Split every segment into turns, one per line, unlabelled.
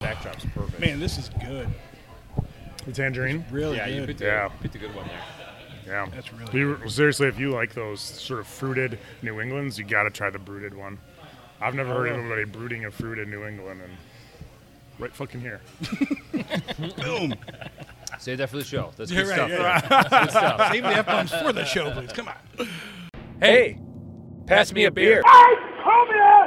backdrop's perfect.
Man, this is good.
The tangerine.
Really
yeah, you
good.
picked,
Yeah.
A, picked a good one there.
Yeah,
That's really
We were- seriously. If you like those sort of fruited New Englands, you got to try the brooded one. I've never
Oh.
heard anybody brooding a fruit in New England, and right fucking here.
Boom.
Save that for the show. That's
Yeah,
good
right,
stuff.
yeah,
there.
yeah.
That's good stuff.
Save the F bombs for the show, please. Come on.
Hey, pass me a beer.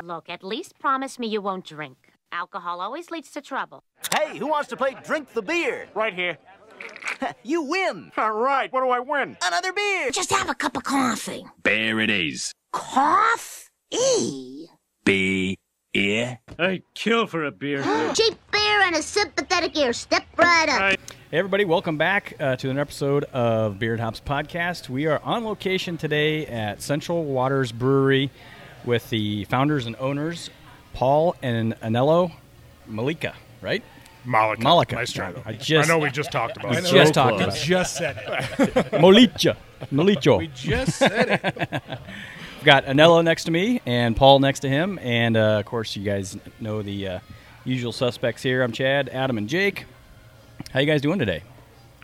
Look, at least promise me you won't drink. Alcohol always leads to trouble.
Hey, who wants to play drink the beer?
Right here.
You win
All right, what do I win?
another beer.
Just have a cup of coffee.
Bear it is.
Coffee?
Be ear.
I'd kill for a beer.
Cheap beer and a sympathetic ear. Step right up.
Hey, everybody, welcome back uh, to another episode of Beard Hops Podcast. We are on location today at Central Waters Brewery with the founders and owners, Paul and Anello Malika, right?
Malika.
Malika.
Nice try, though.
I just-
I know we just talked about
We
it.
just talked about it.
Just said it.
Molicha. Molicho.
We just said it.
We've got Anello next to me and Paul next to him. And, uh, of course, you guys know the uh, usual suspects here. I'm Chad, Adam, and Jake. How you guys doing today?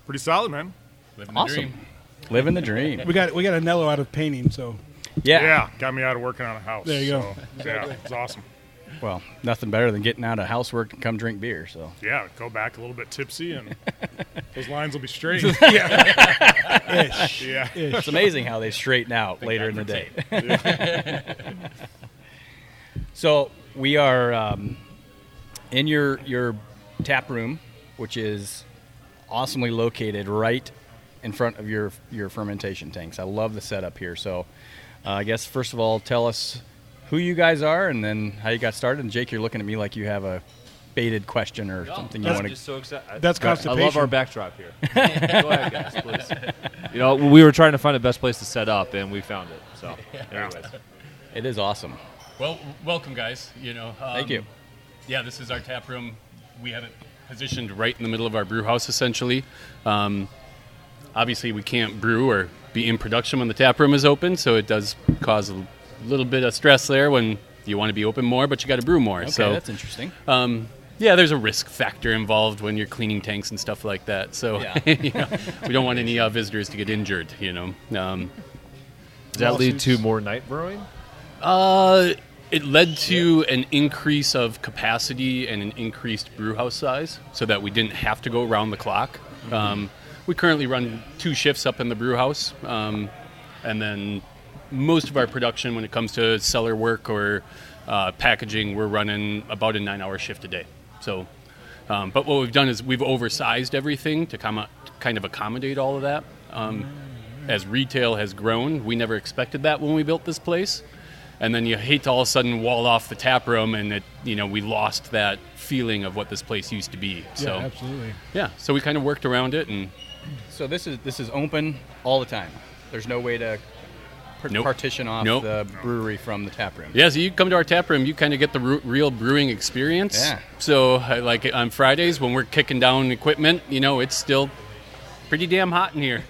Pretty solid, man.
Living the
Awesome.
dream.
Living the dream.
We got we got Anello out of painting, so
Yeah.
Yeah. got me out of working on a house.
There you go.
so, yeah, it's awesome.
Well, nothing better than getting out of housework to come drink beer, so.
Yeah, go back a little bit tipsy, and those lines will be straight.
ish.
yeah.
It's amazing how they straighten out later in the
God
day. so we are um, in your your tap room, which is awesomely located right in front of your your fermentation tanks. I love the setup here. So uh, I guess first of all, tell us who you guys are and then how you got started. And Jake, you're looking at me like you have a baited question or something you
Oh, I'm
want to.
just so excited.
That's
I love our
constipation.
backdrop here. Go ahead, guys, please. You know, we were trying to find the best place to set up, and we found it. So, anyways.
It is awesome.
Well, welcome, guys. You know, um,
Thank you.
Yeah, this is our tap room. We have it positioned right in the middle of our brew house, essentially. Um, obviously, we can't brew or be in production when the tap room is open, so it does cause a little bit of stress there when you want to be open more, but you got to brew more.
Okay,
so
that's interesting.
um, yeah, there's a risk factor involved when you're cleaning tanks and stuff like that. So
Yeah.
you know, we don't want any uh, visitors to get injured. You know, um,
Does that lead to more night brewing?
uh, it led to an increase of capacity and an increased brew house size, so that we didn't have to go round the clock. Um, we currently run two shifts up in the brew house, um, and then most of our production, when it comes to cellar work or uh, packaging, we're running about a nine-hour shift a day. So, um, but what we've done is we've oversized everything to come kind of accommodate all of that. Um, as retail has grown, we never expected that when we built this place. And then you hate to all of a sudden wall off the tap room, and it, you know we lost that feeling of what this place used to be.
Yeah,
so
absolutely.
yeah, so we kind of worked around it, and
So this is this is open all the time. There's no way to par-
Nope.
partition off
Nope.
the brewery from the tap room.
yeah, so you come to our tap room, you kind of get the ru- real brewing experience.
Yeah.
So I- like on Fridays when we're kicking down equipment, you know it's still pretty damn hot in here.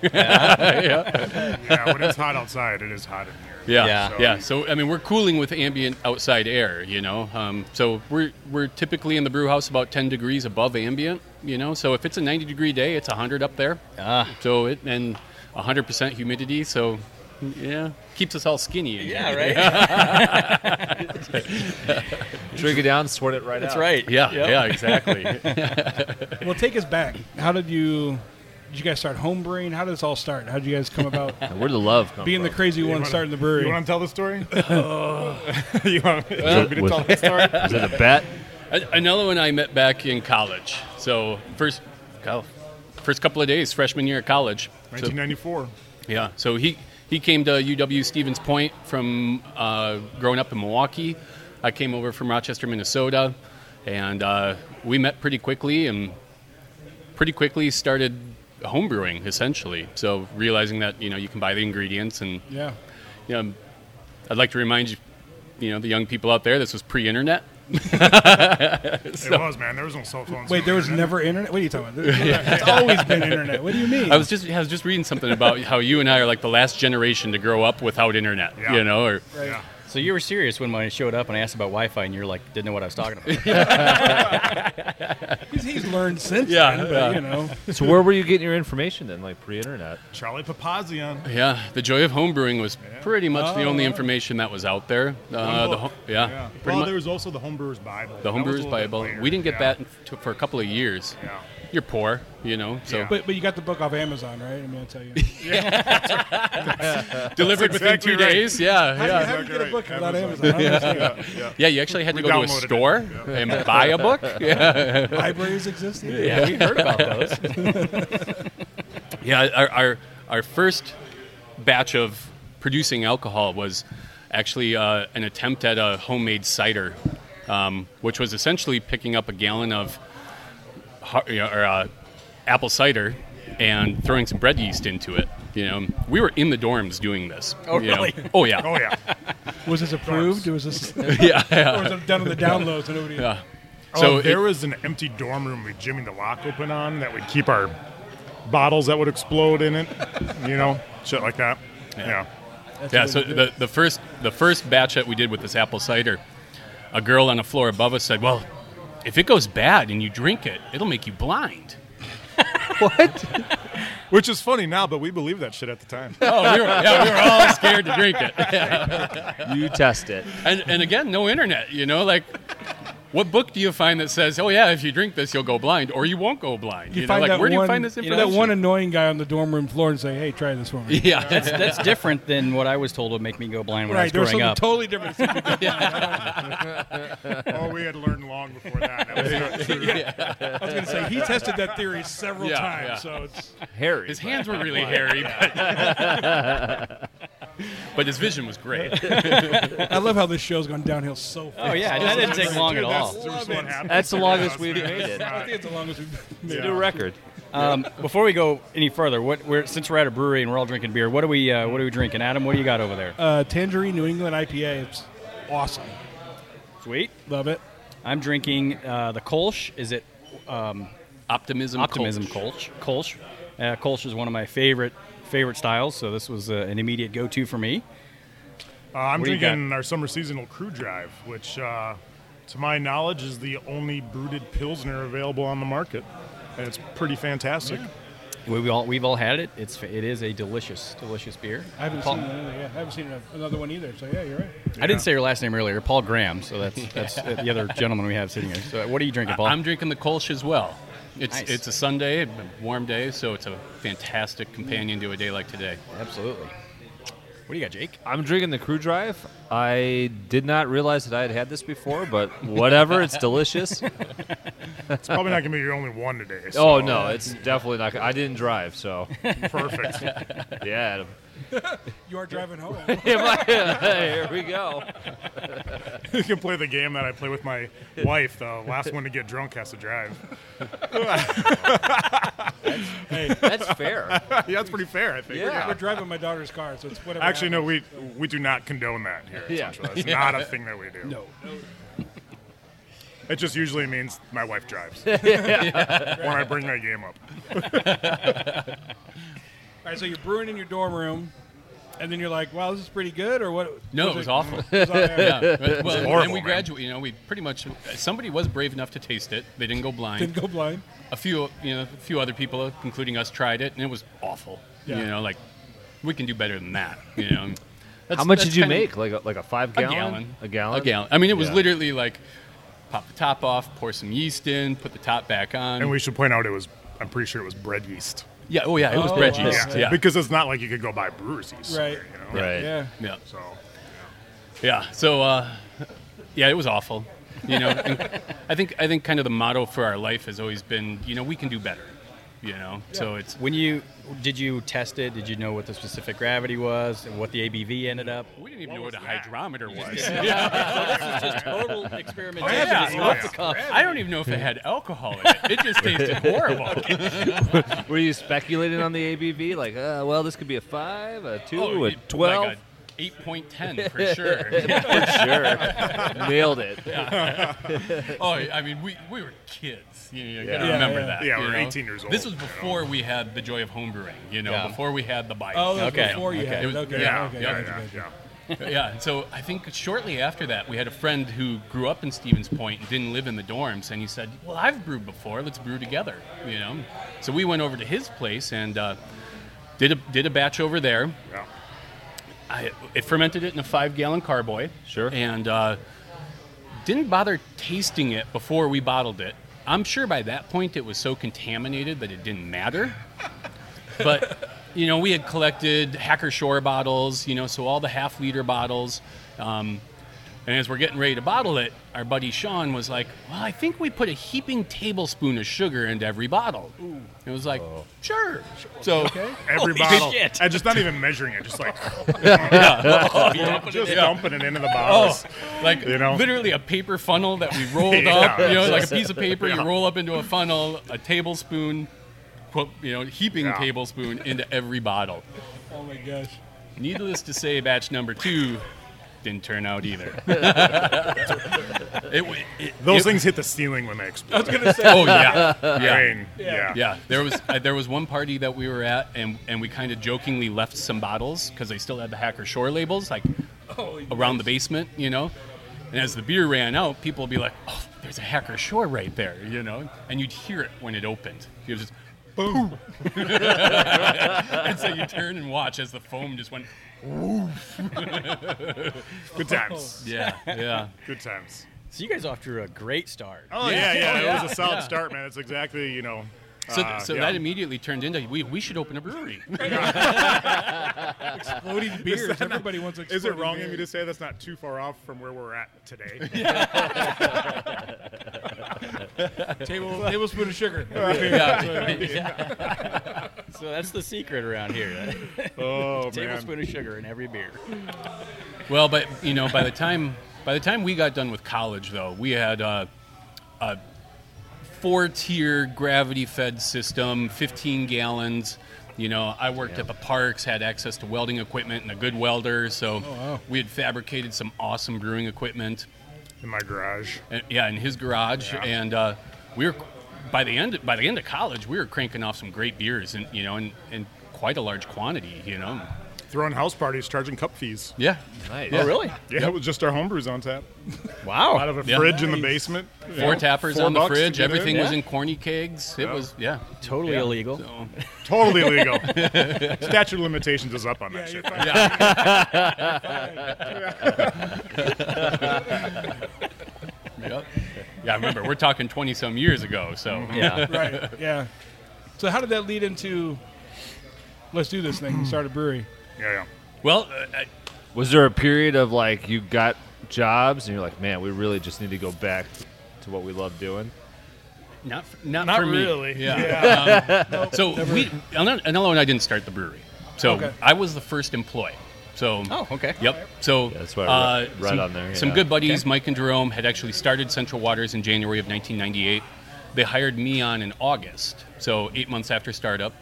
yeah, when it's hot outside, it is hot in here.
Yeah,
Yeah.
yeah. So I mean, we're cooling with ambient outside air, you know. Um, so we're we're typically in the brew house about 10 degrees above ambient, you know. So if it's a 90 degree day, it's 100 up there.
Ah.
So it and 100 percent humidity. So yeah, keeps us all skinny. in
Yeah,
here.
right.
Drink it down, sweat it right
That's
out.
right.
Yeah,
Yep.
yeah, exactly.
Well, take us back. How did you? Did you guys start homebrewing? How did this all start? How did you guys come about
Where the love come
being the crazy one
wanna-
starting the
You
brewery? Oh.
want to tell the story? you want you want me to tell the story?
Is it a bet?
Anello and I met back in college. So first, God, first couple of days, freshman year at college. So-
1994.
Yeah. So he he came to UW Stevens Point from uh, growing up in Milwaukee. I came over from Rochester, Minnesota, and uh, we met pretty quickly and pretty quickly started homebrewing essentially. So realizing that you know you can buy the ingredients and
yeah.
you know, I'd like to remind you, you know, the young people out there, this was pre-internet.
it was, man. There was no cell phones.
Wait, there was never internet. What are you talking about? There- It's always been internet. What do you mean?
I was just I was just reading something about how you and I are like the last generation to grow up without internet.
Yeah.
You know, or
Yeah.
So you were serious when I showed up and I asked about Wi-Fi, and you're like, didn't know what I was talking about.
He's, he's learned since
Yeah,
then,
yeah.
but, you know.
So where were you getting your information then, like pre-internet?
Charlie Papazian.
Yeah, the joy of homebrewing was pretty much the only information that was out there. Uh, the
book.
home, yeah, pretty
Oh. Well,
much
there was also the Homebrewers Bible.
the
That was a
homebrewers
little bit
bible.
later.
We didn't get
Yeah.
that to, for a couple of years.
Yeah.
You're poor, you know, so
Yeah.
But, but you got the book off Amazon, right? I'm going to tell you.
delivered
That's
within
exactly
two
right.
days.
How
Yeah,
do you,
yeah,
how do you get a book
Right,
without
Amazon.
Amazon? I don't understand.
Yeah.
yeah. You actually had
We
to go to a
downloaded it.
store and buy a book. Yeah.
Libraries exist?
yeah, we heard about those.
Yeah, our, our our first batch of producing alcohol was actually uh, an attempt at a homemade cider, um, which was essentially picking up a gallon of har- you know, or, uh, apple cider and throwing some bread yeast into it. You know, we were in the dorms doing this.
Oh,
you know.
really?
Oh yeah.
Oh yeah.
Was this approved? Or was this
yeah,
or was
yeah.
it done on the downloads? And nobody,
yeah.
So
So
Oh, there
it-
was an empty dorm room with Jimmy the Lock open on that would keep our bottles that would explode in it, you know, shit like that. Yeah.
Yeah, so the, the first the first batch that we did with this apple cider, a girl on the floor above us said, "Well, if it goes bad and you drink it, it'll make you blind."
Which is funny now, but we believed that shit at the time.
Oh, we were, yeah, we were all scared to drink it.
You test it.
And and again, no internet, you know, like what book do you find that says, "Oh yeah, if you drink this, you'll go blind or you won't go blind." You, know, like where do you
one-
find this
you
information?
know, that one annoying guy on the dorm room floor and say, hey, try this for me.
yeah,
That's that's different than what I was told would make me go blind when I
Right,
was
there's
growing
something
up.
totally different.
oh, we had learned long before that. That was not true.
I was going to say, he tested that theory several
Yeah,
times,
yeah.
so it's
Harry.
his hands were really hairy, but, but his vision was great.
I love how this show's gone downhill so fast.
Oh yeah, that didn't take long at
Dude, that's-
all.
that's what happened.
That's the longest
Yeah,
we've
that's-
made it.
I think it's the longest we've made.
Yeah.
New record.
Um, before we go any further, what we're, since we're at a brewery and we're all drinking beer, what are we uh, what are we drinking? Adam, what do you got over there?
Uh, Tangerine New England IPA. It's awesome.
Sweet.
Love it.
I'm drinking uh, the Kolsch. Is it
Optimism,
Optimism Kolsch? Kolsch. Uh, Kolsch is one of my favorite favorite styles, so this was uh, an immediate go-to for me.
Uh, I'm
What do you
drinking our summer seasonal crew drive, which, uh, to my knowledge, is the only brooded pilsner available on the market, and it's pretty fantastic.
We've all we've all had it. It's it is a delicious delicious beer.
I haven't
Paul-
seen another, yeah, I haven't seen another one either. So yeah, you're right.
I didn't say your last name earlier, Paul Graham. So that's that's uh, the other gentleman we have sitting here. So uh, what are you drinking, Paul?
I'm drinking the Kolsch as well. It's
Nice.
it's a Sunday, a warm day, so it's a fantastic companion to a day like today.
Absolutely. What do you got, Jake?
I'm drinking the crew drive. I did not realize that I had had this before, but whatever, it's delicious.
It's probably not going to be your only one today. So
Oh no, it's definitely not. I didn't drive, so
perfect.
yeah. Adam.
You are driving home.
Here we go.
you can play the game that I play with my wife. The last one to get drunk has to drive.
That's fair.
yeah, that's pretty fair, I think.
Yeah.
We're driving my daughter's car, so it's whatever.
Actually, no, we we do not condone that here.
Yeah.
Yeah. That's not a thing that we do. No. It just usually means my wife drives when I bring that game up.
All right, so you're brewing in your dorm room, and then you're like, "Wow, this is pretty good," or what?
No, it was awful.
was all- yeah.
Uh, well, and
horrible,
we
man.
graduate. You know, we pretty much somebody was brave enough to taste it. They didn't go blind.
Didn't go blind.
A few, you know, a few other people, including us, tried it, and it was awful. You know, like we can do better than that. You know, That's-
How much
that's
did you
kinda-
make? Like a, like a five
A
gallon?
gallon.
A gallon.
A gallon. I mean, it was
Yeah.
literally like pop the top off, pour some yeast in, put the top back on.
And we should point out it was, I'm pretty sure it was bread yeast.
yeah, oh yeah, it was
Oh,
bread
wow.
yeast. Yeah.
Because it's not like you could go buy brewer's yeast.
Right.
You know?
Right.
Yeah.
yeah.
So,
Yeah. So, uh, yeah, it was awful. You know, and I think I think kind of the motto for our life has always been, you know, we can do better. You know, so it's
When you did you test it? Did you know what the specific gravity was and what the ABV ended up?
we didn't even know what a hydrometer was.
Total experimentation.
Yeah.
It's off the cuff.
I don't even know if it had alcohol in it. It just tasted horrible.
Were you speculating on the ABV? Like, uh, well, this could be a five, a two,
Oh,
a
it- like
twelve.
a 8.10 for sure. Yeah.
For sure, nailed it.
Oh, I mean, we, we were kids. You, know, you
Yeah.
gotta
Yeah,
remember
yeah.
that.
Yeah, we
you
were
know?
18 years old,
This was
you know.
before we had the joy of homebrewing. You know,
Yeah.
before we had the bike.
Oh, that was
Okay.
before you
Okay.
had.
It was-
okay.
yeah,
okay,
yeah,
gotcha,
yeah,
gotcha.
yeah.
yeah, and so I think shortly after that, we had a friend who grew up in Stevens Point and didn't live in the dorms, and he said, "Well, I've brewed before. Let's brew together." You know, so we went over to his place and uh, did a did a batch over there.
Yeah.
I, it fermented it in a five gallon carboy.
Sure.
And uh, didn't bother tasting it before we bottled it. I'm sure by that point it was so contaminated that it didn't matter. But, you know, we had collected Hacker Shore bottles, you know, so all the half liter bottles. Um, and as we're getting ready to bottle it, our buddy Sean was like, Well, I think we put a heaping tablespoon of sugar into every bottle. And It was like, Sure. So,
Every
Holy
bottle.
shit.
And just not even measuring it, just like
Oh, you know,
just
yeah.
dumping it into the bottles.
Oh, like
You know?
literally a paper funnel that we rolled
Yeah.
up. You know, like a piece of paper, you roll up into a funnel, a tablespoon, quote, you know, heaping
Yeah.
tablespoon into every bottle.
Oh my gosh.
Needless to say, batch number two didn't turn out either. it, wa- it-
Those
it-
things hit the ceiling when they explode.
Oh yeah,
I
yeah.
mean, yeah.
Yeah, there was uh, there was one party that we were at, and, and we kind of jokingly left some bottles because they still had the Hacker Shore labels, like
oh,
around the basement, you know. And as the beer ran out, people would be like, "Oh, there's a Hacker Shore right there," you know. And you'd hear it when it opened. It was just boom, and so you turn and watch as the foam just went.
Good times.
Yeah, yeah.
Good times.
So you guys off to a great start.
Oh yeah, yeah. It was a solid start, man. It's exactly you know.
So,
uh,
so
yeah.
that immediately turned into we, we should open a brewery.
Exploding beers. Everybody wants exploding
Is it wrong
beers.
of me to say that's not too far off from where we're at today?
Table, tablespoon of sugar.
So that's the secret around here.
oh man.
Tablespoon of sugar in every beer.
Well, but you know, by the time by the time we got done with college, though, we had a, a four-tier gravity-fed system, 15 gallons. You know, I worked at the parks, had access to welding equipment and a good welder, so
Oh,
we had fabricated some awesome brewing equipment.
In my garage.
And, yeah, in his garage, and uh, we were by the end by the end of college, we were cranking off some great beers, and you know, and and quite a large quantity. You know,
Throwing house parties, charging cup fees.
yeah,
Nice.
Oh, really?
Yeah, it was just our homebrews on tap. Out
Wow.
of a
Yeah.
fridge in the basement. you
Four
know,
tappers
four
on the
bucks to
fridge.
get in.
Everything was
Yeah.
in corny kegs. It was yeah.
Totally illegal.
So,
Totally legal. Statute of limitations is up on that shit.
yeah. Yep. Yeah, remember we're talking twenty some years ago. So
Yeah.
right. Yeah. So how did that lead into? Let's do this thing. Start a brewery.
Yeah,
well, uh, I-
Was there a period of like you got jobs and you're like, man, we really just need to go back to what we love doing?
not f- not,
Not
for me.
really.
Yeah. Um, so we Anello and I didn't start the brewery. So
Okay.
I was the first employee. So
Oh, okay.
Yep. So
Yeah, that's what I read-
uh,
read
some,
on there,
Some
yeah.
good buddies, Mike and Jerome, had actually started Central Waters in January of 1998. They hired me on in August, so eight months after startup.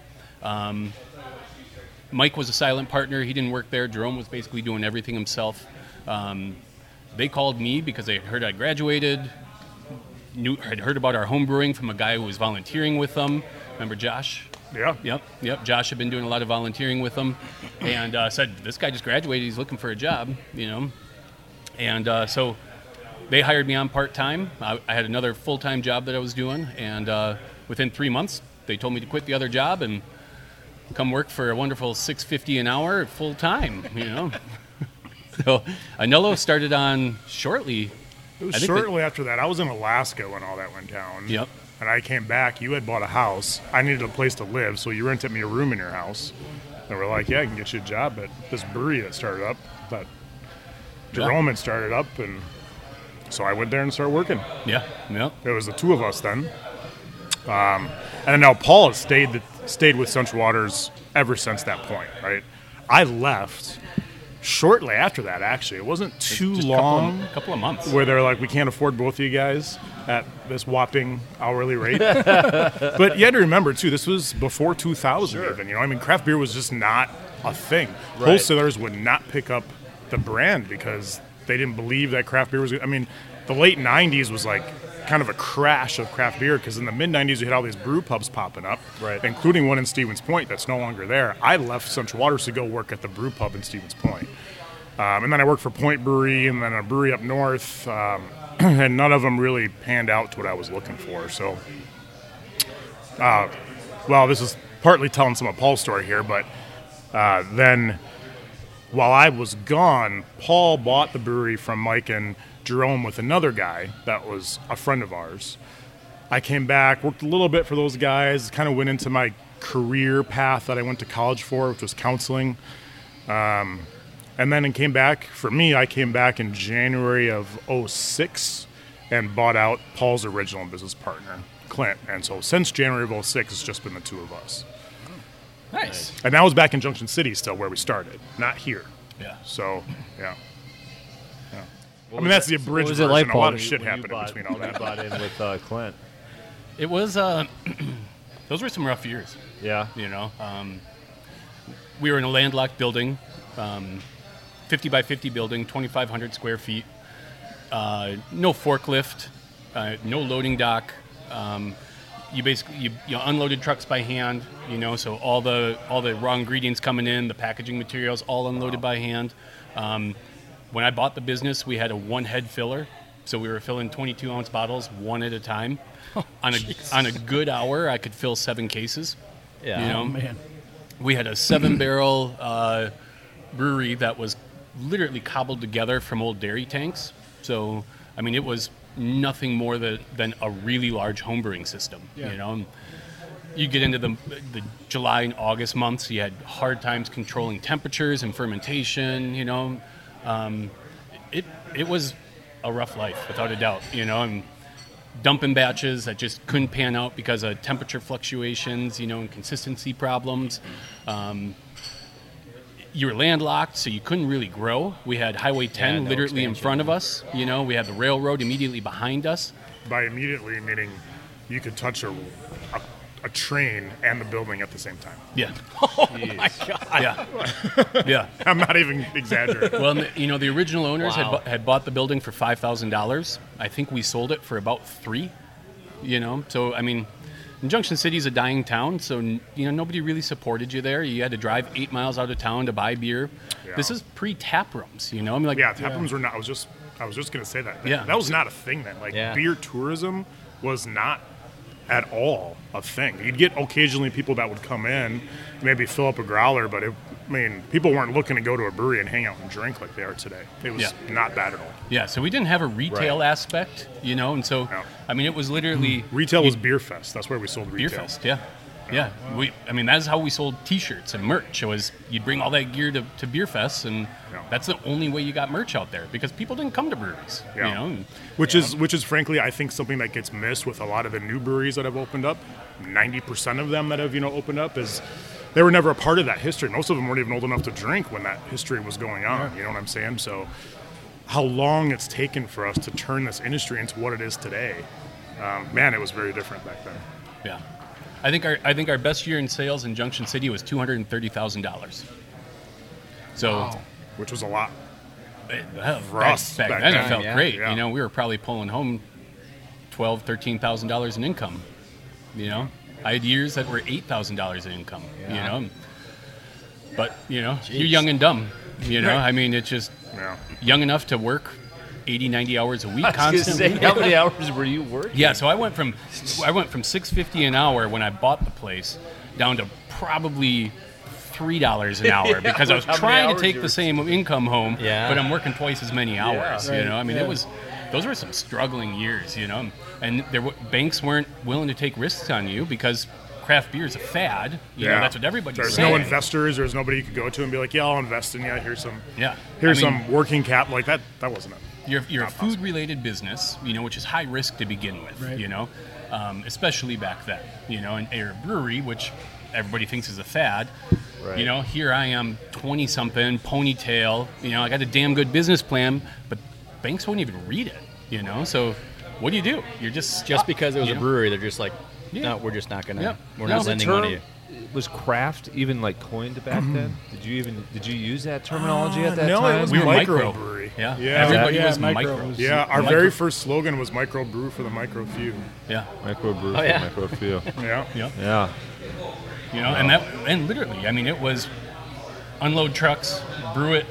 Um, Mike was a silent partner. He didn't work there. Jerome was basically doing everything himself. Um, they called me because they had heard I graduated, knew, had heard about our home brewing from a guy who was volunteering with them. Remember Josh?
yeah. Yeah.
Yep, yep. Josh had been doing a lot of volunteering with them, and uh, said this guy just graduated. He's looking for a job, you know. And uh, so they hired me on part time. I, I had another full time job that I was doing, and uh, within three months, they told me to quit the other job and come work for a wonderful six fifty an hour full time. You know. so Anello started on shortly.
It was
I think they-
shortly after that. I was in Alaska when all that went down.
Yep.
And I came back. You had bought a house. I needed a place to live, so you rented me a room in your house. And we're like, yeah, I can get you a job at this brewery that started up. But Jerome had started up, and so I went there and started working.
Yeah, yep.
It was the two of us then. Um, and now Paul has stayed stayed with Central Waters ever since that point, right? I left shortly after that. Actually, it wasn't too
Just a couple of-
long
couple of months.
where they're like, we can't afford both of you guys at this whopping hourly rate. but you had to remember too, this was before 2000 even. You know, I mean, craft beer was just not a thing. Wholesalers would not pick up the brand because they didn't believe that craft beer was. I mean, the late 90s was like kind of a crash of craft beer because in the mid 90s you had all these brew pubs popping up,
Right.
including one in Stevens Point that's no longer there. I left Central Waters to go work at the brew pub in Stevens Point Um, and then I worked for Point Brewery and then a brewery up north, um, and none of them really panned out to what I was looking for. So, uh, well, this is partly telling some of Paul's story here, but uh, then while I was gone, Paul bought the brewery from Mike and Jerome with another guy that was a friend of ours. I came back, worked a little bit for those guys, kind of went into my career path that I went to college for, which was counseling. Um, and then it came back, for me, I came back in January of 06 and bought out Paul's original business partner, Clint. And so since January of 06, it's just been the two of us.
Nice.
And that was back in Junction City still, where we started, not here.
Yeah.
So, yeah. Yeah. I
was
mean, that's
it-
the abridged
What was it
version.
like,
a
Paul,
lot
when
of
you-
shit
when you
happened
bought-
between all
when you
that.
bought in with uh, Clint.
It was. Uh, those were some rough years.
Yeah.
You know, um, we were in a landlocked building, um, 50 by 50 building, 2,500 square feet. Uh, no forklift, uh, no loading dock. Um, you basically you, you unloaded trucks by hand. You know, so all the all the raw ingredients coming in, the packaging materials, all unloaded by hand. Um, when I bought the business, we had a one head filler, so we were filling 22 ounce bottles one at a time. on a on a good hour, I could fill seven cases.
Yeah.
You know,
Oh, Man,
we had a seven barrel uh, brewery that was literally cobbled together from old dairy tanks. So, I mean, it was nothing more than, than a really large homebrewing system.
Yeah.
You know, And you get into the, the July and August months, you had hard times controlling temperatures and fermentation. You know, um, it it was a rough life without a doubt. You know, and dumping batches that just couldn't pan out because of temperature fluctuations, you know, and consistency problems. Um, you were landlocked, so you couldn't really grow. We had Highway 10
Yeah, no
literally in
expansion.
front of us. You know, we had the railroad immediately behind us.
By immediately meaning you could touch a, a, a train and the building at the same time.
Yeah. Oh my God. Yeah. yeah.
I'm not even exaggerating.
Well, m- you know, the original owners
Wow.
had, bu- had bought the building for five thousand dollars. I think we sold it for about three. You know, so I mean, Junction City is a dying town, so n- you know nobody really supported you there. You had to drive eight miles out of town to buy beer. This
Yeah.
is pre tap rooms. You know, I mean, like
yeah, tap rooms were not. I was just, I was just gonna say that. That-
Yeah.
that was not a thing then. Like
Yeah.
beer tourism was not at all a thing. You'd get occasionally people that would come in, maybe fill up a growler, but it, I mean, people weren't looking to go to a brewery and hang out and drink like they are today. It was
Yeah.
not that at all.
yeah. So we didn't have a retail aspect. You know, and so
Yeah. Mm-hmm.
I mean, it was literally
Retail was Beer Fest. That's where we sold
Beer
retail. Oh.
Fest, yeah. Yeah, we. I mean, that's how we sold T-shirts and merch. It was you'd bring all that gear to, to beer fests, and
Yeah.
that's the only way you got merch out there because people didn't come to breweries. You
Yeah.
know, and-
Which is which is frankly I think something that gets missed with a lot of the new breweries that have opened up. Ninety percent of them that have, you know, opened up is they were never a part of that history. Most of them weren't even old enough to drink when that history was going on. You know what I'm saying? So how long it's taken for us to turn this industry into what it is today. Um, man, it was very different back then.
yeah. I think our I think our best year in sales in Junction City was two hundred and thirty thousand dollars. So
Which was a lot.
it- that-
For
back,
us,
uh, back
back
then
then,
it felt
yeah.
great.
Yeah.
You know, we were probably pulling home twelve, thirteen thousand dollars in income. You know, I had years that were eight thousand dollars in income.
Yeah.
You know, but you know, you're
Jeez.
young and dumb. You know, I mean, it's just
Yeah.
young enough to work 80, 90 hours a week
I was gonna
constantly.
say, how many hours were you working?
Yeah, so I went from I went from six fifty an hour when I bought the place down to probably three dollars an hour because I was
how many
trying to
hours you
take
were-
the same income home,
Yeah.
but I'm working twice as many hours.
right,
You know, I mean,
yeah.
it was those were some struggling years. You know, and there were, banks weren't willing to take risks on you because craft beer is a fad. You know, that's what everybody's
There's
saying.
no investors. There's nobody you could go to and be like, "Yeah, I'll invest in you. Here's some.
Yeah.
Here's
I mean-
some working cap." Like that. That wasn't it.
You're, you're a
Not possible.
food related business, you know, which is high risk to begin with,
Right.
you know, um, especially back then, you know, and you're a brewery, which everybody thinks is a fad.
Right.
You know, here I am, 20 something, ponytail, you know, I got a damn good business plan, but banks won't even read it, you know, so what do you do? You're
Just
just. stuck,
because it was
you
a
know?
brewery, they're just like,
Yeah.
no, we're just not gonna,
Yeah.
we're
No,
not
Was the
lending money. to
term-
you.
Was craft even like coined back then? Did you even did you use that terminology at that
Uh, no, it
time?
was
We were micro.
Microbrewery.
Yeah.
Yeah.
Everybody
Yeah,
was
micro
micro.
was-
Yeah, our
Micro-
very first slogan was "Micro Brew for the Micro Few."
Yeah.
Microbrew
Oh,
for
yeah.
micro few.
Yeah,
Yeah.
Yeah.
you know, and that and literally, I mean, it was unload trucks, brew it,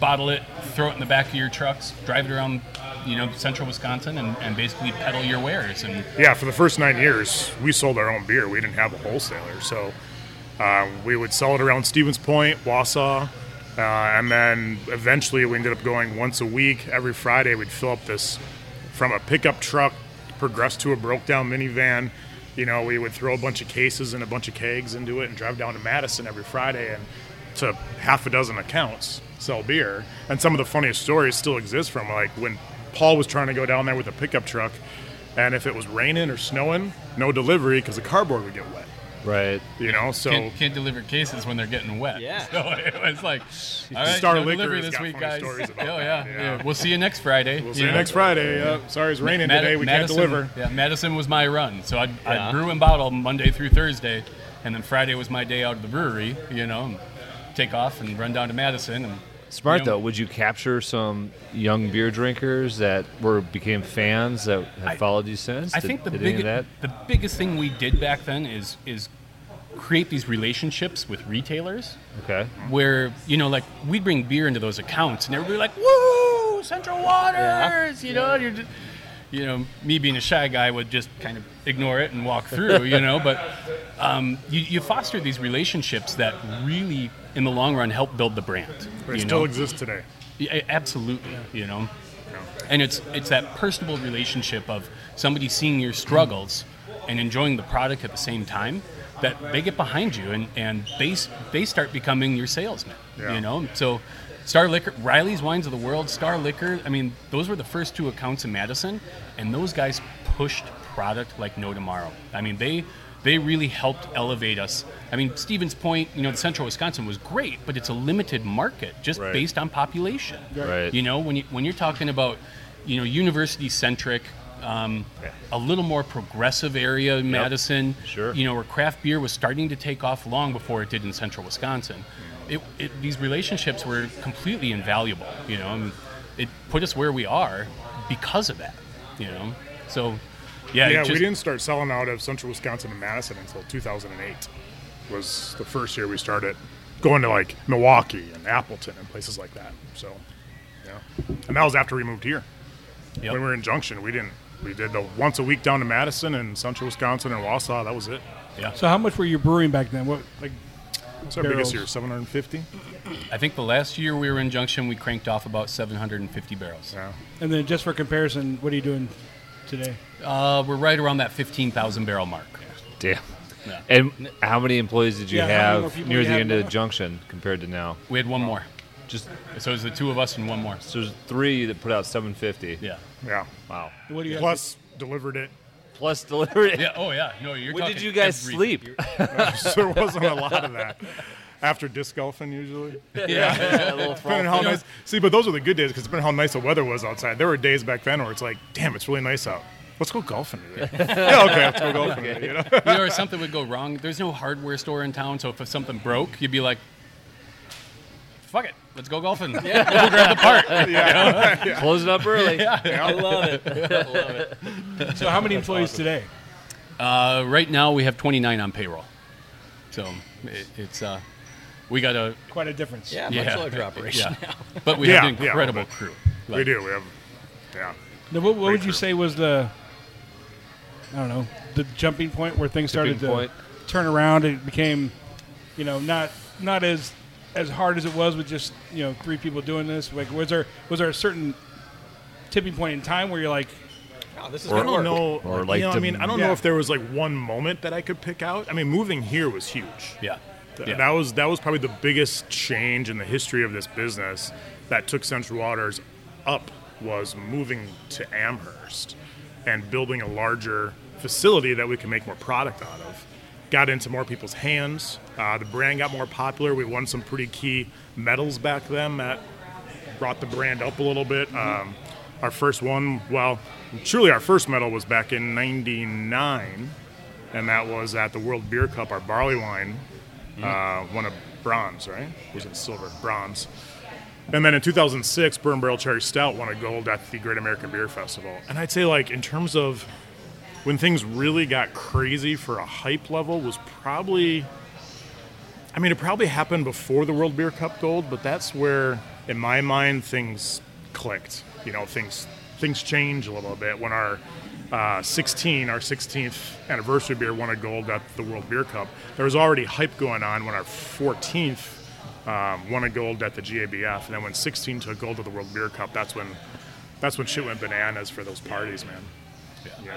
bottle it, throw it in the back of your trucks, drive it around, you know, central Wisconsin, and, and basically peddle your wares. And
Yeah, for the first nine years, we sold our own beer. We didn't have a wholesaler, so uh, we would sell it around Stevens Point, Wausau, uh, and then eventually we ended up going once a week. Every Friday, we'd fill up this from a pickup truck, progress to a broke down minivan. You know, we would throw a bunch of cases and a bunch of kegs into it and drive down to Madison every Friday and to half a dozen accounts sell beer. And some of the funniest stories still exist from like when Paul was trying to go down there with a pickup truck, and if it was raining or snowing, no delivery because the cardboard would get wet.
Right.
You know, so
can't, can't deliver cases when they're getting wet.
Yeah.
So it was like, all right,
Star
no
Liquor
delivery
has
this
got
week,
funny
guys.
stories about
oh,
that,
yeah,
yeah.
yeah. We'll see you next Friday.
we'll see you next Friday. Yeah. Sorry, it's raining
Mad-
today. We
Madison-
can't deliver.
Yeah, Madison was my run, so I'd,
Yeah.
I'd brew and bottle Monday through Thursday, and then Friday was my day out of the brewery. You know, and take off and run down to Madison. And
Smart
you know,
though. Would you capture some young beer drinkers that were became fans that have
I-
followed you since?
I
Did-
think the
did
big,
any of that?
the biggest thing we did back then is is create these relationships with retailers.
Okay.
where you know like we'd bring beer into those accounts and everybody like woo central waters you know and you're just, you know me being a shy guy would just kind of ignore it and walk through you know but um, you, you foster these relationships that really in the long run help build the brand
But
you
it still
know?
exists today.
Yeah, a- absolutely, you know. And it's it's that personable relationship of somebody seeing your struggles and enjoying the product at the same time that they get behind you and and they s- they start becoming your salesman,
Yeah.
you know. So Star Liquor, Riley's Wines of the World, Star Liquor, I mean, those were the first two accounts in Madison and those guys pushed product like no tomorrow. I mean, they they really helped elevate us. I mean, Stevens Point, you know, the central Wisconsin was great, but it's a limited market just
Right.
based on population.
Right.
You know, when you when you're talking about, you know, university centric, um, a little more progressive area in Madison.
Sure.
You know, where craft beer was starting to take off long before it did in central Wisconsin. It, it, these relationships were completely invaluable. You know, and it put us where we are because of that. You know, so yeah, it
Yeah, we
just-
didn't start selling out of Central Wisconsin and Madison until 2008. Was the first year we started going to like Milwaukee and Appleton and places like that. So, yeah, and that was after we moved here.
Yep.
When we were in Junction, we didn't. We did the once a week down to Madison and Central Wisconsin and Wausau. That was it.
So how much were you brewing back then? What like
It's our
Barrels.
biggest year, 750.
I think the last year we were in Junction, we cranked off about 750 barrels.
Yeah.
and then just for comparison, what are you doing today?
Uh, we're right around that 15,000 barrel mark.
Damn. And how many employees did you
Yeah, how many more
have
people
near
you
the
had
end of the
now?
junction compared to now?
We had one more.
Just
So it was the two of us and one more.
so there's three that put out 750.
Yeah.
Yeah.
Wow.
What do you have
Plus delivered it.
Plus delivery.
Yeah. Oh yeah. No, you're.
When did
talking
you guys
every-
sleep?
there wasn't a lot of that after disc golfing usually.
Yeah, a little
Depending on how nice. See, but those were the good days because depending on how nice the weather was outside, there were days back then where it's like, damn, it's really nice out. Let's go golfing today. yeah, okay, let's go golfing. Today, you know?
you know, if something would go wrong, there's no hardware store in town, so if something broke, you'd be like, "Fuck it, let's go golfing." Yeah. we'll grab the part.
Close it up early.
I love it.
to- so how many employees today?
Uh, right now, we have 29 on payroll, so it, it's uh, we got a
Quite a difference.
Yeah,
yeah,
much larger operation.
yeah. but we
Yeah,
have an
yeah,
incredible
but-
crew.
we do. We have, yeah.
Now, what, what would you
Breakthrough.
say was the I don't know the jumping point where things started
Tipping
to
point.
turn around? It became you know not not as as hard as it was with just you know three people doing this. Like was there was there a certain tipping point in time where you're like
Wow, this is
I
good
don't
work.
know.
Or
you
like
know, I
the-
mean, I don't
Yeah.
know if there was like one moment that I could pick out. I mean, moving here was huge.
Yeah.
Th-
Yeah.
That was that was probably the biggest change in the history of this business that took Central Waters up was moving to Amherst and building a larger facility that we can make more product out of. Got into more people's hands. Uh, the brand got more popular. We won some pretty key medals back then that brought the brand up a little bit. Um, our first one, well, truly our first medal was back in '99, and that was at the World Beer Cup. Our barley wine uh, won a bronze, right? Was it silver? Bronze. And then in 2006, Burn Barrel Cherry Stout won a gold at the Great American Beer Festival. And I'd say, like, in terms of when things really got crazy for a hype level, was probably, I mean, it probably happened before the World Beer Cup gold, but that's where in my mind, things clicked. You know, things things change a little bit when our uh, 16, our 16th anniversary beer won a gold at the World Beer Cup. There was already hype going on when our 14th um, won a gold at the GABF, and then when 16 took gold at the World Beer Cup, that's when that's when shit went bananas for those parties, man. You know?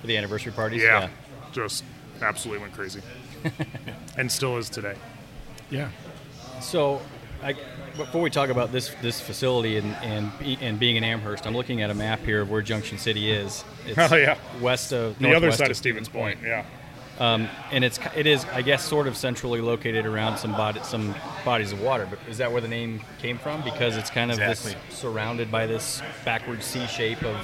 For the anniversary parties.
Yeah, just absolutely went crazy, and still is today.
Yeah.
So, I, before we talk about this this facility and and, be- and being in Amherst, I'm looking at a map here of where Junction City is. It's
Oh, yeah.
west of
The other
northwest
side of Stevens Point, yeah.
and it's it is I guess sort of centrally located around some body, some bodies of water. But is that where the name came from? Because it's kind of
Exactly.
this surrounded by this backward C shape of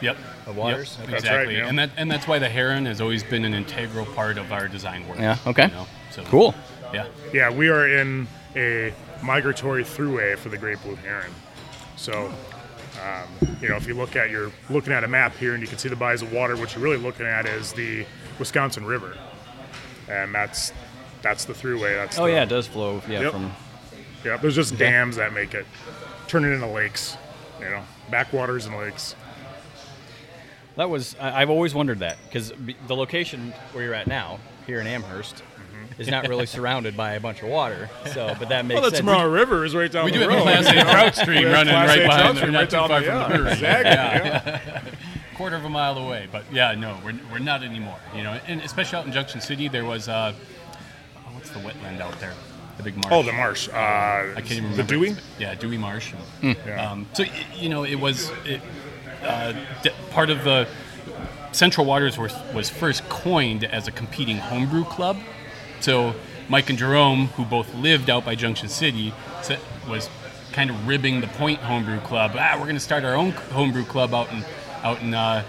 Yep.
Of waters?
Yep,
Okay.
That's right,
exactly.
yeah.
And that and that's why the heron has always been an integral part of our design work.
Yeah, okay.
you know, so-
cool.
Yeah.
Yeah, we are in a migratory throughway for the great blue heron. So, um, you know, if you look at you're looking at a map here and you can see the bodies of water, what you're really looking at is the Wisconsin River, and that's that's the throughway. That's
Oh
the-
yeah, it does flow. Yeah,
Yep.
from
yeah. There's just dams that make it turn it into lakes, you know, backwaters and lakes.
that was I, I've always wondered that because the location where you're at now here in Amherst is not really surrounded by a bunch of water. So, but that
Mm-hmm.
makes
Well, the
sense.
Tomorrow River is right down
We
the
do have the
road.
Class A trout
We
stream
have
running
Class
right
A trout
behind there,
stream
not
right
too
down
far
the-
from the
yeah,
brewery.
Exactly. yeah.
quarter of a mile away. But yeah, no, we're, we're not anymore. You know, and especially out in Junction City, there was uh, oh, what's the wetland out there? The big marsh.
Oh, the marsh. Uh,
I can't even
the
remember.
Dewey. Hmm.
Yeah, Dewey Marsh.
Yeah.
Um, so y- you know, it was it, uh, d- part of the Central Waters was, was first coined as a competing homebrew club. So Mike and Jerome, who both lived out by Junction City, sa- was kind of ribbing the Point Homebrew Club. Ah, we're going to start our own c- homebrew club out in out in uh,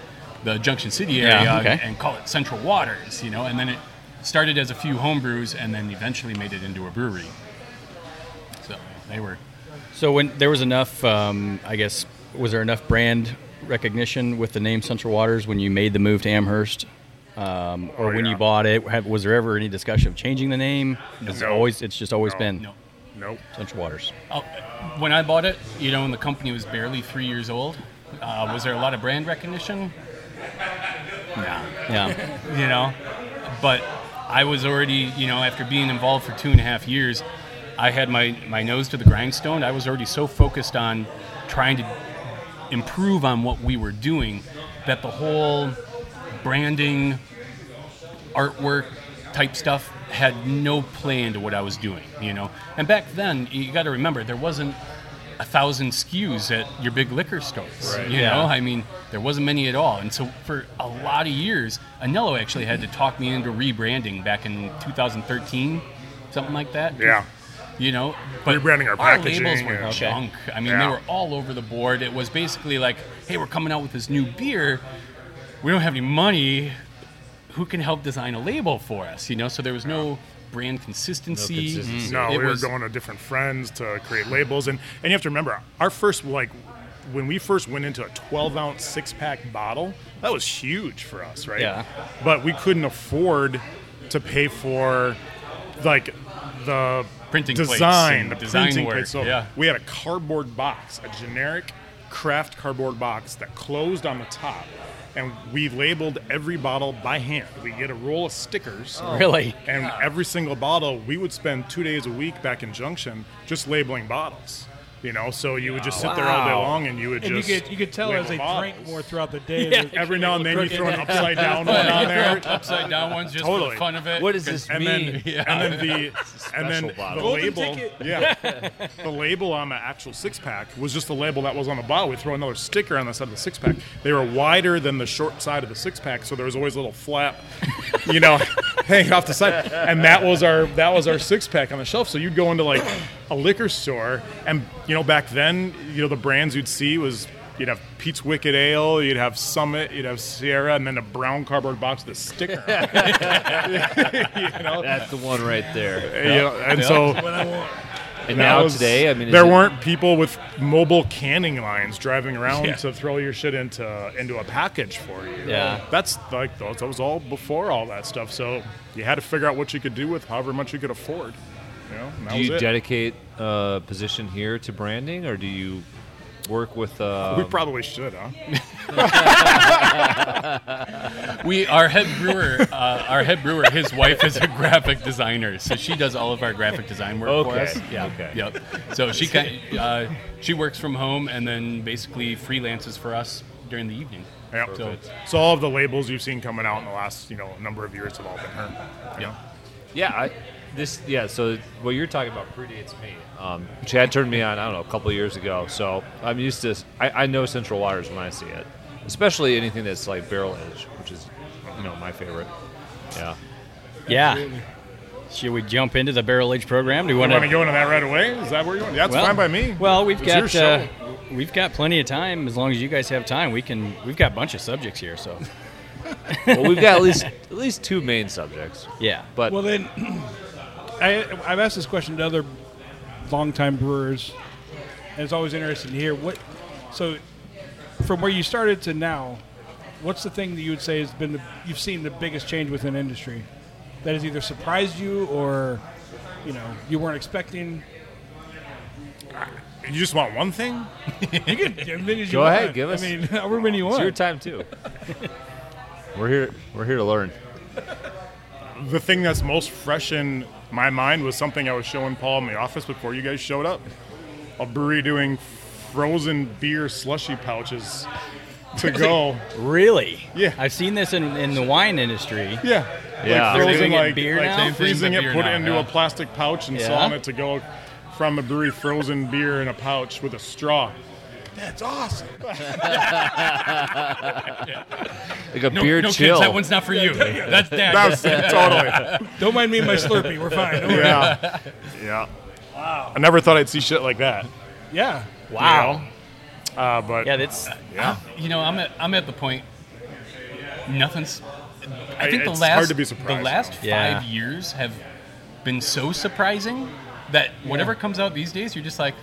the Junction City area
Yeah, okay.
and, and call it Central Waters. You know, and then it started as a few homebrews and then eventually made it into a brewery. So they were
So when there was enough, um, I guess, was there enough brand recognition with the name Central Waters when you made the move to Amherst, um, or
Oh,
when
yeah.
you bought it? Have, was there ever any discussion of changing the name? It's
No.
always, it's just always
No.
been
no.
Nope.
Central Waters.
Uh, when I bought it, you know, and the company was barely three years old, uh, was there a lot of brand recognition? No,
Yeah,
you know, but I was already, you know, after being involved for two and a half years, I had my my nose to the grindstone. I was already so focused on trying to improve on what we were doing that the whole branding, artwork type stuff had no play into what I was doing, you know. And back then, you got to remember, there wasn't a thousand SKUs at your big liquor stores. You
Yeah.
know, I mean, there wasn't many at all. And so for a lot of years, Anello actually had to talk me into rebranding back in 2013, something like that.
Yeah.
You know, but
Rebranding our packaging
labels were
and-
junk. I mean,
Yeah.
they were all over the board. It was basically like, hey, we're coming out with this new beer. We don't have any money who can help design a label for us, you know? So there was no brand consistency.
No consistency.
No,
It
we
was-
were going to different friends to create labels, and and you have to remember our first like when we first went into a 12 ounce six pack bottle, that was huge for us, right?
Yeah.
But we couldn't afford to pay for like the
Printing plates
design,
and
the
design
printing
work,
plates. So
yeah.
we had a cardboard box, a generic craft cardboard box that closed on the top. And we labeled every bottle by hand. We get a roll of stickers
really.
and every single bottle, we would spend two days a week back in Junction just labeling bottles. You know, so you would just sit there all day
Wow.
long and you would
And you
just.
could you could tell
label
as they drink
bottles.
more throughout the day.
Yeah.
that-
Every now and then you
Crooked.
throw an upside down one
Yeah,
on
you throw
there.
up- upside down ones just for
Totally.
the fun of it.
What does this
And
mean?
then, and then the and then
special bottle.
the
Golden
label, yeah, the label on the actual six pack was just the label that was on the bottle. We throw another sticker on the side of the six pack. They were wider than the short side of the six pack, so there was always a little flap, you know, hanging off the side. And that was our that was our six pack on the shelf. So you'd go into like a liquor store, and you know back then, you know the brands you'd see was. You'd have Pete's Wicked Ale, you'd have Summit, you'd have Sierra, and then a brown cardboard box with a sticker. on it, you know?
That's the one right there.
You know, and so
And
that
now
was-
today, I mean, is
there
it-
weren't people with mobile canning lines driving around
Yeah.
to throw your shit into into a package for you.
Yeah.
that's like those. That was all before all that stuff. So you had to figure out what you could do with however much you could afford. You know, and that
Do
was
you
it.
dedicate uh, position here to branding, or do you work with? Uh,
we probably should, huh?
We our head brewer, uh, our head brewer, his wife is a graphic designer, so she does all of our graphic design work for
Okay,
us. Yeah.
okay.
Yep. So she kind uh, she works from home and then basically freelances for us during the evening.
Yep.
So,
So all of the labels you've seen coming out in the last you know number of years have all been her.
yeah.
yeah, I, this yeah. So what you're talking about predates me. Um, Chad turned me on. I don't know a couple of years ago, so I'm used to. I, I know Central Waters when I see it, especially anything that's like barrel edge, which is you know my favorite. Yeah.
Yeah. Should we jump into the barrel age program? Do you want
Want to
to?
go into that right away? Is that where you want? That's fine by me.
Well, we've
It's your
got uh,
show.
we've got plenty of time. As long as you guys have time, we can. We've got a bunch of subjects here, so
Well, we've got at least at least two main subjects,
yeah.
but
Well, then, I, I've asked this question to other longtime brewers, and it's always interesting to hear what. So, from where you started to now, what's the thing that you would say has been the, you've seen the biggest change within industry that has either surprised you or you know you weren't expecting?
You just want one thing?
You can as many as you
Go ahead,
want.
give us-
I mean, however many you
it's
want.
your time too. we're here. We're here to learn.
The thing that's most fresh in my mind was something I was showing Paul in the office before you guys showed up. A brewery doing frozen beer slushy pouches to go.
Really?
Yeah.
I've seen this in, in the wine industry.
yeah.
Yeah.
Like
They're
frozen
doing it
like,
beer
like
now?
they're
Same thing,
freezing
but
it,
beer
put
now,
it into
yeah.
a plastic pouch and
Yeah.
selling it to go from a brewery frozen beer in a pouch with a straw. That's awesome.
Like a
No,
beer
no
chill.
kids, that one's not for you. That's dad.
That's totally.
Don't mind me and my Slurpee. We're fine. Don't worry.
Yeah. Yeah. Wow. I never thought I'd see shit like that.
Yeah.
Wow.
Uh, but
Yeah, that's
yeah.
you know, I'm at I'm at the point. Nothing's. I think the
It's
last
hard to be surprised.
the last five
Yeah.
years have been so surprising that whatever comes out these days, you're just like,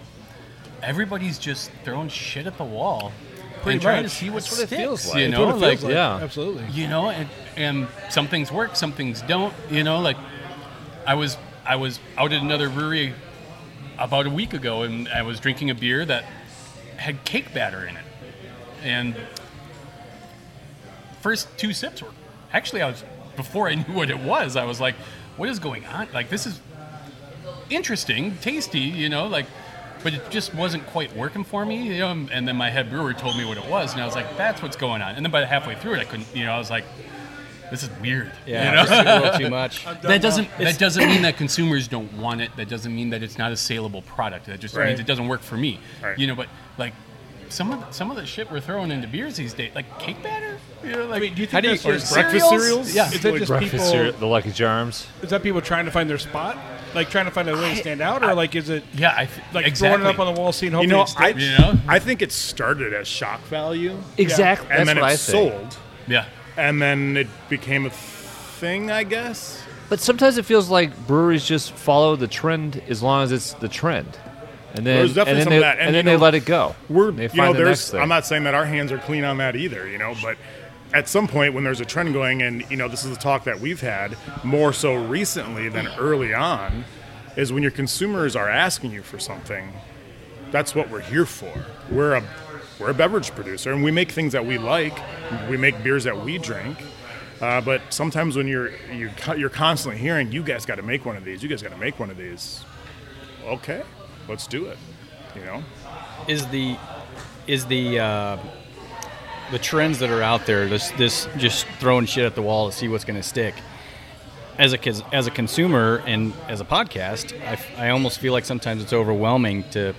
everybody's just throwing shit at the wall and trying to
much.
see what
That's what it
sticks.
feels like.
You
That's
know,
what it feels
like
like. Yeah.
Absolutely.
you know and, and some things work some things don't you know like i was i was out at another brewery about a week ago and i was drinking a beer that had cake batter in it and first two sips were actually i was before i knew what it was i was like what is going on like this is interesting tasty you know like but it just wasn't quite working for me you know and then my head brewer told me what it was and i was like that's what's going on and then by halfway through it i couldn't you know i was like this is weird
yeah.
you know?
just a little too much.
that doesn't that doesn't mean that consumers don't want it. That doesn't mean that it's not a saleable product. That just means it doesn't work for me.
Right.
You know, but like some of the, some of the shit we're throwing into beers these days, like cake batter. You know, like
I mean, do you think
how do you
that's just
breakfast cereals?
Yeah.
Is that just
Breakfast
people?
cereal, the Lucky Charms.
Is that people trying to find their spot, like trying to find a way to stand out, or like is it
yeah, I th-
like
exactly.
throwing it up on the wall, seeing hopefully
You know,
it
I,
sticks?
You know?
I think it started as shock value,
Exactly.
and then
That's what I
it
think.
sold,
yeah.
and then it became a thing, I guess.
But sometimes it feels like breweries just follow the trend as long as it's the trend, and then
There's
and
definitely
then,
some
they,
of that, and
and
you
then
know,
they let it go.
We're,
they
you know,
find the next
there's.
thing.
I'm not saying that our hands are clean on that either, you know, but at some point when there's a trend going, and you know, this is the talk that we've had more so recently than early on, is when your consumers are asking you for something. That's what we're here for. We're a we're a beverage producer, and we make things that we like. We make beers that we drink. Uh, but sometimes when you're you're, co- you're constantly hearing, you guys got to make one of these. You guys got to make one of these. Okay, let's do it. You know.
Is the is the uh, the trends that are out there this this just throwing shit at the wall to see what's going to stick? As a cons- as a consumer and as a podcast, I, f- I almost feel like sometimes it's overwhelming to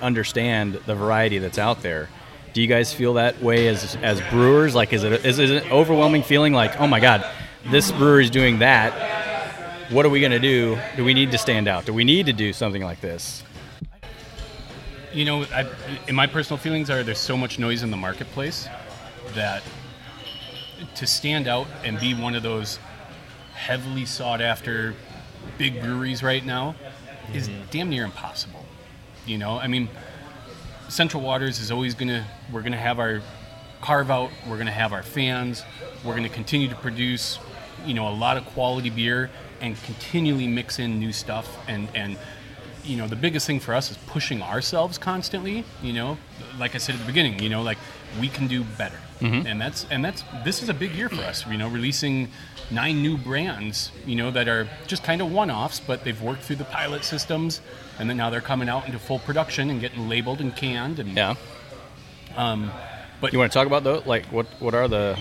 understand the variety that's out there. Do you guys feel that way as as brewers? Like, is it is it an overwhelming feeling like, oh my god, this brewery's doing that? What are we going to do? Do we need to stand out? Do we need to do something like this?
you know, I, in my personal feelings are there's so much noise in the marketplace that to stand out and be one of those heavily sought after big breweries right now is
Mm-hmm.
damn near impossible. You know, I mean, Central Waters is always gonna we're gonna have our carve out, we're gonna have our fans, we're gonna continue to produce, you know, a lot of quality beer and continually mix in new stuff and and you know, the biggest thing for us is pushing ourselves constantly. You know, like I said at the beginning, you know, like we can do better,
Mm-hmm.
and that's and that's this is a big year for us. You know, releasing nine new brands, you know, that are just kind of one-offs, but they've worked through the pilot systems, and then now they're coming out into full production and getting labeled and canned. And
Yeah. Um,
Um, but-
you want to talk about those? Like, what what are the?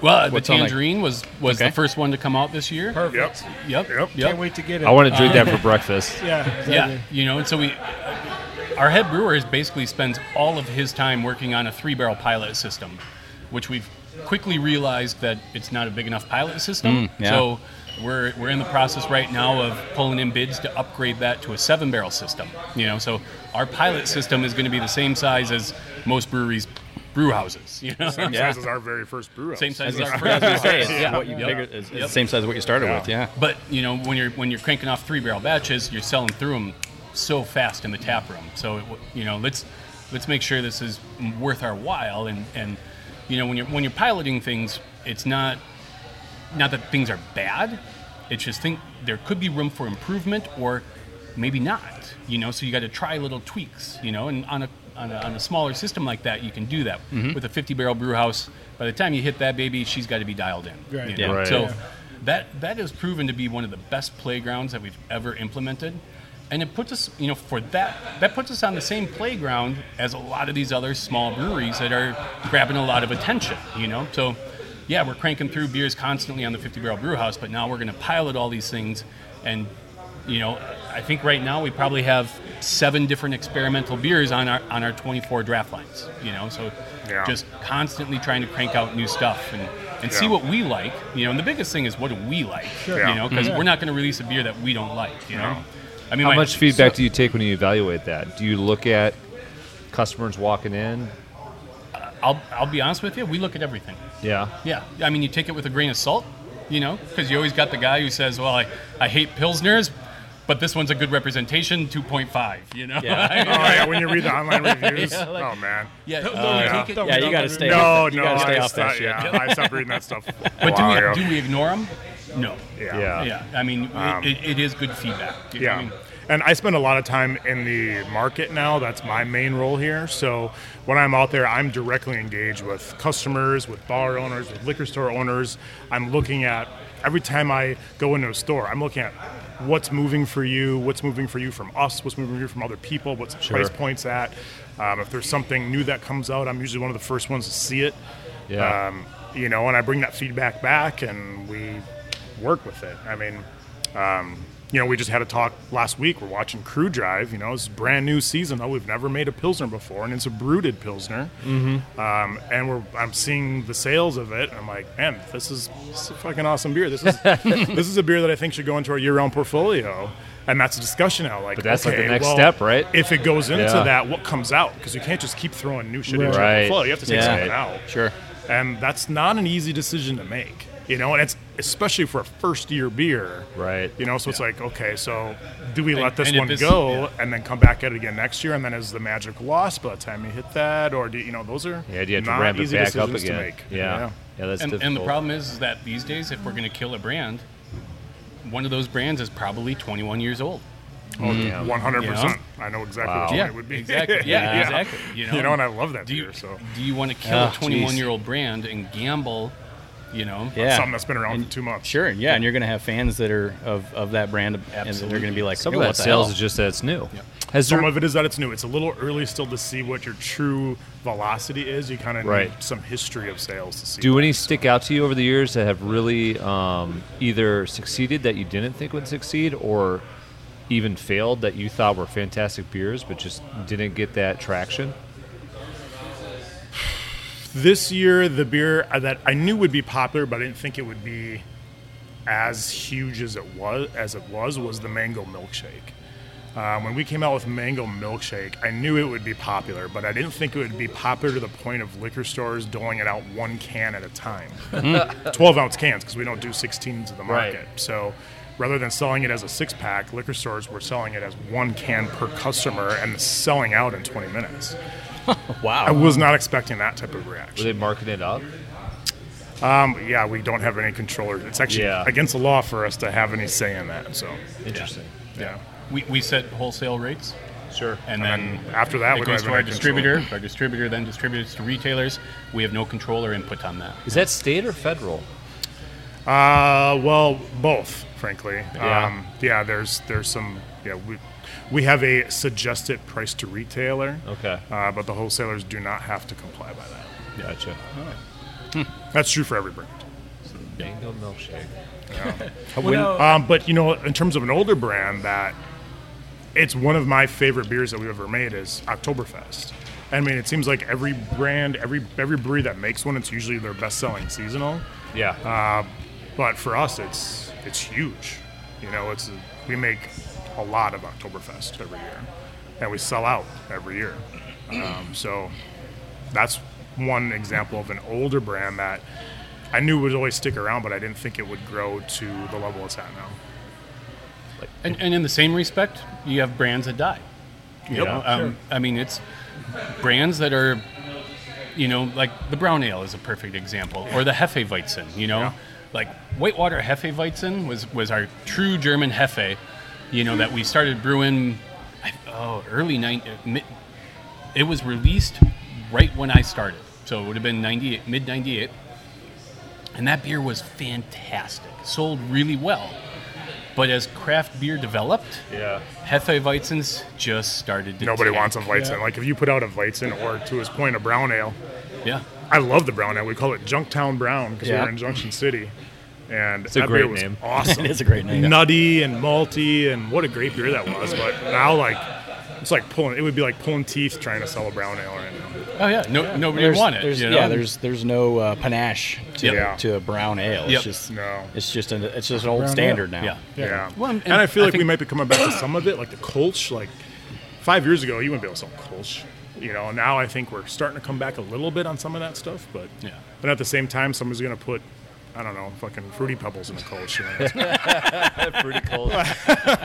well, the
What's on, like-
tangerine was was
Okay.
the first one to come out this year.
Yep.
Yep.
Yep.
Can't wait to get it.
I want to drink that for breakfast.
Yeah. Exactly.
Yeah, you know, and so we, our head brewer is basically spends all of his time working on a three barrel pilot system, which we've quickly realized that it's not a big enough pilot system.
Mm, yeah.
So we're, we're in the process right now of pulling in bids to upgrade that to a seven barrel system. You know, so our pilot system is going to be the same size as most breweries, brew houses. You know,
Same
Yeah.
size as our very first brew house.
same size as
I
our
was gonna say, it's
Yeah.
what you
Yep.
bigger- it's- it's the
Yep.
same size as what you started with. Yeah.
But you know, when you're when you're cranking off three barrel batches, you're selling through them so fast in the tap room. So it, w- you know, let's let's make sure this is worth our while. And and you know, when you're when you're piloting things, it's not not that things are bad. It's just think there could be room for improvement or maybe not. You know, so you got to try little tweaks. You know, and on a on a, on a smaller system like that, you can do that.
Mm-hmm.
With a 50 barrel brew house, by the time you hit that baby, she's got to be dialed in.
Right.
you
Yeah.
know?
Right.
So that that has proven to be one of the best playgrounds that we've ever implemented and it puts us you know for that that puts us on the same playground as a lot of these other small breweries that are grabbing a lot of attention you know so yeah we're cranking through beers constantly on the 50 barrel brew house but now we're going to pilot all these things and you know i think right now we probably have seven different experimental beers on our on our 24 draft lines you know so
Yeah.
just constantly trying to crank out new stuff and and see
Yeah.
what we like, you know, and the biggest thing is what do we like,
Yeah.
you know, because we're not going to release a beer that we don't like, you know. I mean,
How
my-
much feedback
so-
do you take when you evaluate that? Do you look at customers walking in?
I'll, I'll be honest with you, we look at everything.
Yeah.
Yeah, I mean, you take it with a grain of salt, you know, because you always got the guy who says, "Well, I, I hate pilsners, but this one's a good representation, 2.5," you know.
Oh yeah, when you read the online reviews, oh man.
yeah, uh,
yeah.
take it-
Yeah, you got to stay.
No,
off, you
no,
gotta stay
I
off
stopped.
that shit.
Yeah, I stopped reading that stuff. a
But do
while
we,
ago.
do we ignore them? No.
Yeah. Um,
Yeah.
Yeah, I mean, it, it is good feedback. you know what I
Yeah.
mean?
And I spend a lot of time in the market now. That's my main role here. So when I'm out there, I'm directly engaged with customers, with bar owners, with liquor store owners. I'm looking at every time I go into a store, I'm looking at what's moving for you, what's moving for you from us, what's moving for you from other people, what's the price points at. Um, if there's something new that comes out, I'm usually one of the first ones to see it.
Yeah.
Um, you know, and I bring that feedback back and we work with it. I mean, um, you know, we just had a talk last week. We're watching Crew Drive. You know, it's a brand new season. though. We've never made a Pilsner before, and it's a brooded Pilsner. Mm-hmm. Um, and we're, I'm seeing the sales of it. And I'm like, man, this is, this is a fucking awesome beer. This is, this is a beer that I think should go into our year round portfolio. And that's a discussion now. Like,
But that's like the
okay,
next
well,
step, right?
If it goes into
Yeah.
that, what comes out? Because you can't just keep throwing new shit into
Right.
your portfolio. You have to take
Yeah.
something out
Sure.
and that's not an easy decision to make you know and it's especially for a first year beer
Right.
you know so it's like okay so do we
And-
let this
and if
one
it's-
go
yeah.
and then come back at it again next year and then is the magic lost by the time you hit that or do you know those are
Yeah, do you have to
not
ramp it
easy
back up
decisions
again?
to make
Yeah. yeah. that's
and,
difficult.
and the problem is, is that these days, if we're going to kill a brand, one of those brands is probably 21 years old.
Mm-hmm.
Oh, 100% i know exactly what you mean
Yeah,
Oh, it would be
exactly. Yeah, exactly. You know?
you know and i love that
Do you,
beer so
do you want to kill
Ah,
a 21 year old brand and gamble? You know,
Yeah.
something that's been around for two months
Sure, and yeah, and you're going to have fans that are of, of that brand, and they're going to be like,
Some
"Yo,
of that
what the
sales
hell?"
is just that it's new. Has there
Some of it is that it's new. It's a little early still to see what your true velocity is. You kind of
Right.
need some history of sales to see.
do
that.
any stick out to you over the years that have really um, either succeeded that you didn't think would succeed, or even failed that you thought were fantastic beers but just didn't get that traction?
this year the beer that I knew would be popular, but I didn't think it would be as huge as it was as it was was the mango milkshake. Uh, when we came out with mango milkshake, I knew it would be popular, but I didn't think it would be popular to the point of liquor stores doling it out one can at a time, twelve ounce cans because we don't do sixteens in the market. So. Rather than selling it as a six pack, liquor stores were selling it as one can per customer and selling out in 20 minutes. I
wow,
was not expecting that type of reaction.
Were they marking it up?
Um, yeah, we don't have any controllers. It's actually
Yeah.
against the law for us to have any say in that. So,
Interesting.
yeah.
we, we set wholesale rates.
Sure. Mm.
And
And, then,
then after that,
it
we
goes
don't
to our
have any control.
distributor. Our distributor then distributes to retailers. We have no control or input on that.
Is that state or federal?
Uh, well, both, frankly.
Yeah.
Um, yeah. There's there's some. Yeah, we we have a suggested price to retailer.
Okay.
Uh, but the wholesalers do not have to comply by that.
Gotcha.
That's true for every brand.
Mango milkshake.
I wouldn't- um, but you know, in terms of an older brand, that it's one of my favorite beers that we've ever made is Oktoberfest. I mean, it seems like every brand, every every brewery that makes one, it's usually their best-selling seasonal.
Yeah.
But for us, it's it's huge. You know, it's we make a lot of Oktoberfest every year, and we sell out every year. Um, so that's one example of an older brand that I knew would always stick around, but I didn't think it would grow to the level it's at now.
And, and in the same respect, you have brands that die. You
Yep.
know, um, I mean, it's brands that are, you know, like the brown ale is a perfect example, or the Hefeweizen. You know, like Whitewater Hefeweizen was was our true German Hefe. You know that we started brewing, I- oh, early nine. Mid, it was released right when I started, so it would have been ninety eight, mid ninety eight, and that beer was fantastic. Sold really well, but as craft beer developed,
yeah.
Hefeweizens just started to
Nobody
tank.
wants a Weizen. Like if you put out a Weizen or to his point a brown ale,
Yeah.
I love the brown ale. We call it Junktown Brown because we
Yeah.
were in Junction City, and
a
that
great
beer was
name.
awesome.
It is a great name.
Nutty and malty, and what a great beer that was. But now, like, it's like pulling. It would be like pulling teeth trying to sell a brown ale right now.
Oh yeah. No, nobody
There's-
wanted.
there's-
you know?
Yeah, there's there's no uh, panache to,
Yep.
Yeah.
to a brown ale.
Yep.
It's just
No.
It's just an it's just an old
Brown ale.
standard now.
Yeah.
Yeah.
Well, and-
and, I feel
I
like we
think-
might be coming back to some of it, like the Kolsch. Like five years ago, you wouldn't be able to sell Kolsch. You know, now I think we're starting to come back a little bit on some of that stuff, but
Yeah.
But at the same time, someone's gonna put, I don't know, fucking fruity pebbles in a Kolsch. You know?
Pretty cold.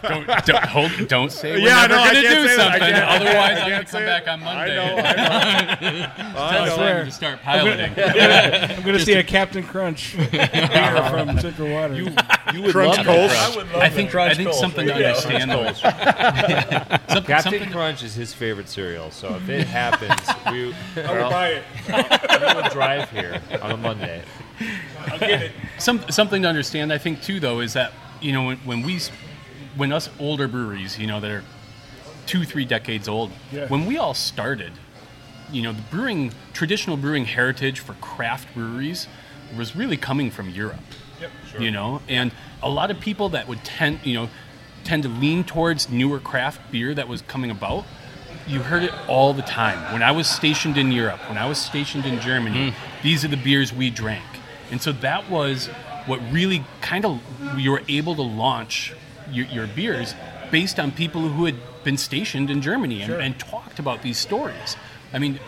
Don't, don't, hold, don't say we're
Yeah,
never
no, I
going to
can't
do
say that. I
something.
can't-
Otherwise,
I
I'm going
can't
to
say
come
it.
back on Monday.
I
It's
know.
time to start piloting.
I'm going to see a Captain Crunch beer from Central Water.
You would
Crunch
love
Kolsch.
Crunch.
I think I think something to understand. though. Some-
Captain
something-
Crunch is his favorite cereal, so if it happens, we
I would
well,
buy it.
we will drive here on a Monday.
some, something to understand, I think, too, though, is that you know when, when we, s- when us older breweries, you know, that are two, three decades old,
Yeah.
when we all started, you know, the brewing traditional brewing heritage for craft breweries was really coming from Europe. You know, and a lot of people that would tend, you know, tend to lean towards newer craft beer that was coming about. You heard it all the time. When I was stationed in Europe, when I was stationed in Germany, these are the beers we drank. And so that was what really kind of you were able to launch your, your beers based on people who had been stationed in Germany and, and talked about these stories. I mean,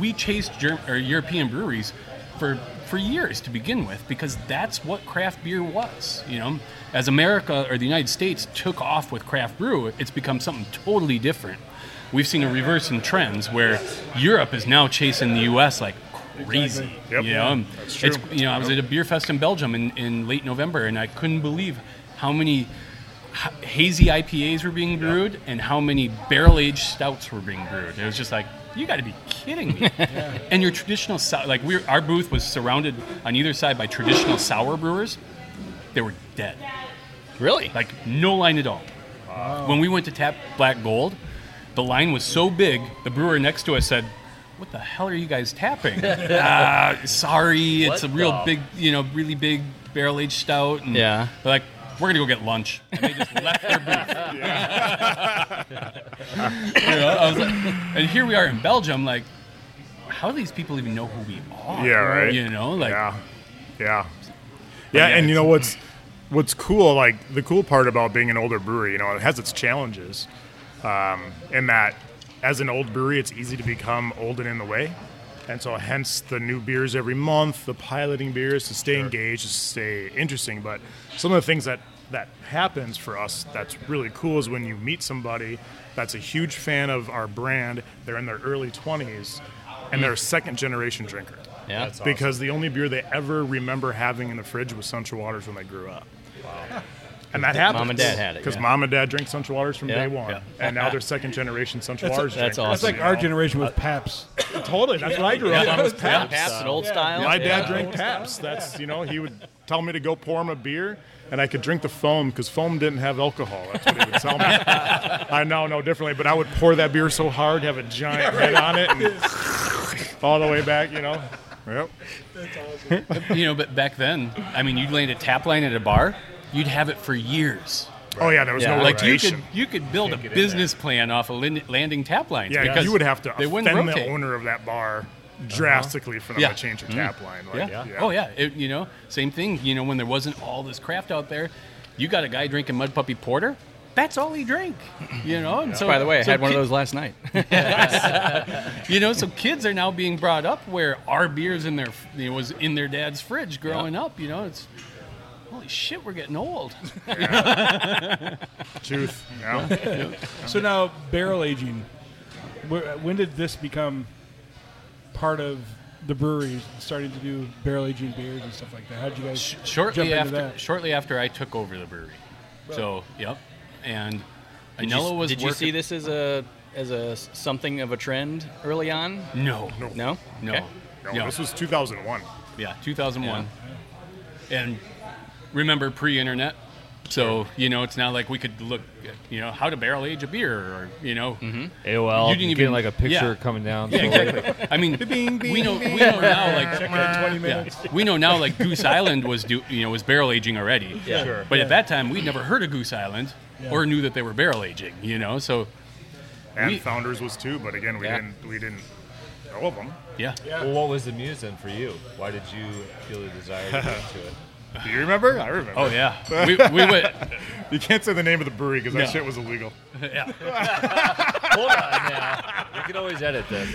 we chased Ger- or European breweries for for years to begin with because that's what craft beer was. You know, as America or the United States took off with craft brew, it's become something totally different. We've seen a reverse in trends where Europe is now chasing the U.S. like crazy.
Yep.
You know, um,
That's true.
it's you know I was at a beer fest in Belgium in, in late November and I couldn't believe how many h- hazy IPAs were being brewed and how many barrel aged stouts were being brewed. It was just like, you got to be kidding me. And your traditional, sou- like, we our booth was surrounded on either side by traditional sour brewers. They were dead.
Really?
Like, no line at all. When we went to tap Black Gold, the line was so big, the brewer next to us said, what the hell are you guys tapping? uh, sorry, it's
What
a real
the-
big, you know, really big barrel aged stout. And
Yeah.
they're like, we're gonna go get lunch. And they just left their booth. You know, I was like, and here we are in Belgium, like, how do these people even know who we are?
Yeah, right.
You know, like,
yeah, yeah, yeah.
yeah,
and you
it's-
know what's what's cool? Like the cool part about being an older brewery, you know, it has its challenges. Um, in that, as an old brewery, it's easy to become old and in the way, and so hence the new beers every month, the piloting beers to stay engaged, to stay interesting. But some of the things that that happens for us that's really cool is when you meet somebody that's a huge fan of our brand. They're in their early twenties, and they're a second generation drinker
Yeah.
because the only beer they ever remember having in the fridge was Central Waters when they grew up. And that happens.
Mom and dad had it,
Because
yeah.
mom and dad drink Central Waters from day
Yeah,
one.
yeah.
And now they're second generation Central
That's-
Waters
that's
drinkers,
That's like
you
our
know?
generation with Paps.
Totally. That's what I grew up
Yeah,
with.
Paps, and old style.
My
Yeah.
dad drank Paps. That's you know he would tell me to go pour him a beer, and I could drink the foam because foam didn't have alcohol. That's what he would tell me. I now know differently, but I would pour that beer so hard, have a giant head on it, and all the way back. You know. Yep.
you know, but back then, I mean, you'd land a tap line at a bar, you'd have it for years.
Oh yeah, there was
Yeah,
no
Like you
rotation.
could you could build a business plan off of lin- landing tap lines.
yeah,
because
you would have to
they
offend
wouldn't
the
rotate. Uh-huh.
owner of that bar drastically for them
Yeah. Mm.
to change a tap line. Like,
Yeah. Oh yeah. It, you know, same thing. You know, when there wasn't all this craft out there, you got a guy drinking Mud Puppy Porter. That's all he drank. You know. And so
By the way, I
so
had one of
ki-
those last night.
You know, so kids are now being brought up where our beers in their you know, was in their dad's fridge growing up. You know, it's holy shit, we're getting old.
Truth. Yeah.
So now barrel aging. Where, when did this become part of the breweries starting to do barrel aging beers and stuff like that? How would you guys
Sh-
jump
shortly
into
after
that?
shortly after I took over the brewery. So yep, and
Did you-
Anello was.
Did you
working-
see this as a as a s- something of a trend early on?
No,
No.
no,
Okay.
No,
no.
This was 2001.
Yeah, 2001. And remember pre-internet. So, you know, it's not like we could look, at, you know, how to barrel age a beer or, you know.
AOL.
You didn't
getting
even-
like a picture
yeah.
coming down.
Yeah, exactly. I mean, we know we know now like yeah, we know now like Goose Island was do, you know, was barrel aging already.
Yeah. Sure.
But at that time, we'd never heard of Goose Island or knew that they were barrel aging, you know. So,
And
We-
Founders was too, but again, we
Yeah.
didn't we didn't know of them.
yeah.
Well, what was the muse then for you? Why did you feel the desire to get into it?
Do you remember? I remember.
Oh yeah. we we would
You can't say the name of the brewery because
No.
that shit was illegal.
yeah.
Hold on now. You can always edit this.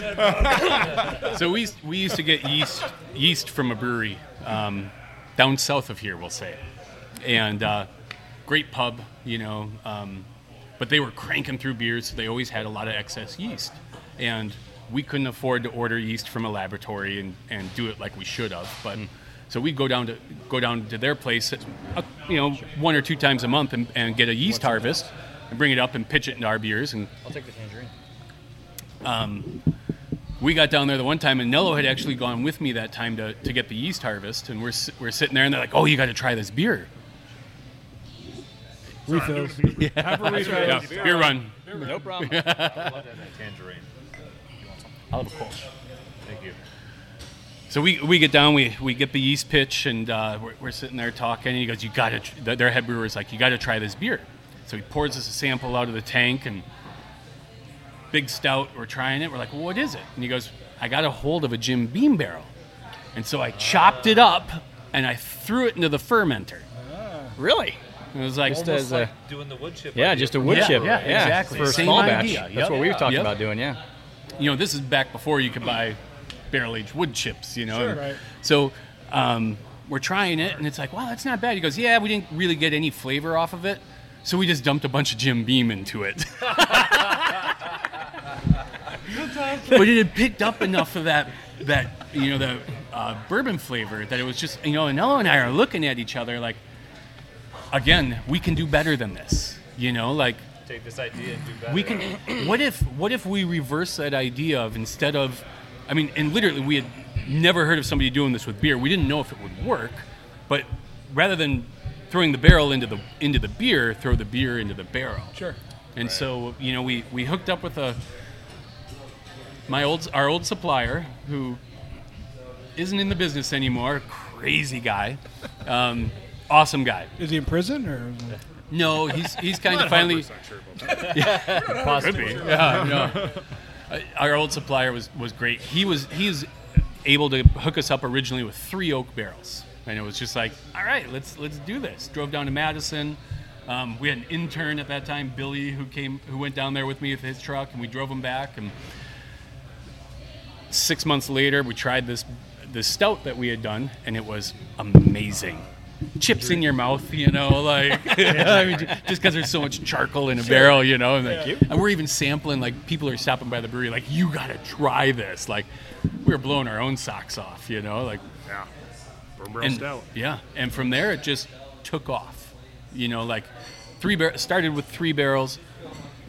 So we used- we used to get yeast yeast from a brewery um, down south of here, we'll say, and uh, great pub, you know. Um, but they were cranking through beers, so they always had a lot of excess yeast, and we couldn't afford to order yeast from a laboratory and, and do it like we should have. But so we'd go down to go down to their place, uh, you know, one or two times a month and, and get a yeast harvest and bring it up and pitch it into our beers and
I'll take the tangerine.
we got down there the one time, and Nello had actually gone with me that time to, to get the yeast harvest, and we're, s- we're sitting there, and they're like, "Oh, you got to try this beer."
Refills. Have a refill.
Yeah, beer run.
No problem.
Tangerine.
I'll have a Kolsch. Thank you. So we, we get down, we, we get the yeast pitch, and uh, we're, we're sitting there talking. And he goes, "You got to." Tr-, their head brewer is like, "You got to try this beer." So he pours us a sample out of the tank, and big stout. We're trying it. We're like, "What is it?" And he goes, "I got a hold of a Jim Beam barrel," and so I chopped it up and I threw it into the fermenter.
Really?
It was like,
Just as a,
Doing the wood chip.
yeah, just a wood
Yeah,
chip.
yeah, exactly.
For a
Same
small
idea.
batch.
Yep.
That's what we were talking
Yep.
about doing. Yeah.
you know, this is back before you could buy barrel aged wood chips, you know.
Sure. Right.
So um, we're trying it, and it's like, wow, that's not bad. He goes, yeah, we didn't really get any flavor off of it, so we just dumped a bunch of Jim Beam into it. but it had picked up enough of that that you know the uh, bourbon flavor that it was just you know and Ella and I are looking at each other like again we can do better than this you know like
Take this idea and do better.
we can what if what if we reverse that idea of instead of i mean and literally we had never heard of somebody doing this with beer we didn't know if it would work but rather than throwing the barrel into the into the beer throw the beer into the barrel
Sure.
and so you know we we hooked up with a my old our old supplier who isn't in the business anymore crazy guy um, awesome guy
Is he in prison or?
no he's he's kind of finally
possibly.
yeah, no. Uh, Our old supplier was, was great. He was he's able to hook us up originally with three oak barrels, and it was just like, all right, let's let's do this. Drove down to Madison. Um, we had an intern at that time, Billy, who came who went down there with me with his truck, and we drove him back. And six months later, we tried this the stout that we had done, and it was amazing. Chips in your mouth, you know, like I mean, ju- just because there's so much charcoal in a barrel, you know, and, like, and we're even sampling. Like people are stopping by the brewery, like you gotta try this. Like we were blowing our own socks off, you know, like
Yeah. Bourbon
and
stout.
yeah, and from there it just took off. You know, like three bar- started with three barrels,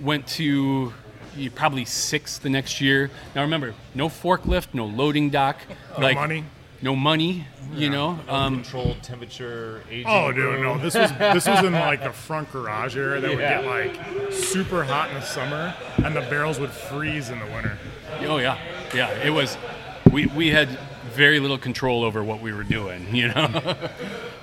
went to you, probably six the next year. Now remember, no forklift, no loading dock, no like
money.
no money. You know, um,
Controlled temperature, aging.
Oh, dude, no.
room.
This was this was in like the front garage area that
Yeah.
would get like super hot in the summer, and the barrels would freeze in the winter.
Oh yeah, yeah. It was. We we had very little control over what we were doing, you know.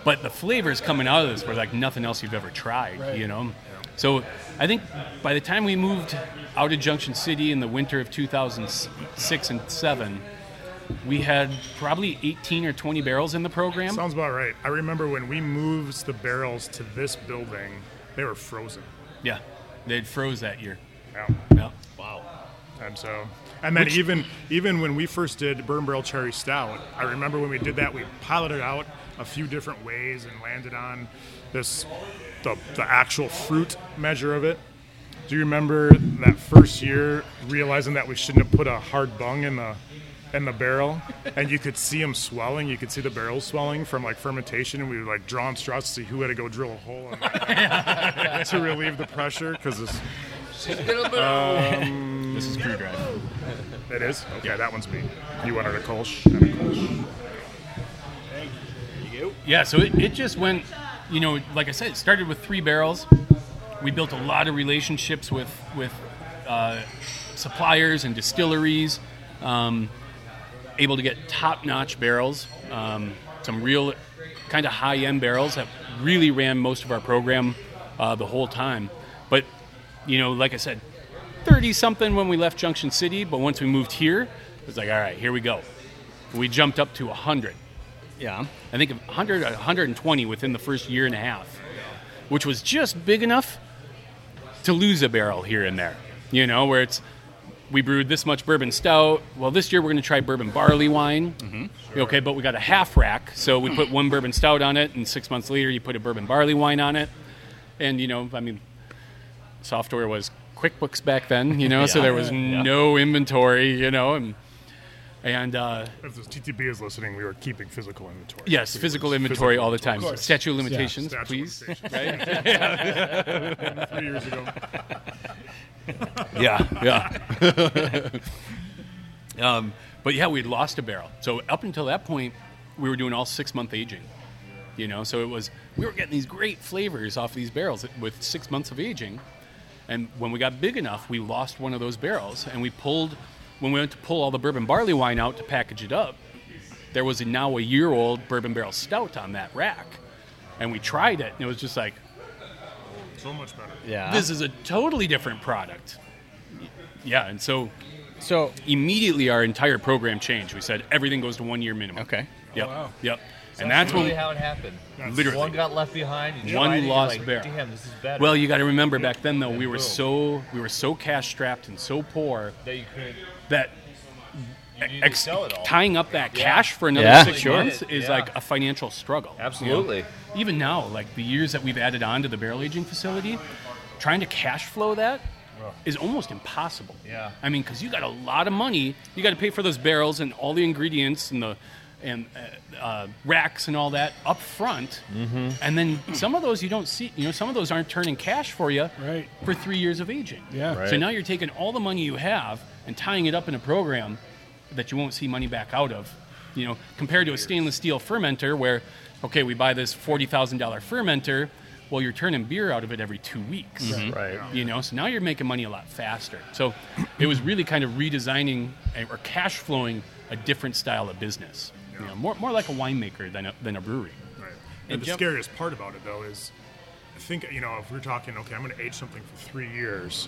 but the flavors coming out of this were like nothing else you've ever tried, you know. So I think by the time we moved out of Junction City in the winter of 2006 and seven, we had probably 18 or 20 barrels in the program.
Sounds about right. I remember when we moved the barrels to this building, they were frozen.
Yeah, they'd froze that year.
Yeah.
Yeah. Wow.
And so, and then even even when we first did Burn Barrel Cherry Stout, I remember when we did that, we piloted out a few different ways and landed on this the, the actual fruit measure of it. Do you remember that first year realizing that we shouldn't have put a hard bung in the in the barrel, and you could see them swelling. You could see the barrels swelling from like fermentation, and we were like drawing straws to see who had to go drill a hole in there to relieve the pressure because it's
This is crew drive.
It is? Okay, that one's me. You wanted a Kolsch and a Kolsch.
Yeah, so it, it just went, you know, like I said, it started with three barrels. We built a lot of relationships with with uh, suppliers and distilleries, um, able to get top notch barrels, um, some real kind of high end barrels that really ran most of our program uh, the whole time. But, you know, like I said, 30 something when we left Junction City, but once we moved here, it was like, all right, here we go. We jumped up to 100.
Yeah.
I think 100, 120 within the first year and a half, which was just big enough to lose a barrel here and there. You know, where it's we brewed this much bourbon stout. Well, this year we're going to try bourbon barley wine. Mm-hmm. Okay, but we got a half rack, so we put one bourbon stout on it, and six months later you put a bourbon barley wine on it, and you know, I mean, software was QuickBooks back then, you know, so there was no inventory, you know, and and uh,
If the TTB is listening, we were keeping physical inventory.
Yes,
We were
physical
just
inventory
physical
all the time.
course.
Statue of limitations,
Statue of
please.
limitations.
Right?
Three years ago.
yeah, yeah. um, but yeah, we'd lost a barrel. So up until that point, we were doing all six month aging. You know, so it was we were getting these great flavors off these barrels with six months of aging. And when we got big enough, we lost one of those barrels, and we pulled when we went to pull all the bourbon barley wine out to package it up. There was a now a year old bourbon barrel stout on that rack, and we tried it, and it was just like
So much better.
Yeah.
this is a totally different product. Yeah, and so
so
immediately our entire program changed. We said everything goes to one year minimum.
okay.
Yep.
wow.
Yep. and that's
really
when.
how it happened.
Literally.
one got left behind. and you
One
tried it, you're
lost
like,
barrel.
Damn, this is better.
Well, you got to remember back then though we were
boom.
so we were so cash strapped and so poor
that you couldn't.
that
You needed
ex-
to sell it all.
tying up that
Yeah.
cash for another
Yeah,
six
sure.
months is
Yeah.
like a financial struggle. you know?
Absolutely.
Even now, like the years that we've added on to the barrel aging facility, trying to cash flow that is almost impossible.
Yeah.
I mean, because you got a lot of money, you got to pay for those barrels and all the ingredients and the and uh, uh, racks and all that up front,
Mm-hmm.
and then some of those you don't see. You know, some of those aren't turning cash for you
Right.
for three years of aging.
Yeah.
Right.
So now you're taking all the money you have and tying it up in a program that you won't see money back out of. You know, compared to a stainless steel fermenter where, okay, we buy this forty thousand dollar fermenter. Well, you're turning beer out of it every two weeks.
Mm-hmm.
Right.
You know, so now you're making money a lot faster. So it was really kind of redesigning a- or cash flowing a different style of business. You know, more, more like a winemaker than a, than a brewery.
Right.
And
And the
jump-
scariest part about it, though, is I think, you know, if we're talking, okay, I'm going to age something for three years,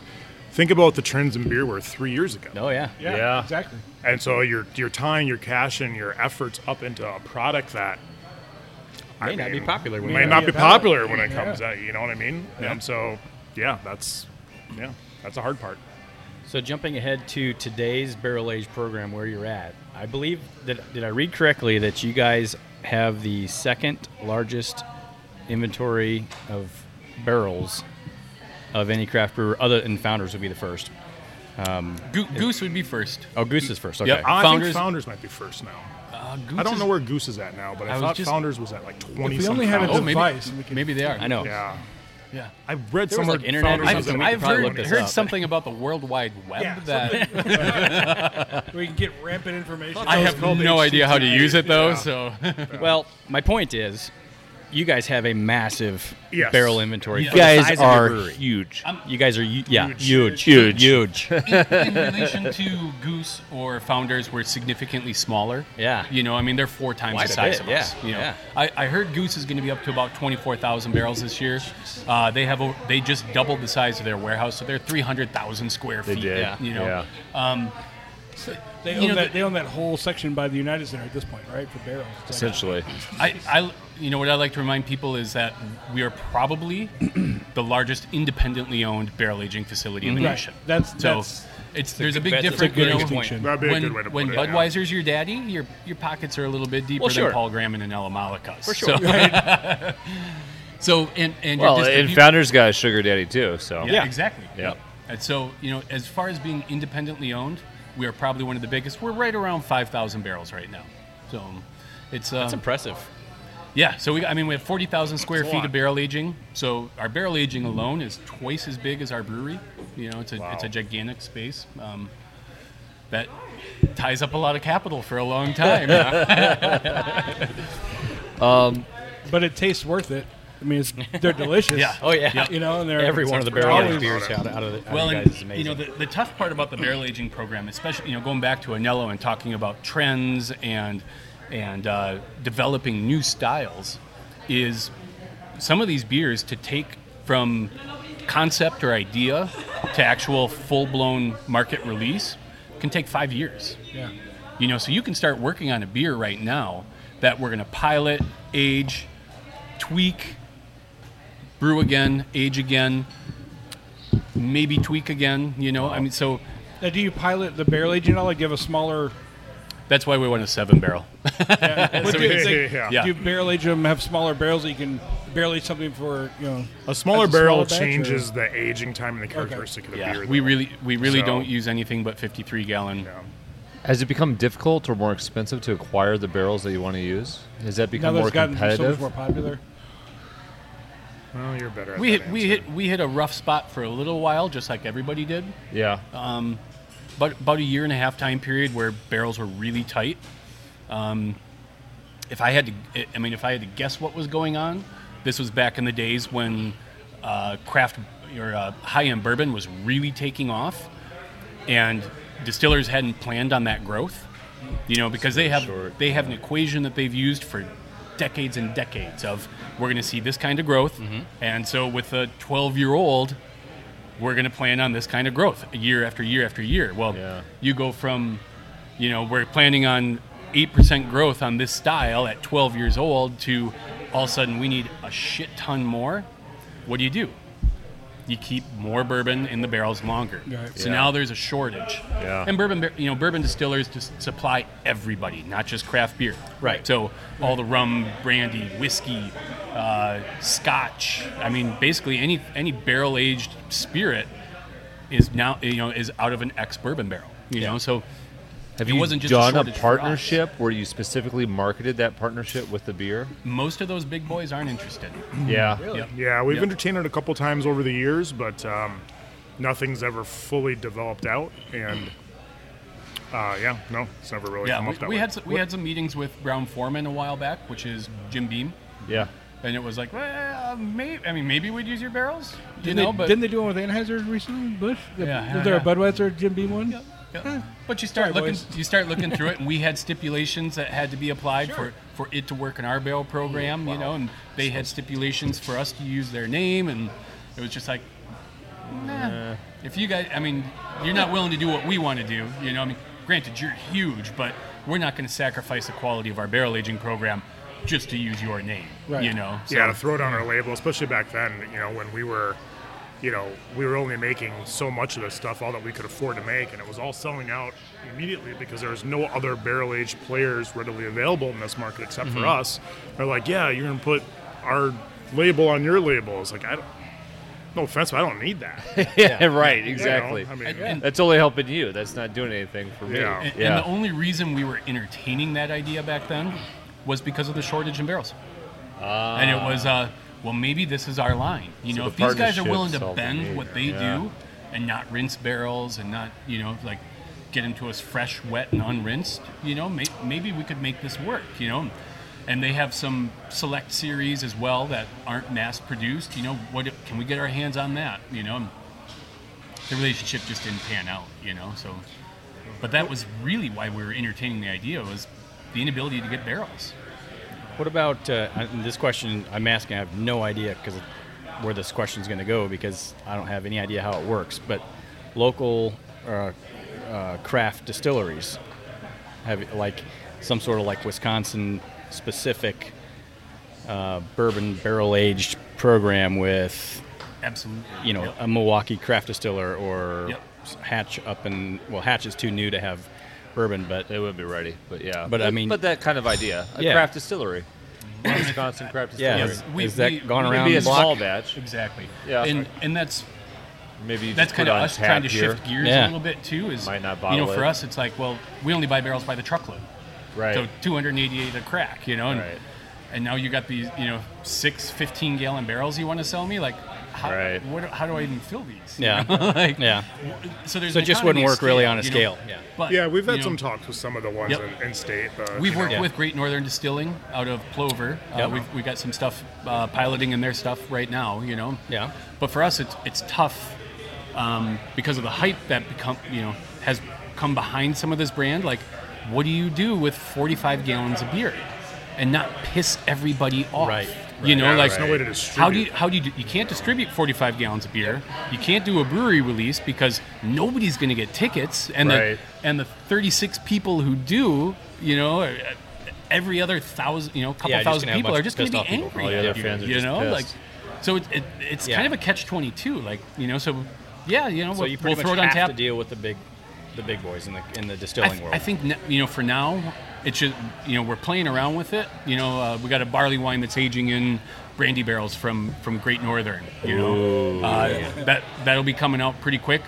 think about the trends in beer were three years ago.
Oh yeah.
Yeah,
Yeah.
exactly.
And so you're, you're tying your cash and your efforts up into a product that
May not be popular when
may
you-
not be
Yeah, valid.
popular when it comes out. You know what I mean? And so, yeah, that's yeah, that's the hard part.
So jumping ahead to today's barrel age program, where you're at, I believe that did I read correctly that you guys have the second largest inventory of barrels of any craft brewer, other than Founders would be the first.
Go- Goose would be first.
Oh, Goose is first. Okay.
Yep.
I
Founders-
think Founders might be first now.
Uh, Goose
I don't
is-
know where Goose is at now, but I,
I was
thought
just-
Founders was at like twenty.
If we only had a
Oh,
something.
maybe-
device, we could,
Maybe they are.
I know.
yeah,
Yeah.
I've read
There was,
somewhere
like, internet or
Founders is
I've,
something.
at
we
I've
could probably
heard,
look this
heard
up.
something about the World Wide Web
Yeah,
that
we could get rampant information.
I have no idea how to use it though.
Yeah.
So
Well, my point is, you guys have a massive
Yes.
barrel inventory.
You
for the
guys
size of your
are
brewery.
huge.
You guys are hu- yeah
Huge.
huge huge huge.
in relation to Goose or Founders, we're significantly smaller.
Yeah.
You know, I mean, they're four times
Quite
the
a
size
bit,
of
yeah,
us. You know,
yeah.
I, I heard Goose is going to be up to about 24,000 barrels this year. Uh, they have o they just doubled the size of their warehouse, so they're 300,000 square
They
feet.
did. Yeah.
You know,
They
You
own
know,
that.
the-
They own that whole section by the United Center at this point, right? For barrels. It's like-
essentially.
I, I, you know, what I like to remind people is that we are probably the largest independently owned barrel aging facility in the
Mm-hmm. Right.
nation.
That's-
so.
that's-
it's, there's a big
that's a
difference.
good
you know,
distinction.
That'd be a
when,
good way to
when
put it, yeah.
Budweiser's your daddy, your your pockets are a little bit deeper
Well, sure.
than Paul Graham and an Malakas. For
sure.
So, so and and your
Well, and
distribu-
Founders got a sugar daddy too. So
yeah, exactly.
Yeah.
And so you know, as far as being independently owned, we are probably one of the biggest. We're right around five thousand barrels right now. So it's uh,
That's impressive.
yeah, so we, I mean, we have 40,000 square
That's a
feet
lot.
of barrel aging. So our barrel aging alone is twice as big as our brewery. You know, it's a, it's a gigantic space um, that ties up a lot of capital for a long time.
But it tastes worth it. I mean, it's, they're delicious.
Yeah.
Oh yeah.
Yeah.
You know, and they're
Every one of the barrel
always-
aged beers out, out of the out
well,
of you
and,
guys is amazing.
you know, the, the tough part about the barrel aging program, especially, you know, going back to Anello and talking about trends and, and uh, developing new styles, is some of these beers to take from concept or idea to actual full-blown market release can take five years.
Yeah.
You know, so you can start working on a beer right now that we're going to pilot, age, tweak, brew again, age again, maybe tweak again. You know, I mean, so
Now, do you pilot the barrel aging at all? Like, give a smaller.
that's why we want a seven barrel.
What do you
yeah,
think?
yeah, yeah.
Yeah.
Do you barrel age them? Have smaller barrels that you can barrel age something for? You know,
A smaller
as a
barrel
smaller batch, or-
changes the aging time and the characteristic of the beer.
we
though.
really, we really
So-
don't use anything but 53 gallon.
Yeah.
Has it become difficult or more expensive to acquire the barrels that you want to use? Has that
now
become
that
more
it's gotten so
competitive?
much more popular.
Well, Oh, you're better. At
We
that
hit, we
answer.
hit, we hit a rough spot for a little while, just like everybody did.
yeah.
But about a year and a half time period where barrels were really tight. Um, if I had to, I mean, if I had to guess what was going on, this was back in the days when uh, craft or uh, high-end bourbon was really taking off, and distillers hadn't planned on that growth. You know, because they have they have an equation that they've used for decades and decades of we're going to see this kind of growth, and so with a 12-year-old, we're going to plan on this kind of growth year after year after year. Well,
Yeah.
you go from you know, we're planning on 8% growth on this style at 12 years old to all of a sudden we need a shit ton more. What do you do? You keep more bourbon in the barrels longer.
Right.
So
Yeah.
now there's a shortage.
Yeah.
And bourbon, bar- you know, bourbon distillers just supply everybody, not just craft beer.
Right.
So all the rum, brandy, whiskey, uh, scotch. I mean, basically any any barrel aged spirit is now you know is out of an ex bourbon barrel. You know, so
Have
it
you
wasn't just a
done a,
shortage for us.
partnership where you specifically marketed that partnership with the beer?
most of those big boys aren't interested.
Yeah.
Yep.
Yeah, we've
Yep.
entertained it a couple times over the years, but um, nothing's ever fully developed out. And uh, yeah, no, it's never really
Yeah,
come
we,
up that
we
way.
had some, we had some meetings with Brown Foreman a while back, which is Jim Beam,
Yeah.
and it was like, well, maybe I mean, maybe we'd use your barrels, you
Didn't,
know,
they,
but
didn't they do one with Anheuser recently? Bush.
Yeah,
Is there
yeah.
a Budweiser Jim Beam one?
Yeah. But you
Sorry,
start looking,
boys.
you start looking through it, and we had stipulations that had to be applied for, for it to work in our barrel program, you know, and they had stipulations for us to use their name, and it was just like, nah.
Uh.
If you guys, I mean, you're not willing to do what we want to do, you know. I mean, granted, you're huge, but we're not going to sacrifice the quality of our barrel aging program just to use your name,
Right.
you know. So-
yeah, to throw down our label, especially back then, you know, when we were, you know, we were only making so much of this stuff, all that we could afford to make, and it was all selling out immediately because there was no other barrel aged players readily available in this market except for
Mm-hmm.
us. They're like, yeah, you're gonna put our label on your label. It's like I don't. No offense, but I don't need that.
yeah, right, exactly.
I mean, And-
that's only helping you. That's not doing anything for me.
Yeah.
Yeah.
And, and the only reason we were entertaining that idea back then was because of the shortage in barrels. and it was, uh, well, maybe this is our line. You
So
know,
the
if these guys are
partnership
willing to
solved the
bend
need,
what they
yeah.
do and not rinse barrels and not, you know, like get them to us fresh, wet, and unrinsed, you know, may- maybe we could make this work, you know. And they have some select series as well that aren't mass produced. You know, what can we get our hands on that? You know, the relationship just didn't pan out. You know, so but that was really why we were entertaining the idea was the inability to get barrels.
What about uh, I- this question? I'm asking. I have no idea because where this question's going to go because I don't have any idea how it works. But local uh, uh, craft distilleries have like some sort of like Wisconsin specific uh, bourbon barrel aged program with
Absolutely.
you know
Yep.
a Milwaukee craft distiller or
Yep.
Hatch up in well Hatch is too new to have bourbon, but
They wouldn't be ready, but yeah.
But I mean-
but that kind of idea, a
Yeah.
craft distillery,
Mm-hmm.
Wisconsin craft
yeah,
distillery.
has,
we-
has that
we-
gone
we-
around?
Maybe a
the block?
small batch.
Exactly.
Yeah.
And and that's
Maybe you
that's
just
kind
put
of
on
us
tap
trying to
here.
shift gears
Yeah.
a little bit too. Is
Might not
you know
bottle
for
it.
us it's like well we only buy barrels by the truckload,
Right.
so 288 a crack, you know. And,
Right.
and now you got these you know six 15 gallon barrels you want to sell me like. How,
Right.
what, how do I even fill these?
Yeah.
Like,
Yeah.
So, there's
So
an
it just
economy
wouldn't
of
work really on a
you know,
scale. Yeah.
But,
yeah, we've
you
had
know,
some talks with some of the ones
Yep.
in, in state. But,
We've
you
worked
know,
with Great Northern Distilling out of Plover. Uh,
Yep.
we've, we've got some stuff uh, piloting in their stuff right now, you know.
Yeah.
But for us, it's, it's tough um, because of the hype that become you know has come behind some of this brand. Like, what do you do with 45 gallons of beer and not piss everybody off?
Right,
You know,
Yeah,
like
there's no way to
How do you
distribute.
how do you do, you can't distribute 45 gallons of beer. You can't do a brewery release because nobody's going to get tickets, and
Right.
the and the 36 people who do, you know. uh, Every other thousand, you know, couple
Yeah, just
thousand
gonna have a
people
bunch
are
of
just going to
pissed
be
off people.
angry.
All the
at
other
you,
fans are
you
just
know,
pissed.
like so it, it, it's
Yeah.
kind of a catch twenty two, like you know. So yeah, you know,
So
we'll,
you
we'll
pretty
throw
much
it on
have
tap.
to deal with the big, the big boys in the in the
I,
distilling
th-
world.
I think n- you know for now, it's just you know we're playing around with it. You know, uh, we got a barley wine that's aging in brandy barrels from from Great Northern. You know, uh, that that'll be coming out pretty quick.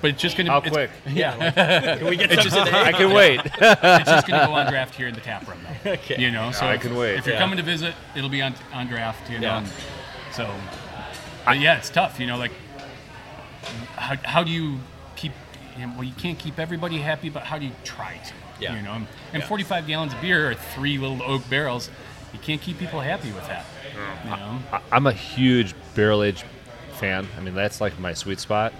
But it's just gonna
How
it's-
quick?
Yeah,
Can we get
it's just,
I can wait.
it's just gonna go on draft here in the tap room. Though. You know, so
I
if-
can wait.
If you're
Yeah.
coming to visit, it'll be on on draft. You know,
Yeah.
and so but yeah, it's tough. You know, like how, how do you keep? You know, well, you can't keep everybody happy, but how do you try to?
Yeah.
You know, and, and
Yeah.
45 gallons of beer or three little oak barrels, you can't keep people happy with that. You know,
I- I'm a huge barrel aged fan. I mean, that's like my sweet spot.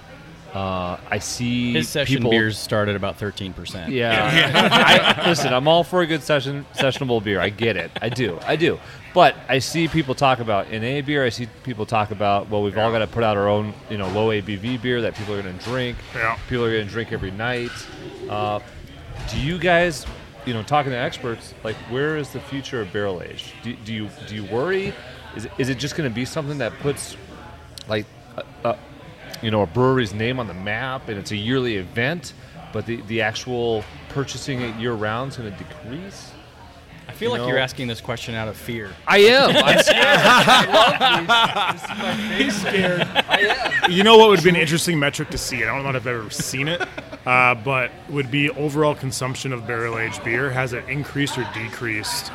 Uh, I see
his session
people,
beers start at about thirteen percent.
Yeah. I, listen, I'm all for a good session sessionable beer. I get it. I do. I do. But I see people talk about NA beer. I see people talk about well, we've all got to put out our own, you know, low ABV beer that people are going to drink.
Yeah.
People are going to drink every night. Uh, do you guys, you know, talking to experts, like where is the future of barrel age? Do, do you do you worry? Is it, is it just going to be something that puts like a, a, you know a brewery's name on the map and it's a yearly event but the, the actual purchasing it year round is going to decrease
I feel
You
like
know-
you're asking this question out of fear.
i am i'm scared
You know what would be an interesting metric to see? and I don't know if I've ever seen it, uh, but would be overall consumption of barrel aged beer. Has it increased or decreased?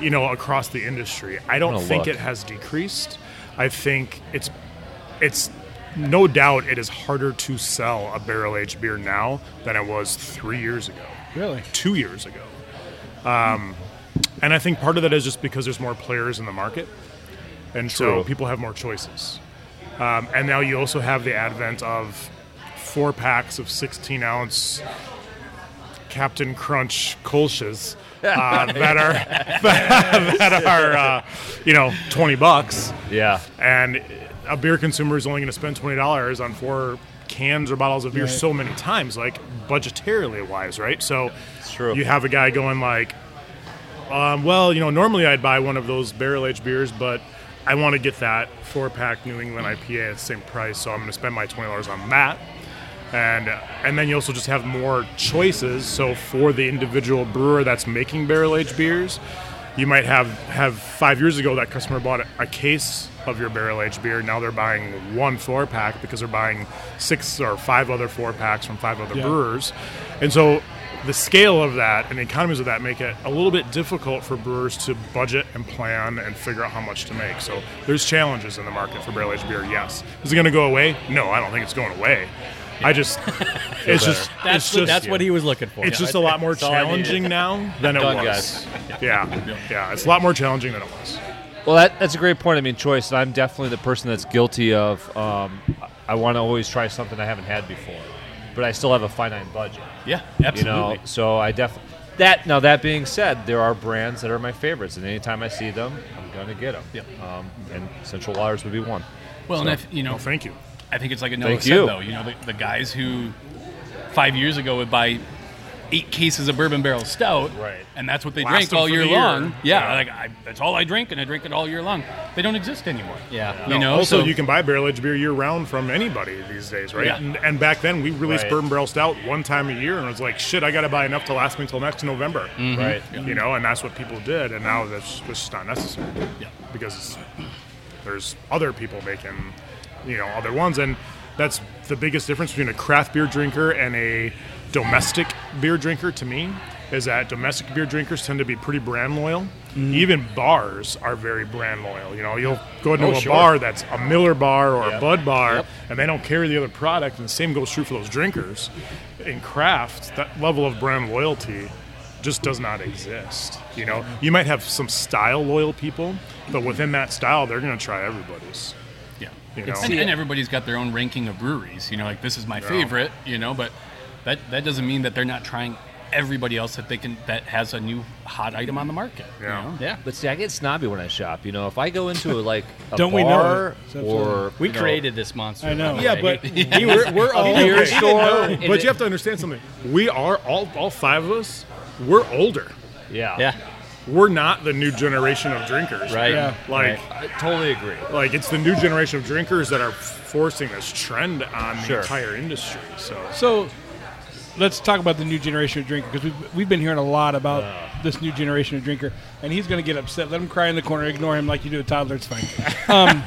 You know, across the industry. I don't
gonna
think
look.
it has decreased. I think it's it's no doubt it is harder to sell a barrel aged beer now than it was three years ago,
Really?
two years ago. Um, and I think part of that is just because there's more players in the market, and so
True.
people have more choices. Um, and now you also have the advent of four packs of 16 ounce Captain Crunch Kolsch's uh, that are that are uh, you know 20 bucks
yeah
and a beer consumer is only going to spend twenty dollars on four cans or bottles of beer so many times, like budgetarily wise, right? So
true.
you have a guy going like, um, "Well, you know, normally I'd buy one of those barrel aged beers, but I want to get that four pack New England IPA at the same price, so I'm going to spend my twenty dollars on that." And, and then you also just have more choices. So for the individual brewer that's making barrel aged beers, you might have have five years ago that customer bought a- a case of your barrel aged beer. Now they're buying one four pack because they're buying six or five other four packs from five other
Yeah.
brewers, and so the scale of that and the economies of that make it a little bit difficult for brewers to budget and plan and figure out how much to make. So there's challenges in the market for barrel aged beer. Yes, is it going to go away? No, I don't think it's going away. I just, it's just,
That's
it's
the-
just-
that's what he was looking for.
It's
Yeah,
just a lot more
all I needed.
challenging now than it
Done,
was.
guys.
Yeah, yeah, it's a lot more challenging than it was.
Well, that, that's a great point. I mean, choice, and I'm definitely the person that's guilty of. Um, I want to always try something I haven't had before, but I still have a finite budget.
Yeah,
You
absolutely.
know, so I definitely that. Now that being said, there are brands that are my favorites, and anytime I see them, I'm gonna get them.
Yep.
Um, and Central Waters would be one.
Well, and if, you know,
Well, thank you.
I think it's like another
Thank
said,
you.
though. You know, the, the guys who five years ago would buy eight cases of bourbon barrel stout,
Right.
And that's what they
Last
drank
them
all
for
year
the year.
long. Yeah,
Yeah.
like I, that's all I drink, and I drink it all year long. They don't exist anymore.
Yeah.
you know.
also,
so
you can buy barrel aged beer year round from anybody these days, right?
Yeah.
And, and back then, we released
Right.
bourbon barrel stout one time a year, and it was like, shit, I got to buy enough to last me until next November,
Mm-hmm.
Right.
you know? And that's what people did, and now that's that's just not necessary
Yeah.
because there's other people making, you know, other ones, and that's the biggest difference between a craft beer drinker and a domestic beer drinker to me is that domestic beer drinkers tend to be pretty brand loyal.
Mm-hmm.
Even bars are very brand loyal. You know, you'll go into
Oh,
a
sure.
bar that's a Miller bar or a
Yep.
Bud bar,
Yep.
and they don't carry the other product. And the same goes true for those drinkers. In craft, that level of brand loyalty just does not exist. You know, you might have some style loyal people, but within that style, they're going to try everybody's.
yeah.
You know,
And, and everybody's got their own ranking of breweries. You know, like this is my favorite. You know, but that that doesn't mean that they're not trying everybody else that they can that has a new hot item on the market. you
Yeah.
know?
Yeah.
But see, I get snobby when I shop. You know, if I go into like a
Don't we know
bar
it? It's absolutely-
or
We
you know,
created this monster.
I know.
by the
Yeah, Oh,
way.
but-
He- we're, we're all
beer
here.
store, and
But
it-
you have to understand something. We are all all five of us. We're older.
yeah,
Yeah.
We're not the new generation of drinkers.
Right.
Yeah.
Like
I totally agree.
like it's the new generation of drinkers that are forcing this trend on the
Sure.
entire industry. So
So let's talk about the new generation of drinker because we've, we've been hearing a lot about this new generation of drinker, and he's going to get upset. Let him cry in the corner. Ignore him like you do a toddler. It's fine. Um,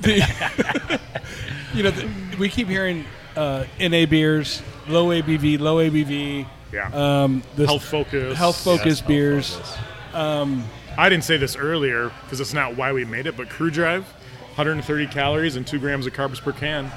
the- you know, the, we keep hearing uh, NA beers, low ABV, low ABV,
yeah,
um, this
health focus.
health focused beers.
I didn't say this earlier because it's not why we made it, but Crew Drive, 130 calories and two grams of carbs per can.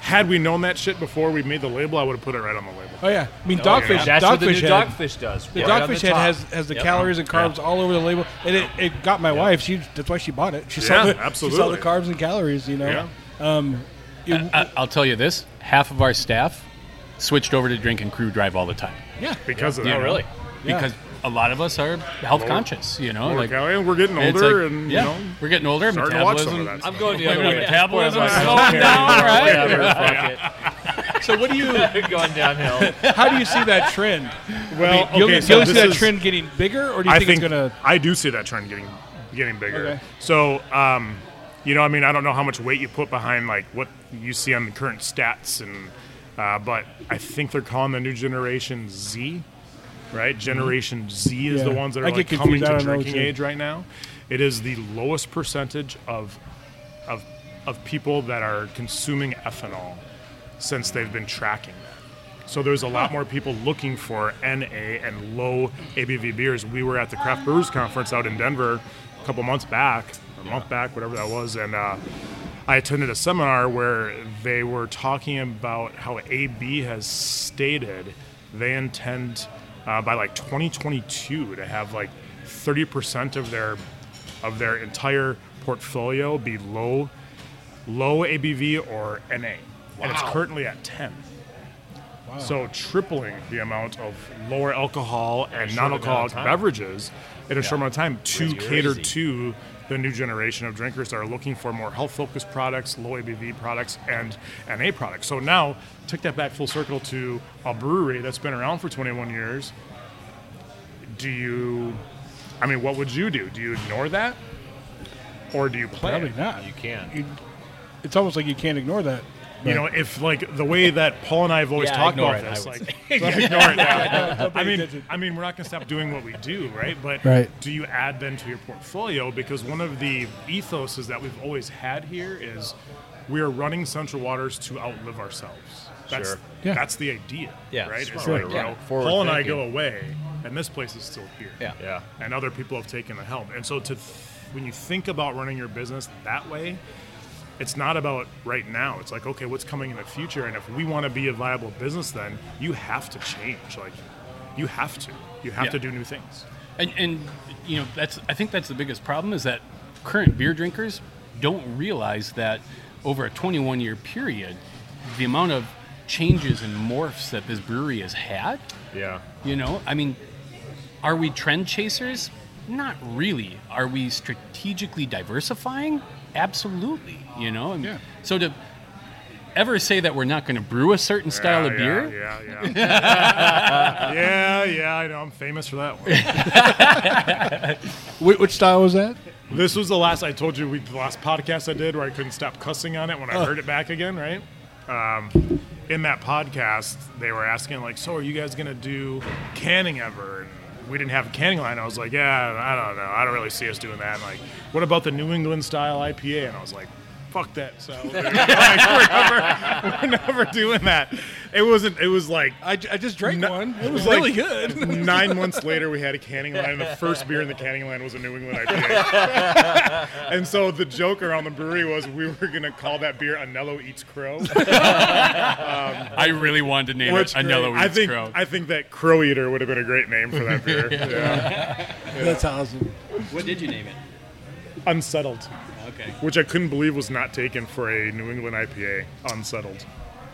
Had we known that shit before we made the label, I would have put it right on the label.
Oh yeah, I mean dogfish.
That's what the
dogfish
new
head.
dogfish does.
The
right on
dogfish
the
head
top.
has has the
Yep.
calories and carbs all over the label, and it, it got my wife. She that's why she bought it. She saw
Yeah,
the, She saw
absolutely.
the carbs and calories. You know.
Yeah.
Um, it-
I, I'll tell you this: half of our staff switched over to drinking crew drive all the time.
yeah.
Because of that.
You know?
Yeah.
Oh, Because a lot of us are health conscious. You know,
Lower
like
calorie, and we're getting
it's
older,
like-
and
yeah,
you know,
we're getting older.
starting to watch some of
metabolism-
that.
I'm
stuff.
going the other
Wait,
way.
metabolism
Whatever,
slowing down, right?
Whatever,
So what do you?
fuck it. Going downhill.
How do you see that trend?
Well,
you'll,
okay,
you'll
so
see
this
that
is-
trend getting bigger, or do you
I
think, Oh,
think
it's gonna?
I do see that trend getting getting bigger.
Okay.
So, um, you know, I mean, I don't know how much weight you put behind like what you see on the current stats, and uh, but I think they're calling the new generation Z, right? Generation Z is
Mm-hmm. Yeah.
the ones that
I
are
get
like coming
confused. I
to
don't know
drinking
too.
age right now. It is the lowest percentage of of of people that are consuming ethanol since they've been tracking that. So there's a lot more people looking for NA and low ABV beers. We were at the Craft Brewers Conference out in Denver a couple months back, a month back, whatever that was, and uh, I attended a seminar where they were talking about how AB has stated they intend uh, by like 2022 to have like 30% of their of their entire portfolio be low low ABV or NA, and it's currently at 10. So tripling the amount of lower alcohol and non-alcoholic beverages in a short amount of time to cater to the new generation of drinkers that are looking for more health-focused products, low ABV products, and NA products. So now take that back full circle to a brewery that's been around for 21 years. Do you? I mean, what would you do? Do you ignore that, or do you play?
Probably
it?
not.
You can.
You- it's almost like you can't ignore that.
You know, if like the way that Paul and I have always
Yeah,
talked
ignore
about
it, I
this,
would
like
say.
just ignore it. yeah.
Don't pay
I mean,
attention.
I mean, we're not going to stop doing what we do, right? But
Right.
do you add then to your portfolio? Because one of the ethoses that we've always had here is we are running Central Waters to outlive ourselves. That's,
Sure.
Yeah.
That's the idea,
Yeah,
right?
smart
It's
way
like,
to
you
run it.
know,
Forward
Paul and I
thinking.
go away, and this place is still here
Yeah.
Yeah.
and other people have taken the helm. And so to when you think about running your business that way, it's not about right now. It's like, okay, what's coming in the future? And if we want to be a viable business then you have to change. Like you have to. You have
Yeah.
to do new things.
And, and you know, that's I think that's the biggest problem is that current beer drinkers don't realize that over a 21 year period, the amount of changes and morphs that this brewery has had.
Yeah.
You know, I mean, are we trend chasers? Not really. Are we strategically diversifying? Absolutely. You know, and
Yeah.
so to ever say that we're not going to brew a certain style of
Yeah,
beer,
Yeah, yeah. yeah, yeah, I know. I'm famous for that one.
Which, which style was that?
This was the last I told you we the last podcast I did where I couldn't stop cussing on it when I heard it back again, right? Um, in that podcast, they were asking like, "So are you guys gonna do canning ever?" And we didn't have a canning line. I was like, "Yeah, I don't know. I don't really see us doing that." And like, what about the New England style IPA? And I was like. Fuck that! So like, we're, never, we're never doing that. It wasn't. It was like
I, j- I just drank
No-
one. It was
like
really good.
Nine months later, we had a canning line, and the first beer in the canning line was a New England IPA. and so the joke around the brewery was we were going to call that beer Anello Eats Crow.
I really wanted to name
which
it Anello
I
Eats
think,
Crow.
I think that Crow Eater would have been a great name for that beer. yeah.
That's awesome.
What did you name it?
Unsettled,
Okay.
which I couldn't believe was not taken for a New England IPA. Unsettled.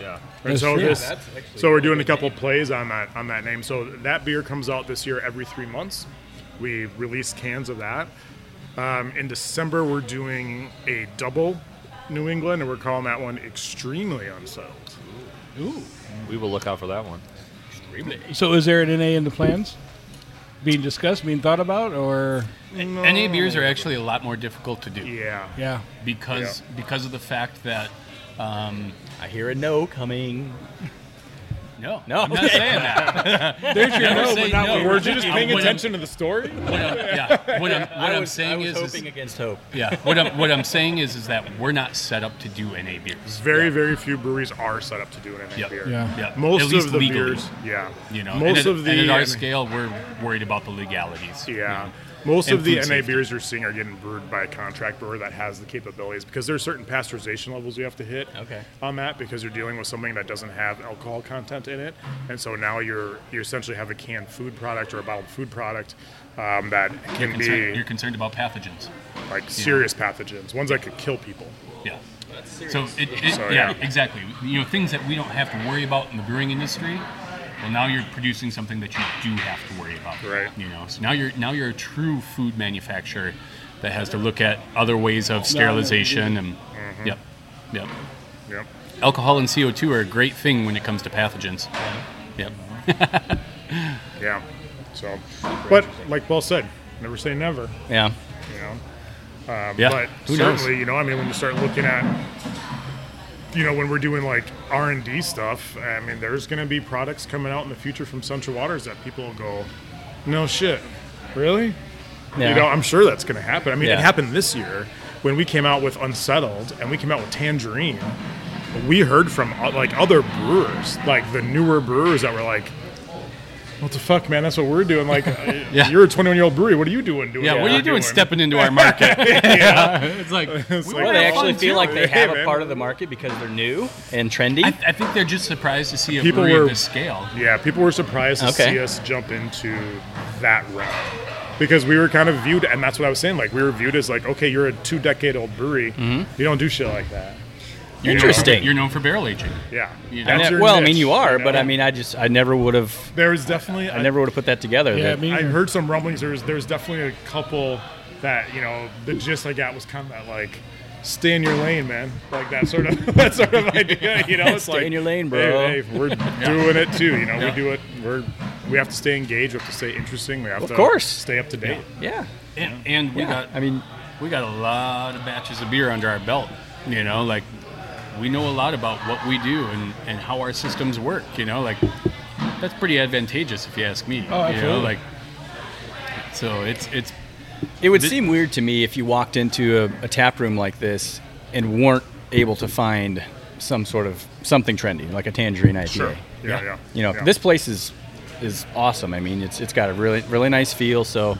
Yeah.
And so
true.
this,
Yeah, that's actually
so
a
we're doing a
good
couple plays on that on that name. So that beer comes out this year every three months. We release cans of that. Um, in December, we're doing a double New England, and we're calling that one extremely unsettled.
We will look out for that one.
So is there an NA in the plans? Being discussed, being thought about, or
NA beers are actually a lot more difficult to do
oh. Yeah,
yeah,
because because of the fact that um,
I hear a no coming.
no,
No.
I'm not saying that.
there's your
Never
no, but
say
not
no.
no.
Were you just
Yeah,
paying
when I'm-
attention to the story?
What I'm, yeah, what I'm, what I'm
was, I
saying
was
is, is-
hoping against hope.
yeah, what I'm what I'm saying is is that we're not set up to do NA beers.
Very, very few breweries are set up to do an NA
Yep.
beer.
Yeah.
Yeah,
Most
at least
of the
legally,
beers, yeah,
you know,
most
and at,
of the um,
and at our scale, we're worried about the legalities.
Yeah. Most
And
of the
food
NA
safety.
beers you're seeing are getting brewed by a contract brewer that has the capabilities because there are certain pasteurization levels you have to hit
Okay.
on that because you're dealing with something that doesn't have alcohol content in it. And so now you're you essentially have a canned food product or a bottled food product um, that
You're
can
concerned,
be
you're concerned about pathogens.
like serious pathogens, ones that could kill people.
Yeah. So it, it-
So,
yeah,
yeah.
exactly. You know, things that we don't have to worry about in the brewing industry. Well, now you're producing something that you do have to worry about.
Right.
You know, so now you're now you're a true food manufacturer that has to look at other ways of sterilization and yep, yep.
Mm-hmm. Yep.
Alcohol and CO2 are a great thing when it comes to pathogens. Yep.
Yeah. So, but like Paul said, never say never.
Yeah.
You know.
Yeah.
but
Who knows?
certainly, you know, I mean, when you start looking at, you know, when we're doing like R and D stuff, I mean, there's going to be products coming out in the future from Central Waters that people will go, no shit, really?
Yeah.
You know, I'm sure that's going to happen. I mean, it
Yeah.
happened this year when we came out with Unsettled and we came out with Tangerine. We heard from uh, like other brewers, like the newer brewers that were like. What the fuck, man? That's what we're doing. Like,
Yeah.
you're a 21 year old brewery. What are you doing? doing
Yeah, what are you
we're
doing, stepping into our market? It's like, we
like-
Well,
were
they
a
actually
fun
feel like
tour.
they have
man.
a part of the market because they're new and trendy.
I, I think they're just surprised to see a
People
brewery
were-
of this scale.
Yeah, people were surprised to
Okay.
see us jump into that realm because we were kind of viewed, and that's what I was saying. Like we were viewed as like, okay, you're a two decade old brewery.
Mm-hmm.
You don't do shit like that.
You're known for-
Interesting.
You're known for barrel aging.
Yeah.
You
I
that's
know-
your
well, I
niche,
mean, you are, but
know?
I mean, I just, I never would have,
there was definitely.
I never would have put that together.
yeah.
that-
Me
I
either.
heard some rumblings. There's there's definitely a couple that you know the gist I got was kind of that like. Stay in your lane, man. Like that sort of that sort of idea, you know. It's
Stay
like,
in your lane,
hey,
bro.
Hey, we're doing it too. You know, we do it. We're we have to stay engaged. We have to stay interesting. We have
Of
to
course.
stay up to date.
yeah.
And, and we
Yeah.
got
I mean,
we got a lot of batches of beer under our belt. You know, like we know a lot about what we do and, and how our systems work. You know, like that's pretty advantageous if you ask me.
Oh,
You know,
absolutely.
like so it's it's
It would
Thi-
seem weird to me if you walked into a, a tap room like this and weren't able to find some sort of something trendy, like a tangerine IPA.
Sure. Yeah, yeah.
You know,
yeah.
this place is is awesome. I mean, it's it's got a really really nice feel. So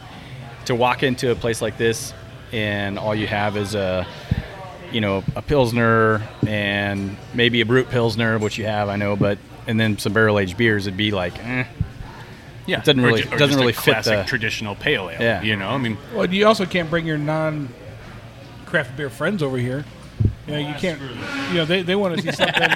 to walk into a place like this and all you have is a you know a pilsner and maybe a brute pilsner, which you have, I know, but and then some barrel aged beers, it'd be like, eh,
yeah,
doesn't
or
really-
ju- or
doesn't
just a
really fit
classic
the-
traditional pale ale.
Yeah.
you know, I mean,
Well, you also can't bring your non craft beer friends over here. You know, you can't. You know, they, they want to see something.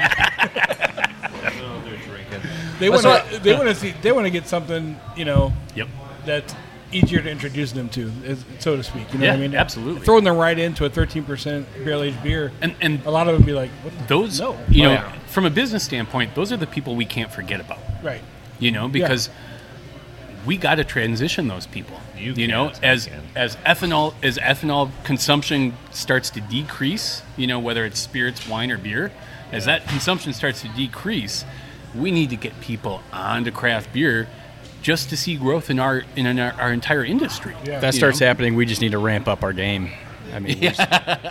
they want to. They want to see. They want to get something. You know,
yep,
that's easier to introduce them to, is- so to speak. You know
Yeah,
what I mean?
absolutely.
Throwing them right into a 13% barrel aged beer,
and and
a lot of them be like, what the
those
No.
you know
Oh, yeah.
from a business standpoint, those are the people we can't forget about.
right.
you know because we got to transition those people
You
know
can't, I
as
can.
as ethanol as ethanol consumption starts to decrease you know whether it's spirits wine or beer as that consumption starts to decrease we need to get people onto craft beer just to see growth in our in, our, our entire industry
Yeah.
that
You
starts
know?
happening, we just need to ramp up our game. I mean, we just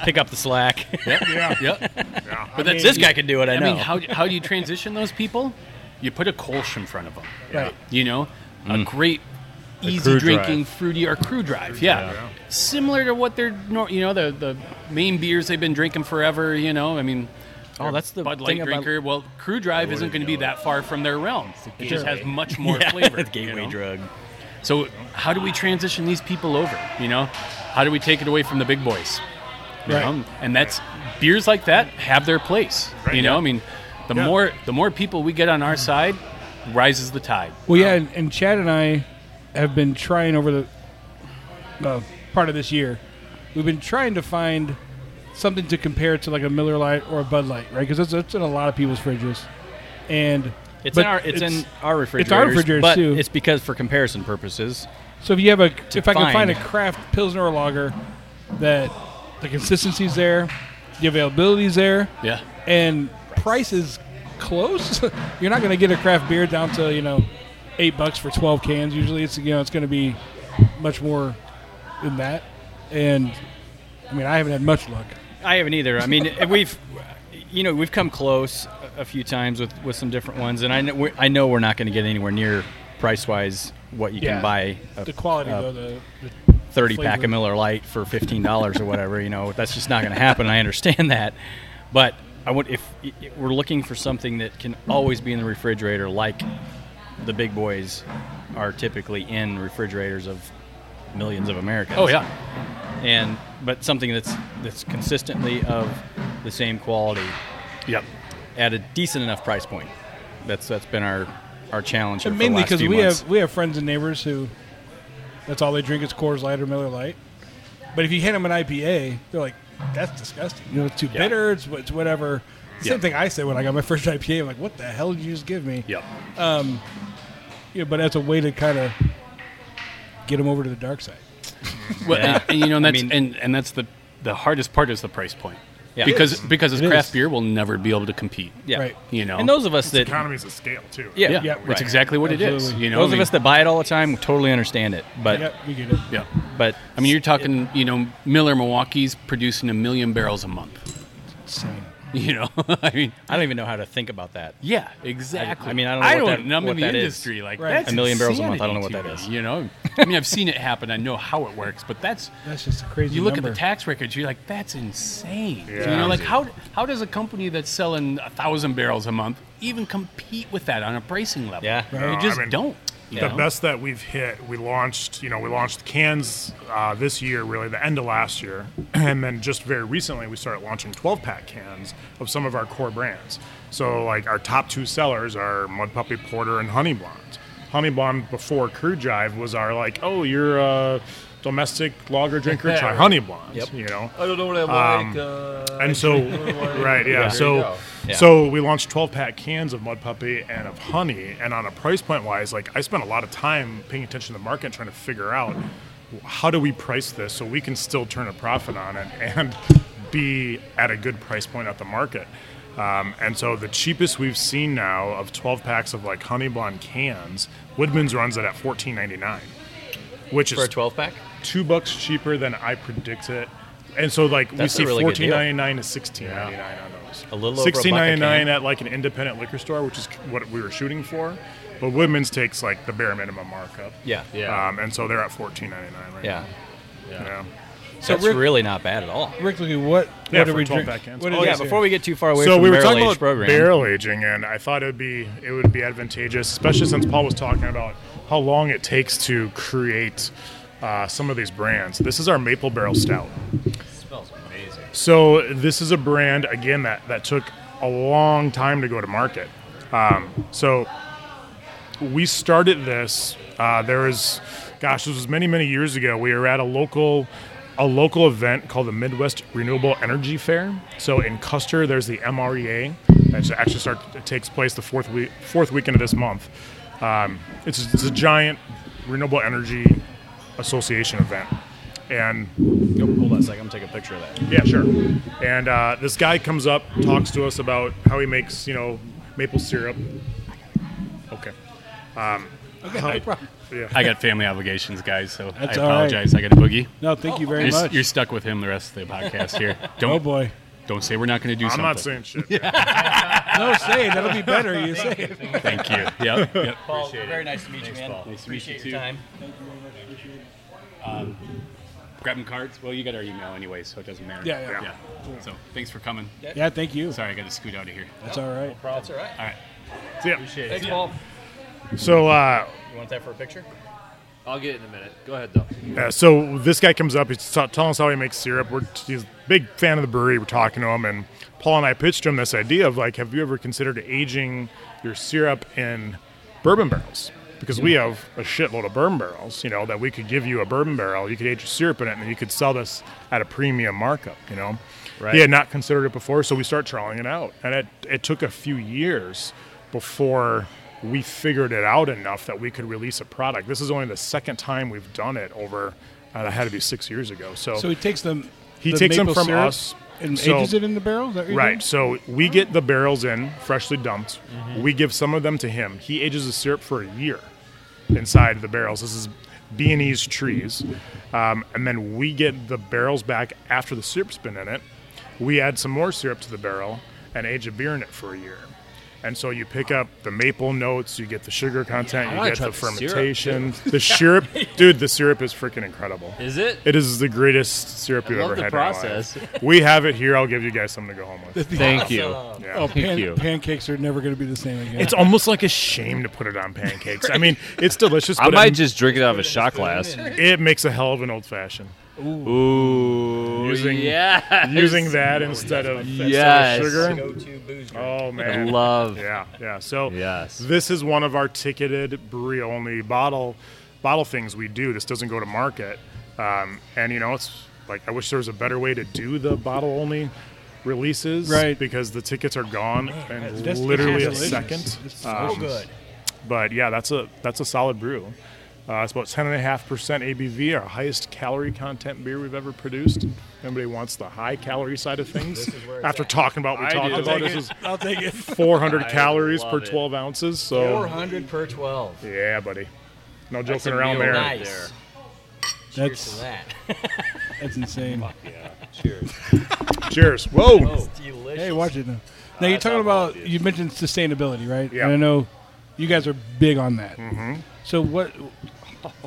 pick up the slack.
yeah yeah but that's
this guy can do it. I,
I
know.
mean, how, how do you transition those people? You put a Kolsch in front of them.
Right.
You know, a great, easy
crew drive.
drinking, fruity or crew drive. Yeah. Similar to what they're, nor- you know, the, the main beers they've been drinking forever, you know. I mean,
Oh, that's the
Bud
thing
Light
about-
drinker. Well, crew drive isn't going to be that far from their realm. It just has much more
Yeah,
flavor. you
gateway
know?
drug.
So, how do we transition these people over? You know, how do we take it away from the big boys? You
Right.
know? And that's beers like that have their place. You know, I mean, the more the more people we get on our side, rises the tide.
Well, yeah, and, and Chad and I have been trying over the uh, part of this year. We've been trying to find something to compare to like a Miller Lite or a Bud Light, right? Because that's, that's in a lot of people's fridges, and
It's
but
in our it's, in our refrigerators.
refrigerators,
but
too.
It's because for comparison purposes,
So if you have a, if I can
find.
find a craft pilsner or lager that the consistency's there, the availability's there,
Yeah.
and price is close, you're not going to get a craft beer down to you know eight bucks for twelve cans. Usually, it's you know it's going to be much more than that. And I mean, I haven't had much luck.
I haven't either. I mean, we've you know we've come close a- a few times with with some different ones, and I know we're, I know we're not going to get anywhere near price wise what you
Yeah.
can buy a
The quality
uh,
though, the, the
thirty pack
flavor.
of Miller Lite for fifteen dollars or whatever. You know that's just not going to happen. I understand that, but I would if i- i- we're looking for something that can always be in the refrigerator, like the big boys are typically in refrigerators of millions of Americans
Oh yeah.
and but something that's that's consistently of the same quality
Yep.
at a decent enough price point. That's that's been our our challenge. Here
And
for the
mainly
last
because
few
we
months.
have we have friends and neighbors who that's all they drink is Coors Light or Miller Light. But if you hand them an IPA, they're like, "That's disgusting. You know, it's too bitter. It's, it's whatever." Same thing I said when I got my first IPA. I'm like, "What the hell did you just give me?" Um,
Yep.
You know, but as a way to kind of get them over to the dark side.
Well, and, and, you know, and
I
that's
mean-
and, and that's the the hardest part is the price point.
Yeah.
Because because as
It
craft
is.
beer, we'll never be able to compete.
yeah,
right.
You know.
and those of us that
economies of scale too.
yeah,
yeah,
Yeah,
that's
right.
exactly what it is.
Absolutely.
You know,
those
I
of
mean,
us that buy it all the time totally understand it. But
Yep, we get it.
yeah.
but
I mean, you're talking, you know, Miller Milwaukee's producing a million barrels a month.
Same.
You know, I mean,
I don't even know how to think about that.
Yeah, exactly.
I mean, I don't know what that-
and I'm
what
in
that
the
is.
industry. Like
Right.
that's
A million barrels a month, I don't know
insanity
what that
to
is.
me, You know, I mean, I've seen it happen. I know how it works, but that's
That's just a crazy.
you look
number.
at the tax records. You're like, that's insane.
Yeah.
You know, like how how does a company that's selling a thousand barrels a month even compete with that on a pricing level?
Yeah.
you
No, I
just
mean,
don't. you
The
know?
best that we've hit, we launched, you know, we launched cans uh, this year, really the end of last year, and then just very recently we started launching 12 pack cans of some of our core brands. So like our top two sellers are Mud Puppy Porter and Honey Blonde. Honey Blonde before Crew Drive was our like, oh, you're a domestic lager drinker, try Honey Blonde. You know, Um,
I don't know what I like. uh,
and so right yeah,
There you
so
go.
Yeah.
so we launched 12 pack cans of mud puppy and of honey and on a price point wise like i spent a lot of time paying attention to the market trying to figure out how do we price this so we can still turn a profit on it and be at a good price point at the market Um, and so the cheapest we've seen now of 12 packs of like honey blonde cans, Woodman's runs it at 14.99, which
for a
is
12 pack.
two bucks cheaper than I predicted. And so like
That's a
we see
really good deal.
14.99 to 16.99 on those.
A little over a buck a
16.99
can.
at like an independent liquor store, which is c- what we were shooting for. But Woodman's takes like the bare minimum markup.
Yeah,
Yeah.
Um, and so they're at 14.99 right
yeah.
now. Yeah.
So that's
Rick-
really not bad at all.
Rick, look at what
Yeah,
what
for
are we
12
drink-
pack cans.
what
Oh,
is
yeah,
it?
before we get too far away
so
from
we were
barrel
talking
aged
about
program,
barrel aging, and I thought it would be it would be advantageous, especially since Paul was talking about how long it takes to create uh, some of these brands. This is our maple barrel stout.
smells amazing.
So this is a brand again that that took a long time to go to market. Um, so we started this. Uh, there was, gosh, this was many many years ago. We were at a local. A local event called the Midwest Renewable Energy Fair. So in Custer, there's the MREA. That actually start, it takes place the fourth week, fourth weekend of this month. Um, it's, it's a giant renewable energy association event, and
Go pull that second. I'm gonna take Oh, a picture of that.
yeah, sure. And uh, this guy comes up, talks to us about how he makes, you know, maple syrup. Okay.
I got family obligations, guys, so
That's
I
all right.
apologize. I got to boogie.
No, thank you very
You're, s-
much.
you're stuck with him the rest of the podcast here. Don't
oh boy.
don't say we're not going to do
I'm
something.
not saying shit.
No, say it. That'll be better. You say it.
Thank you. Yep. yep.
Paul, very nice to meet you, man.
Nice to meet
Appreciate
you,
your
too.
time.
Grabbing cards. Well, you got our email anyway, so it doesn't matter.
Yeah, yeah.
So thanks for coming.
Yeah, thank you.
Sorry, I got to scoot out of here.
That's all right.
That's all right.
So, yeah.
Thanks, Paul.
So, uh,
You want that for a picture?
I'll get it in a minute. Go ahead though.
uh, so this guy comes up. He's t- telling us how he makes syrup. We're he's a big fan of the brewery. We're talking to him, and Paul and I pitched him this idea of like, have you ever considered aging your syrup in bourbon barrels? Because we have a shitload of bourbon barrels, you know, that we could give you a bourbon barrel. You could age your syrup in it, and then you could sell this at a premium markup. You know.
Right.
He had not considered it before, so we start trying it out. And it, it took a few years before we figured it out enough that we could release a product. This is only the second time we've done it over, uh, that had to be six years ago. So,
So he takes them.
He
the
takes them
maple
from
syrup
us,
and
so-
ages it in the barrel. Is that what you're
right.
doing?
So we get the barrels in, freshly dumped.
Mm-hmm.
We give some of them to him. He ages the syrup for a year inside the barrels. This is B&E's trees. Um, and then we get the barrels back after the syrup's been in it. We add some more syrup to the barrel and age a beer in it for a year. And so you pick up the maple notes, you get the sugar content, you
wanna
get
try
the
the syrup, too.
fermentation. the syrup, dude, the syrup is freaking incredible.
Is it?
It is the greatest syrup you've
love
ever
the
had.
process.
In my life. We have it here. I'll give you guys something to go home with.
Thank you.
Yeah.
Oh,
Thank
pan-
you.
pancakes are never going to be the same again.
It's almost like a shame to put it on pancakes. I mean, it's delicious.
I
but
might
it,
just drink it out of a shot glass.
it makes a hell of an old fashioned.
Ooh,
Using-
yes.
Using that instead of instead of
Yes.
sugar.
Go-to booze.
Oh man,
love.
Yeah, yeah. So
Yes.
this is one of our ticketed brewery only bottle bottle things we do. This doesn't go to market, um, and you know it's like I wish there was a better way to do the bottle only releases,
Right.
Because the tickets are gone in
that's-
literally a
that's delicious.
second.
It's so
Um,
good.
But yeah, that's a that's a solid brew. Uh, it's about ten and a half percent ABV, our highest calorie content beer we've ever produced. Anybody wants the high calorie side of things? After talking about we
I
talked
do.
about this is
I'll take it.
400 calories
love
per
it.
12 ounces. So
400 per 12.
yeah, buddy, no
That's
joking
a
around
meal
there.
right
Nice. Cheers
That's
to that.
that's insane.
Cheers.
Cheers. Whoa.
It's delicious.
Hey, watch it now. Now you're talking
alcohol,
about
dude.
you mentioned sustainability, right?
Yeah.
And I know you guys are big on that. Mm-hmm. So what?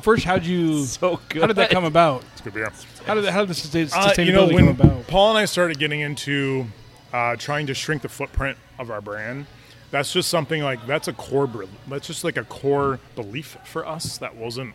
First, how'd you?
So good.
How did that come about?
It's good beer.
How did how did the sustain-
Uh,
sustainability
you know,
come
when
about?
Paul and I started getting into uh, trying to shrink the footprint of our brand, that's just something like that's a core. bel- That's just like a core belief for us. That wasn't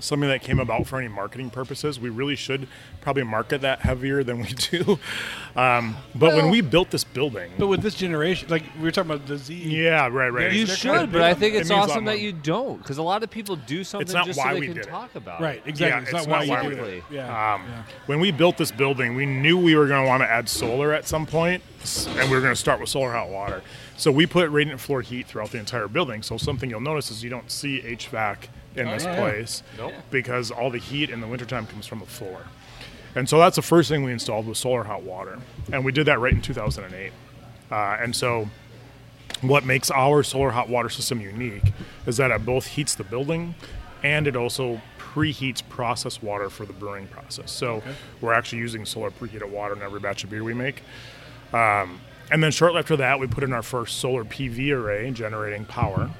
something that came about for any marketing purposes. We really should probably market that heavier than we do. Um, but when we built this building,
But with this generation, like we were talking about disease.
yeah, right, right.
You
They're
should,
kinda big
but I
on-
think
it
it's
means a lot
awesome
more.
that you don't, because a lot of people do something
not
just so
why
they
we
can
did it.
talk about it.
Right. Exactly.
Yeah,
it's, not
it's not
why
why we
you do
do
it.
it.
Yeah.
Um, When we built this building, we knew we were going to want to add solar at some point, s- and we were going to start with solar hot water. So we put radiant floor heat throughout the entire building. So something you'll notice is you don't see HVAC in this
Oh, yeah.
place because all the heat in the wintertime comes from the floor. And so that's the first thing we installed was solar hot water, and we did that right in 2008. Uh, and so, what makes our solar hot water system unique is that it both heats the building and it also preheats processed water for the brewing process. So, we're actually using solar preheated water in every batch of beer we make. Um, and then shortly after that, we put in our first solar PV array generating power.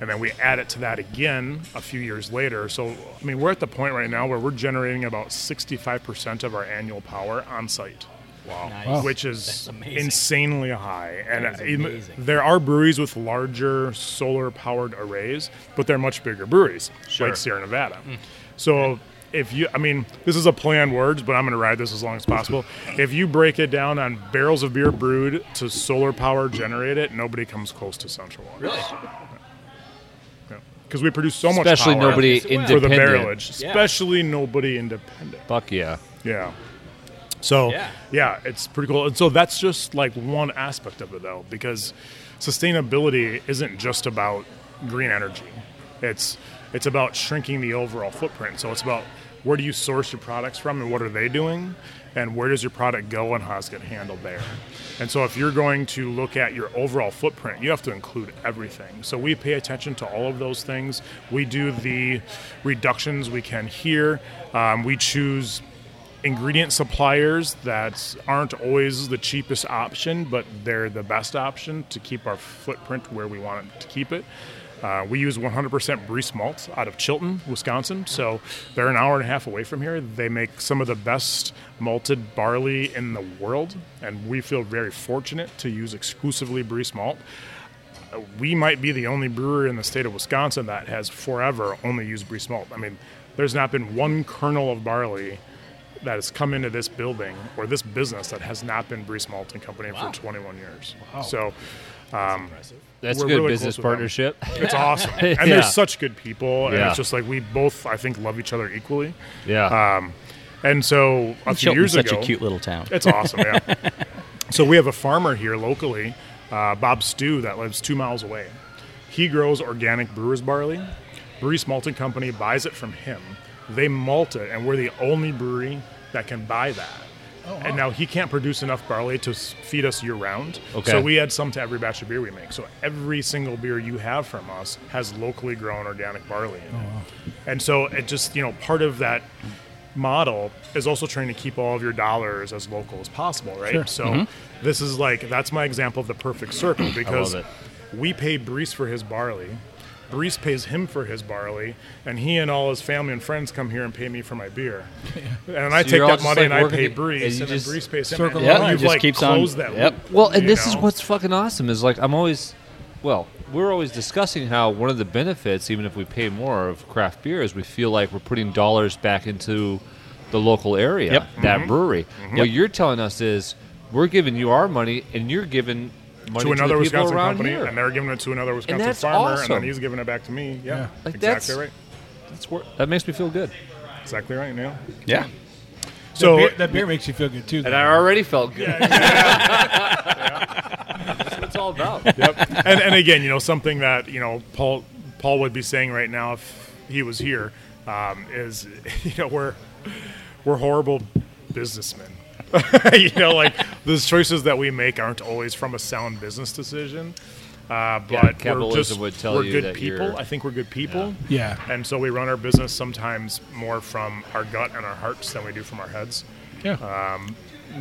And then we add it to that again a few years later. So, I mean, we're at the point right now where we're generating about 65% of our annual power on site. Wow. Which is insanely high. And uh,
That is
even-
amazing.
there are breweries with larger solar powered arrays, but they're much bigger breweries, like Sierra Nevada.
Hmm.
So if you, I mean, this is a play on words, but I'm going to ride this as long as possible. If you break it down on barrels of beer brewed to solar power generated, nobody comes close to Central Water. Really? Because we produce so much
Especially
power
nobody
for the
independent.
barrelage, especially nobody independent.
Fuck yeah.
Yeah. So
Yeah.
yeah. it's pretty cool. And so that's just like one aspect of it though, because sustainability isn't just about green energy. It's it's about shrinking the overall footprint. So it's about where do you source your products from and what are they doing? And where does your product go and how does it get handled there? And so if you're going to look at your overall footprint, you have to include everything. So we pay attention to all of those things. We do the reductions we can here. Um, we choose ingredient suppliers that aren't always the cheapest option, but they're the best option to keep our footprint where we want it to keep it. Uh, we use 100% Brees malt out of Chilton, Wisconsin. So they're an hour and a half away from here. They make some of the best malted barley in the world, and we feel very fortunate to use exclusively Brees malt we might be the only brewer in the state of Wisconsin that has forever only used Brees malt. I mean, there's not been one kernel of barley that has come into this building or this business that has not been Brees Malt and Company for 21 years. So um,
That's
We're
a good
really
business
close with them.
partnership.
it's awesome. And
Yeah.
they're such good people. And
Yeah.
it's just like we both, I think, love each other equally. Um,
yeah.
And so a few years
such
ago,
a cute little town.
It's awesome, yeah. so we have a farmer here locally, uh, Bob Stew, that lives two miles away. He grows organic brewer's barley. Brees Malting Company buys it from him. They malt it, and we're the only brewery that can buy that. And now he can't produce enough barley to s- feed us year round.
Okay.
So we add some to every batch of beer we make. So every single beer you have from us has locally grown organic barley in it. And so it just, you know, part of that model is also trying to keep all of your dollars as local as possible, right? So this is like that's my example of the perfect circle because
Mm-hmm. it.
we pay Brees for his barley. Brees pays him for his barley, and he and all his family and friends come here and pay me for my beer. And I
So
take
you're all
that
just,
money
like,
and I
working
pay
it- and
Brees, and,
you
then
just
Brees pays him.
circle
and
around.
you've,
Yeah,
it just
like,
keeps on-
closed that
yep.
loop,
Well, and
you
this is
know?
what's fucking awesome is like I'm always, well, we're always discussing how one of the benefits, even if we pay more of craft beer, is we feel like we're putting dollars back into the local area,
Yep.
that
Mm-hmm.
brewery. What you're telling us is we're giving you our money, and you're giving money
to
to,
another
the people
Wisconsin
around
company,
here.
and they're giving it to another Wisconsin
that's
farmer, and
awesome.
then he's giving it back to me. Yeah,
Like,
exactly
that's-
right.
That's wor- that makes me feel good.
Exactly right. Yeah.
Yeah.
So
beer, that beer makes you feel good too.
And
though.
I already felt good. That's what it's all about.
yep. And, and again, you know, something that you know Paul Paul would be saying right now if he was here um, is, you know, we're we're horrible businessmen. you know, like those choices that we make aren't always from a sound business decision. Uh, but we're
capitalism
just,
would tell
we're
you
good
that
people.
you're-
I think we're good people.
Yeah. Yeah.
And so we run our business sometimes more from our gut and our hearts than we do from our heads.
yeah.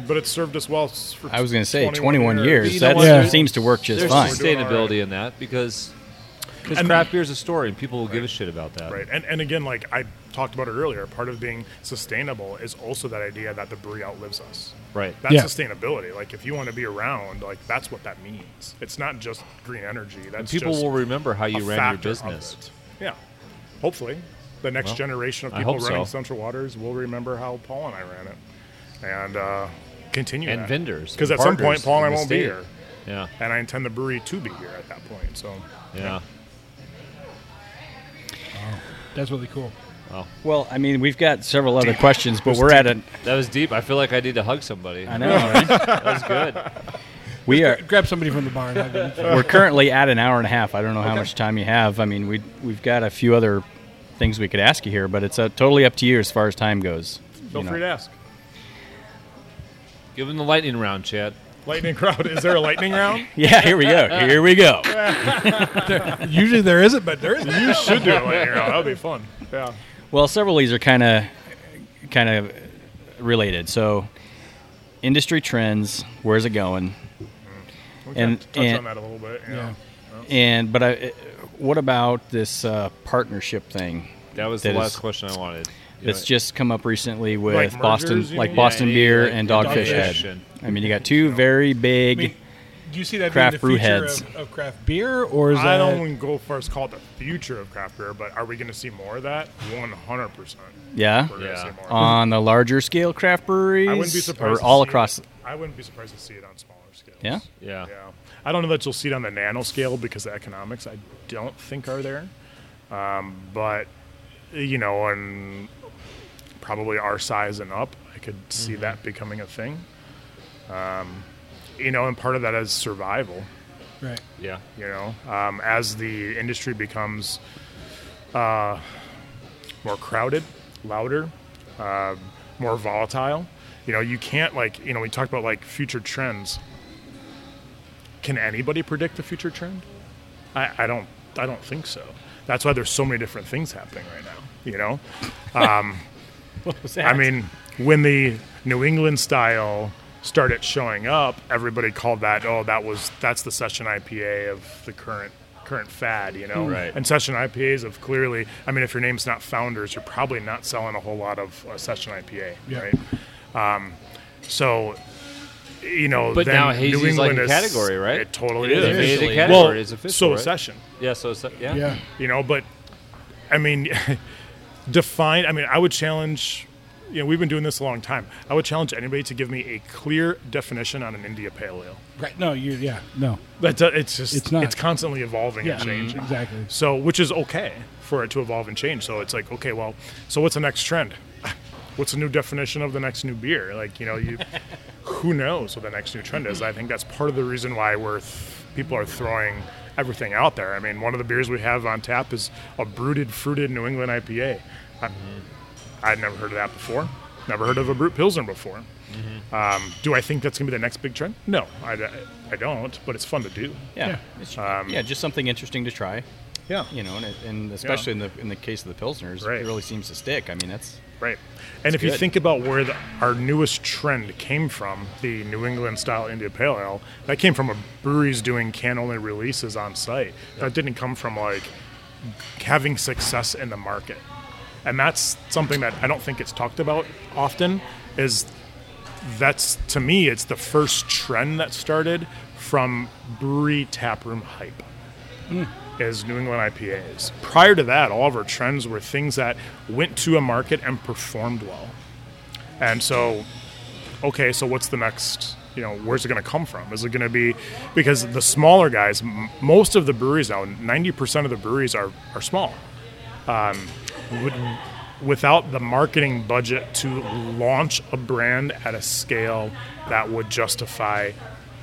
But it's served us well. s- For
I was going to say 21 years.
You know
That
what?
Yeah.
seems to work just
There's
fine.
sustainability in that because because craft beer is a story, and people will give a shit about that.
Right. And, and again, like I talked about it earlier, part of being sustainable is also that idea that the brewery outlives us.
Right.
That's
Yeah.
sustainability. Like if you want to be around, like that's what that means. It's not just green energy. That's
And people
just
will remember how
a
you ran your
factor of
business.
it. Yeah. Hopefully, the next
Well,
generation of
I
people
hope
running
so.
Central Waters will remember how Paul and I ran it, and uh, continue
And
that.
vendors,
Because
and
at some
partners
point, Paul and
in
I
the
won't be
state.
here,
Yeah.
and I intend the brewery to be here at that point. So
Yeah.
That's really cool.
Well, I mean, we've got several other questions, but we're at an.
That was deep. I feel like I need to hug somebody.
I know. right?
That was good.
we are.
Grab somebody from the bar. And have them.
We're currently at an hour and a half. I don't know how much time you have. I mean, we we've got a few other things we could ask you here, but it's uh, totally up to you as far as time goes.
feel
you know.
free to ask.
Give him the lightning round, Chad.
Lightning crowd. Is there a lightning round?
Yeah, here we go. Here we go.
Usually there isn't, but there is.
You should do a lightning round. That would be fun. Yeah.
Well, several of these are kind of kind of related. So, industry trends, where's it going?
We can
And-
touch on
and-
that a little bit. Yeah.
And but I, what about this uh, partnership thing
That was
That
the last
is-
question I wanted. You
that's
know,
just come up recently with
Like mergers,
Boston,
you
like
mean?
Boston
Yeah,
Beer
yeah,
and
yeah, Dogfish
Dogfish Head?
and-
I mean, you got two very big.
I mean, do you see that
Craft brew
being the future
heads.
Of, of craft beer, or is
I
that
don't wanna go first call it the future of craft beer, but are we going to see more of that? 100%.
yeah.
We're going to
Yeah.
see more.
On the larger scale craft breweries,
I wouldn't be surprised.
or
to
all
see it-
across.
I wouldn't be surprised to see it on smaller scales.
Yeah?
Yeah.
Yeah. I don't know that you'll see it on the nano scale because the economics I don't think are there. Um, but you know, on probably our size and up, I could see
Mm-hmm.
that becoming a thing. Um, you know, and part of that is survival
right?
Yeah.
you know um, as the industry becomes uh, more crowded louder uh, more volatile you know you can't like you know we talked about like future trends can anybody predict the future trend i, I don't i don't think so that's why there's so many different things happening right now you know Um, I mean, when the New England style started showing up, everybody called that, oh, that was that's the session IPA of the current current fad, you know.
Right.
And session IPAs have clearly, I mean, if your name's not Founders, you're probably not selling a whole lot of uh, session IPA, right? Um, so. You know,
But
then
now
New
hazy's like
England
a
is-
category, right?
It totally
It is.
is.
It is a
Officially.
category.
Well,
It's official,
so
right?
is session
Yeah. So, so yeah.
Yeah,
you know but i mean define i mean i would challenge you know we've been doing this a long time i would challenge anybody to give me a clear definition on an india pale ale
right. No, you. Yeah, no.
that do- it's just
It's not.
it's constantly evolving
Yeah,
and changing
exactly.
so which is okay for it to evolve and change so it's like okay well so what's the next trend what's the new definition of the next new beer like you know you who knows what the next new trend is i think that's part of the reason why we're th- people are throwing everything out there i mean one of the beers we have on tap is a brooded fruited new england ipa I, i'd never heard of that before never heard of a brute pilsner before um, do i think that's going to be the next big trend no I, I don't but it's fun to do
Yeah, It's- yeah, just something interesting to try.
Um, yeah
you know, and, it, and especially in the in the case of the pilsners,
Right.
it really seems to stick. I mean, that's
Right. And if you
good.
think about where the, our newest trend came from, the New England style India Pale Ale, that came from a breweries doing can only releases on site. That didn't come from like having success in the market. And that's something that I don't think it's talked about often is that's to me it's the first trend that started from brewery taproom hype is New England IPAs. Prior to that, all of our trends were things that went to a market and performed well. And so, okay, so what's the next? You know, where's it going to come from? Is it going to be because the smaller guys? M- most of the breweries now, ninety percent of the breweries are are small. Um, would, without the marketing budget to launch a brand at a scale that would justify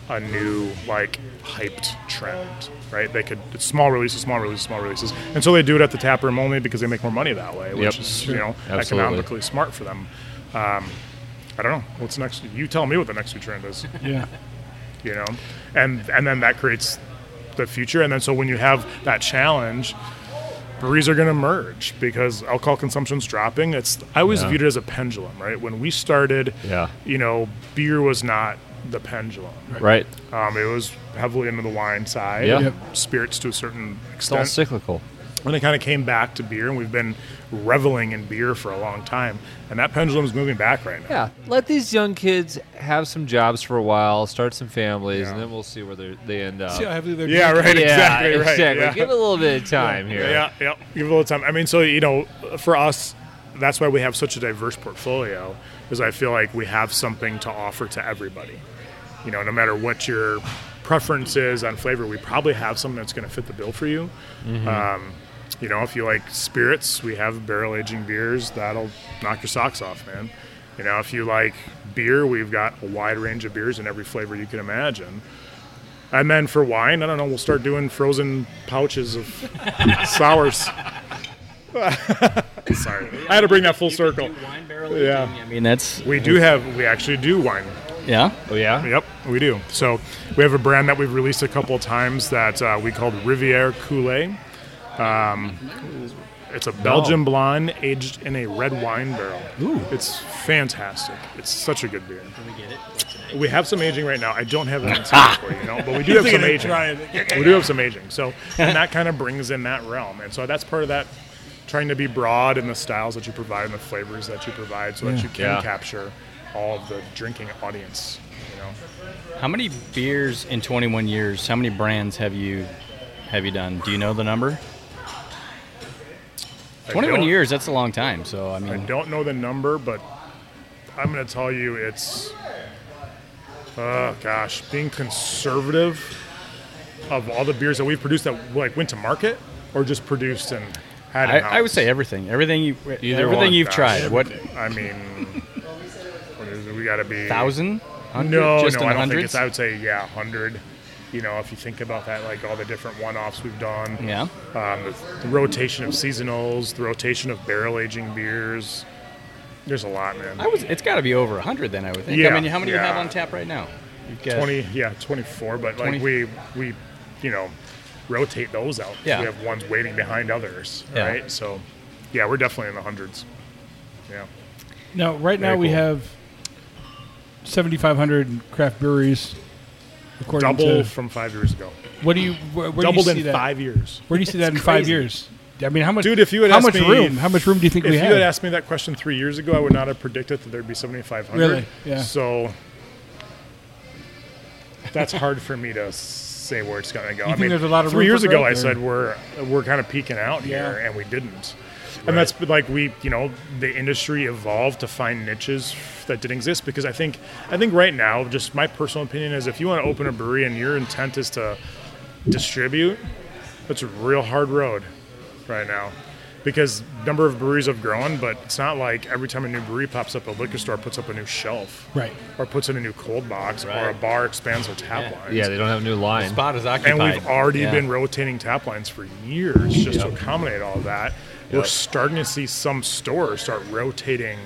a new like hyped trend right they could it's small releases small releases small releases and so they do it at the tap room only because they make more money that way which
Yep.
is you know
Absolutely.
economically smart for them um, i don't know what's next you tell me what the next new trend is
Yeah,
you know and and then that creates the future and then so when you have that challenge breweries are going to merge because alcohol consumption's dropping it's i always
Yeah.
viewed it as a pendulum right when we started
Yeah.
you know beer was not the pendulum
Right.
um, it was heavily into the wine side
Yeah. Yep.
spirits to a certain
It's all
extent
cyclical.
and it kind of came back to beer and we've been reveling in beer for a long time and that pendulum's moving back right now
Yeah, let these young kids have some jobs for a while, start some families, and then we'll see where they they end up.
see how heavily they're.
yeah
drinking?
right
Yeah,
exactly right
exactly.
yeah.
Give it a little bit of time here.
Yeah, yeah. Give it a little time. I mean, so you know, for us, that's why we have such a diverse portfolio. Is I feel like we have something to offer to everybody. You know, no matter what your preference is on flavor, we probably have something that's going to fit the bill for you. Um, you know, if you like spirits, we have barrel aging beers that'll knock your socks off, man. You know, if you like beer, we've got a wide range of beers in every flavor you can imagine. And then for wine, I don't know, we'll start doing frozen pouches of sours. Sorry, I had to bring that full circle.
wine barrel.
Yeah.
I mean, that's
We do have, we actually do wine
Yeah.
Oh yeah.
Yep, we do. So we have a brand that we've released a couple of times that uh, we called Riviere Coulee. Um, it's a Belgian blonde aged in a red wine barrel. Ooh. It's fantastic. It's such a good beer. Can we get it? We have some aging right now. I don't have that in stock for you, you know, but we do have some aging. We do have some aging. So and that kind of brings in that realm. And so that's part of that trying to be broad in the styles that you provide and the flavors that you provide so that you can
Yeah.
capture all of the drinking audience. You know?
How many beers in 21 years? How many brands have you have you done? Do you know the number?
I
21
don't-
years. That's a long time. So I
I
mean,
don't know the number, but I'm going to tell you it's, oh gosh, being conservative of all the beers that we've produced that like went to market or just produced and had.
I,
in-house. Oh,
I would say everything. Everything you
Either
everything
one,
you've
gosh.
tried. What
I mean, what is it? we got to be
thousand? Hundred?
No,
Just
no,
in the
I don't think
hundreds?
it's. I would say yeah, hundred. You know, if you think about that, like all the different one-offs we've done.
Yeah.
um, the, the rotation of seasonals, the rotation of barrel aging beers. There's a lot, man.
I was. It's got to be over hundred then. I would think.
Yeah,
I mean, how many do you have
yeah.
on tap right now? You've got-
Twenty, yeah, twenty-four. But like
20.
we we, you know, rotate those out. 'cause
Yeah.
We have ones waiting behind others,
Yeah.
right? So, yeah, we're definitely in the hundreds. Yeah.
Now, right now
Very
we
cool.
have 7,500 craft breweries. According
Double
to
from five years ago.
what do you where, where do you
Doubled
see
in
that?
five years.
Where do you see that in five years? I mean, how much,
Dude, if you had
how
asked
much
me-
room? How much room do you think
If
we
you
have?
had asked me that question three years ago, I would not have predicted that there'd be 7,500.
Really? Yeah.
So that's hard for me to say where it's going to go. I
think
mean,
there's a lot of
three
room
years
for
ago,
growth
I
there?
said we're we're kind of peaking out here,
Yeah.
and we didn't. And that's like we, you know, the industry evolved to find niches that didn't exist because I think I think right now, just my personal opinion is, if you want to open a brewery and your intent is to distribute, that's a real hard road right now because number of breweries have grown, but it's not like every time a new brewery pops up, a liquor store puts up a new shelf,
Right.
or puts in a new cold box, or a bar expands their tap lines.
Yeah, they don't have a new line.
Spot is occupied.
and we've already
Yeah.
been rotating tap lines for years just to accommodate all that. We're starting to see some stores start rotating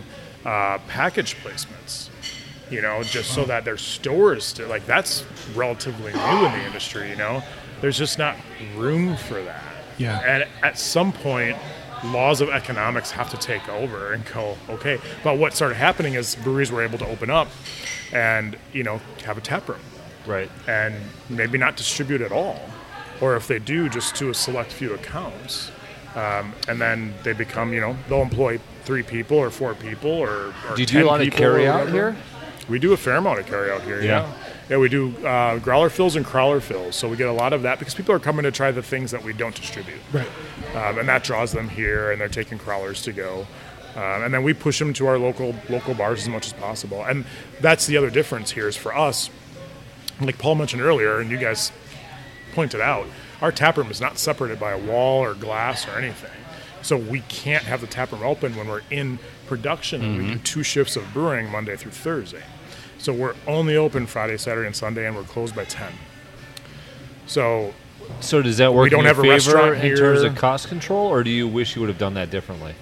uh, package placements. You know, just so that their stores to like that's relatively new in the industry. You know, there's just not room for that.
Yeah.
And at some point, laws of economics have to take over and go, okay. But what started happening is breweries were able to open up and, you know, have a tap room
Right.
and maybe not distribute at all. Or if they do, just to a select few accounts. Um, and then they become, you know, they'll employ three people or four people or, or
Do you
10
do a lot of
people or
carry out
whatever.
here?
We do a fair amount of carry out here.
Yeah.
Yeah. Yeah, we do uh, growler fills and crawler fills. So we get a lot of that because people are coming to try the things that we don't distribute. Right. Um, and that draws them here and they're taking crawlers to go. Um, and then we push them to our local local bars as much as possible. And that's the other difference here is for us, like Paul mentioned earlier, and you guys pointed out, our tap room is not separated by a wall or glass or anything. So we can't have the tap room open when we're in production. We do two shifts of brewing Monday through Thursday. So we're only open Friday, Saturday, and Sunday, and we're closed by 10. So
So does that work
We don't
in your
have a
favor
restaurant
in terms
here.
of cost control, or do you wish you would have done that differently?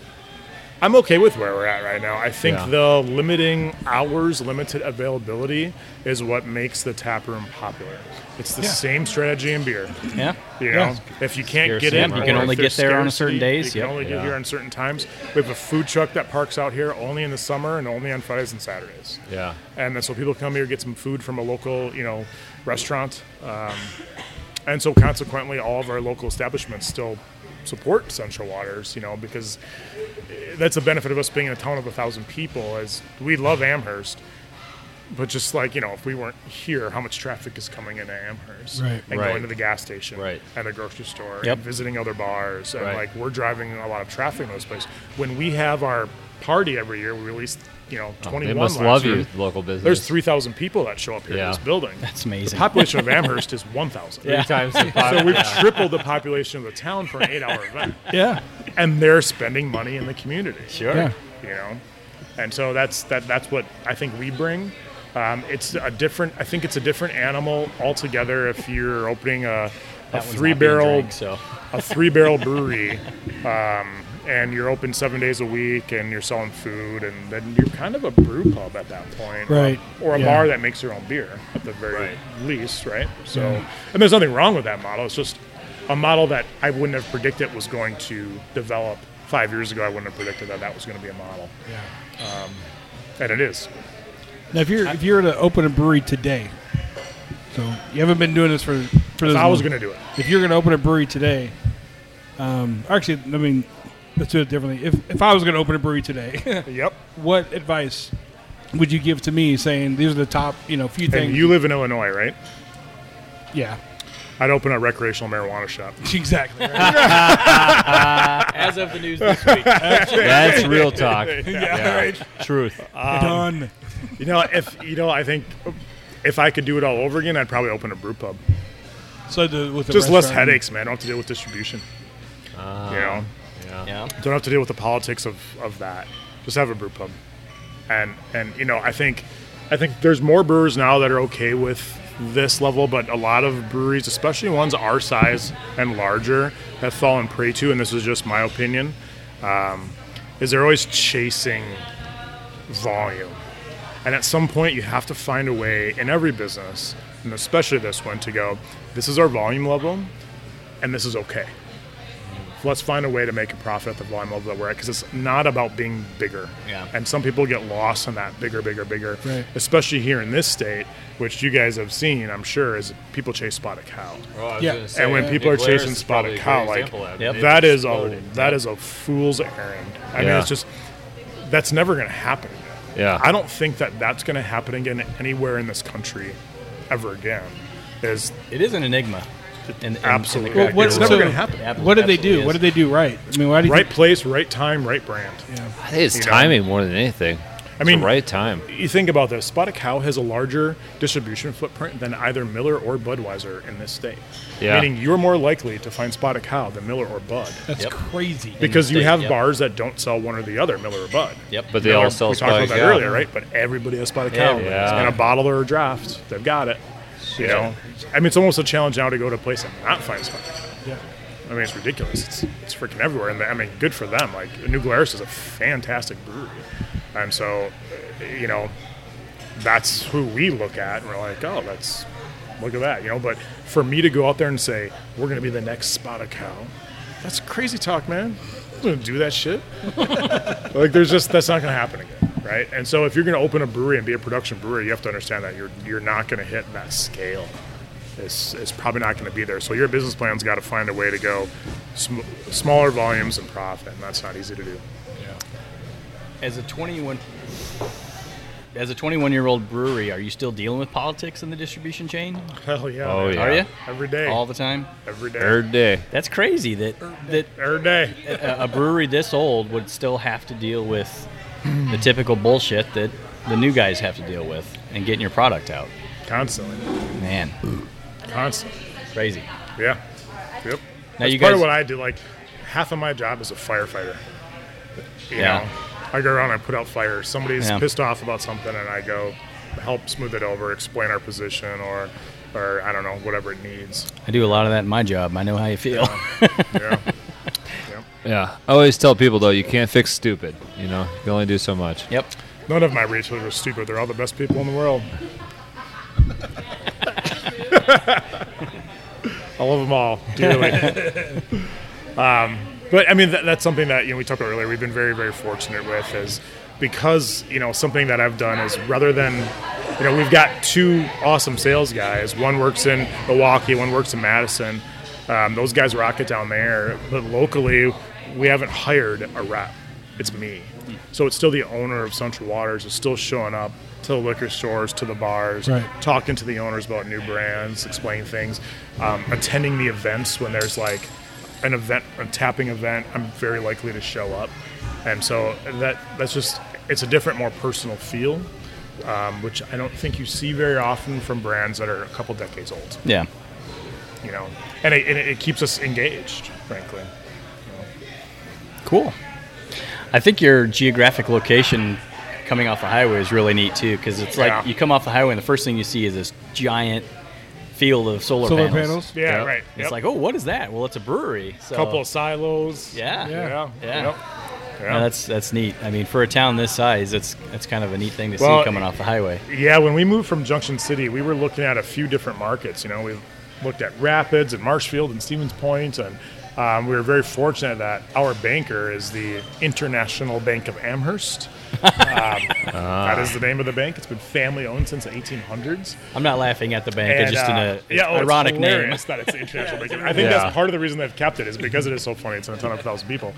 I'm okay with where we're at right now. I think
Yeah.
the limiting hours, limited availability is what makes the tap room popular. It's the same strategy in beer.
Yeah.
You know,
Yeah.
if you can't
Scarcity,
get in,
yeah, you
or
can
if
only
there's
get there on a
scarcity,
certain days,
You
yep.
can only
Yeah.
get here on certain times. We have a food truck that parks out here only in the summer and only on Fridays and Saturdays.
Yeah.
And that's so people come here get some food from a local, you know, restaurant, um, and so consequently, all of our local establishments still support Central Waters. You know, because that's the benefit of us being in a town of a thousand people is we love Amherst. But just like you know, if we weren't here, how much traffic is coming into Amherst
Right.
and
Right.
going to the gas station
Right.
and the grocery store
Yep.
and visiting other bars and
Right.
like we're driving a lot of traffic in those places. When we have our party every year, we release you know twenty
Oh, They
one.
must love you, local business.
There's three thousand people that show up here
Yeah.
in this building.
That's amazing.
The population of Amherst is one thousand.
three times the pop-
So we've tripled the population of the town for an eight hour event.
yeah,
And they're spending money in the community
yeah.
you know and so that's that that's what i think we bring um, it's a different i think it's a different animal altogether if you're opening a, a
That one's not
three
being
barrel
drank, so
a three barrel brewery um, and you're open seven days a week and you're selling food and then you're kind of a brew pub at that point or-
Right.
or a
Yeah.
bar that makes your own beer at the very least right so and there's nothing wrong with that model it's just a model that i wouldn't have predicted was going to develop five years ago i wouldn't have predicted that that was going to be a model yeah. um, and it is
Now, if you're if you're to open a brewery today, so you haven't been doing this for for this.
i was
long.
going to do it
If you're going to open a brewery today, um, actually, I mean, let's do it differently. If if I was going to open a brewery today,
yep
what advice would you give to me? Saying these are the top, you know, few
and
things.
you live in illinois right
yeah,
i'd open a recreational marijuana shop
exactly. right.
As of the news this week.
That's real talk. Yeah. Truth.
Done.
You know, if you know, I think if I could do it all over again, I'd probably open a brew pub.
So the, with the
Just less
restaurant-
headaches, man. I don't have to deal with distribution. you know,
Yeah.
don't have to deal with the politics of, of that. Just have a brew pub, and and you know, I think I think there's more brewers now that are okay with this level, but a lot of breweries, especially ones our size and larger, have fallen prey to. And this is just my opinion. Um, is they're always chasing volume. And at some point, you have to find a way in every business, and especially this one, to go, this is our volume level, and this is okay. Let's find a way to make a profit at the volume level that we're at, because it's not about being bigger.
Yeah.
And some people get lost in that bigger, bigger, bigger,
Right.
especially here in this state, which you guys have seen, I'm sure, is people chase spotted cow.
Yeah.
And when people are chasing spotted cow, like
Yep.
that is a that is a fool's errand. I mean,
Yeah.
it's just that's never going to happen.
Yeah.
I don't think that that's going to happen again anywhere in this country ever again. Is
It is an enigma. In, in,
Absolutely.
In the craft
Well,
it's
what-
brew
never
so-
going to
world.
happen.
Ab-
What did they
absolutely
do? What
is.
did they do right? I mean, why do you
Right
Think,
place, right time, right brand.
I think it's
You know.
timing more than anything. It's
mean-
the right time.
You think about this: Spotted Cow has a larger distribution footprint than either Miller or Budweiser in this state.
Yeah.
Meaning you're more likely to find Spotted Cow than Miller or Bud
that's crazy.
because you
state,
have
yep.
bars that don't sell one or the other, Miller or Bud.
Yep.
But they
know,
all sell
we talked about
spotted
that
cow.
earlier, right? But everybody has spotted cow
Yeah.
in a bottle or a draft. They've got it. You know, I mean, it's almost a challenge now to go to a place and not find spotted cow.
Yeah.
I mean, it's ridiculous. It's, it's freaking everywhere, and I mean, good for them. Like New Glarus is a fantastic brewery, and so uh, you know, that's who we look at, and we're like, oh, that's look at that, you know. But for me to go out there and say we're going to be the next spotted cow, that's crazy talk, man. I'm going to do that shit. like, there's just that's not going to happen again, right? And so, if you're going to open a brewery and be a production brewery, you have to understand that you're you're not going to hit that scale is, is probably not going to be there. So your business plan's got to find a way to go sm- smaller volumes and profit, and that's not easy to do.
As a 21 as a 21 year old brewery, are you still dealing with politics in the distribution chain?
Hell yeah!
Oh,
man.
yeah.
Are you?
Every day,
All the time?
every day,
Third day.
That's crazy that that
every day.
a a brewery this old would still have to deal with the typical bullshit that the new guys have to deal with and getting your product out.
constantly,
Man,
constantly.
crazy.
Yeah, yep.
Now
that's
you
part of
guys-
what I do. Like half of my job is a firefighter. You
Yeah.
know, I go around and I put out fires. Somebody's
Yeah.
pissed off about something, and I go help smooth it over, explain our position, or or I don't know, whatever it needs.
I do a lot of that in my job. I know how you feel.
Yeah.
Yeah. I always tell people though, you can't fix stupid. You know, you can only do so much.
yep.
None of my retailers are stupid. They're all the best people in the world. I love them all dearly. um, but I mean, that, that's something that you know we talked about earlier. We've been very, very fortunate with is because you know something that I've done is rather than you know we've got two awesome sales guys. One works in Milwaukee. One works in Madison. Um, those guys rock it down there. But locally, we haven't hired a rep. It's me. So it's still the owner of Central Waters. It's still showing up to the liquor stores, to the bars,
Right.
talking to the owners about new brands, explaining things, um, attending the events when there's like an event, a tapping event. I'm very likely to show up, and so that that's just it's a different, more personal feel, um, which I don't think you see very often from brands that are a couple decades old.
Yeah.
You know, and it, and it keeps us engaged, frankly.
Cool. I think your geographic location coming off the highway is really neat too because it's like
Yeah.
you come off the highway and the first thing you see is this giant field of solar,
Solar
panels.
panels?
Yeah, right.
It's
Yep.
like, oh, what is that? Well, it's a brewery. So,
couple of silos.
Yeah.
Yeah.
Yeah.
Yep.
No, that's that's neat. I mean, for a town this size, it's that's kind of a neat thing to
Well,
see coming off the highway.
Yeah, when we moved from Junction City, we were looking at a few different markets. You know, we looked at Rapids and Marshfield and Stevens Point, and um, we were very fortunate that our banker is the International Bank of Amherst. Um, That is the name of the bank. It's been family owned since the 1800s.
I'm not laughing at the bank. it's just
uh,
an a
yeah, oh, it's
ironic name.
hilarious That it's the International Bank. I think
Yeah.
that's part of the reason they've kept it is because it is so funny. It's in a ton of thousand people.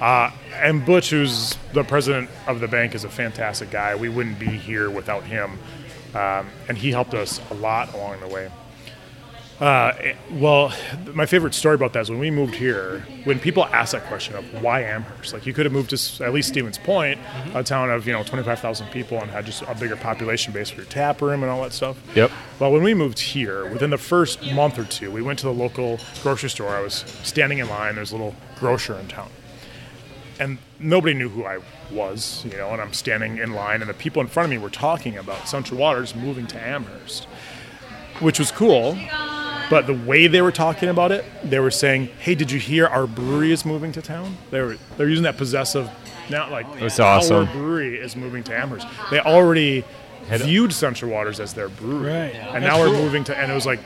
Uh, and Butch, who's the president of the bank, is a fantastic guy. We wouldn't be here without him, um, and he helped us a lot along the way. Uh, it- well, my favorite story about that is when we moved here. When people ask that question of why Amherst, like you could have moved to s- at least Stevens Point,
Mm-hmm.
a town of you know twenty five thousand people, and had just a bigger population base for your tap room and all that stuff.
Yep.
Well, when we moved here, within the first month or two, we went to the local grocery store. I was standing in line. There's a little grocer in town. And nobody knew who I was, you know, and I'm standing in line, and the people in front of me were talking about Central Waters moving to Amherst, which was cool. But the way they were talking about it, they were saying, "Hey, did you hear our brewery is moving to town?" They were they're using that possessive, now like
Oh, That's
our
awesome.
brewery is moving to Amherst. They already viewed Central Waters as their brewery,
Right. Yeah.
and now
That's
we're
cool.
moving to. And it was like,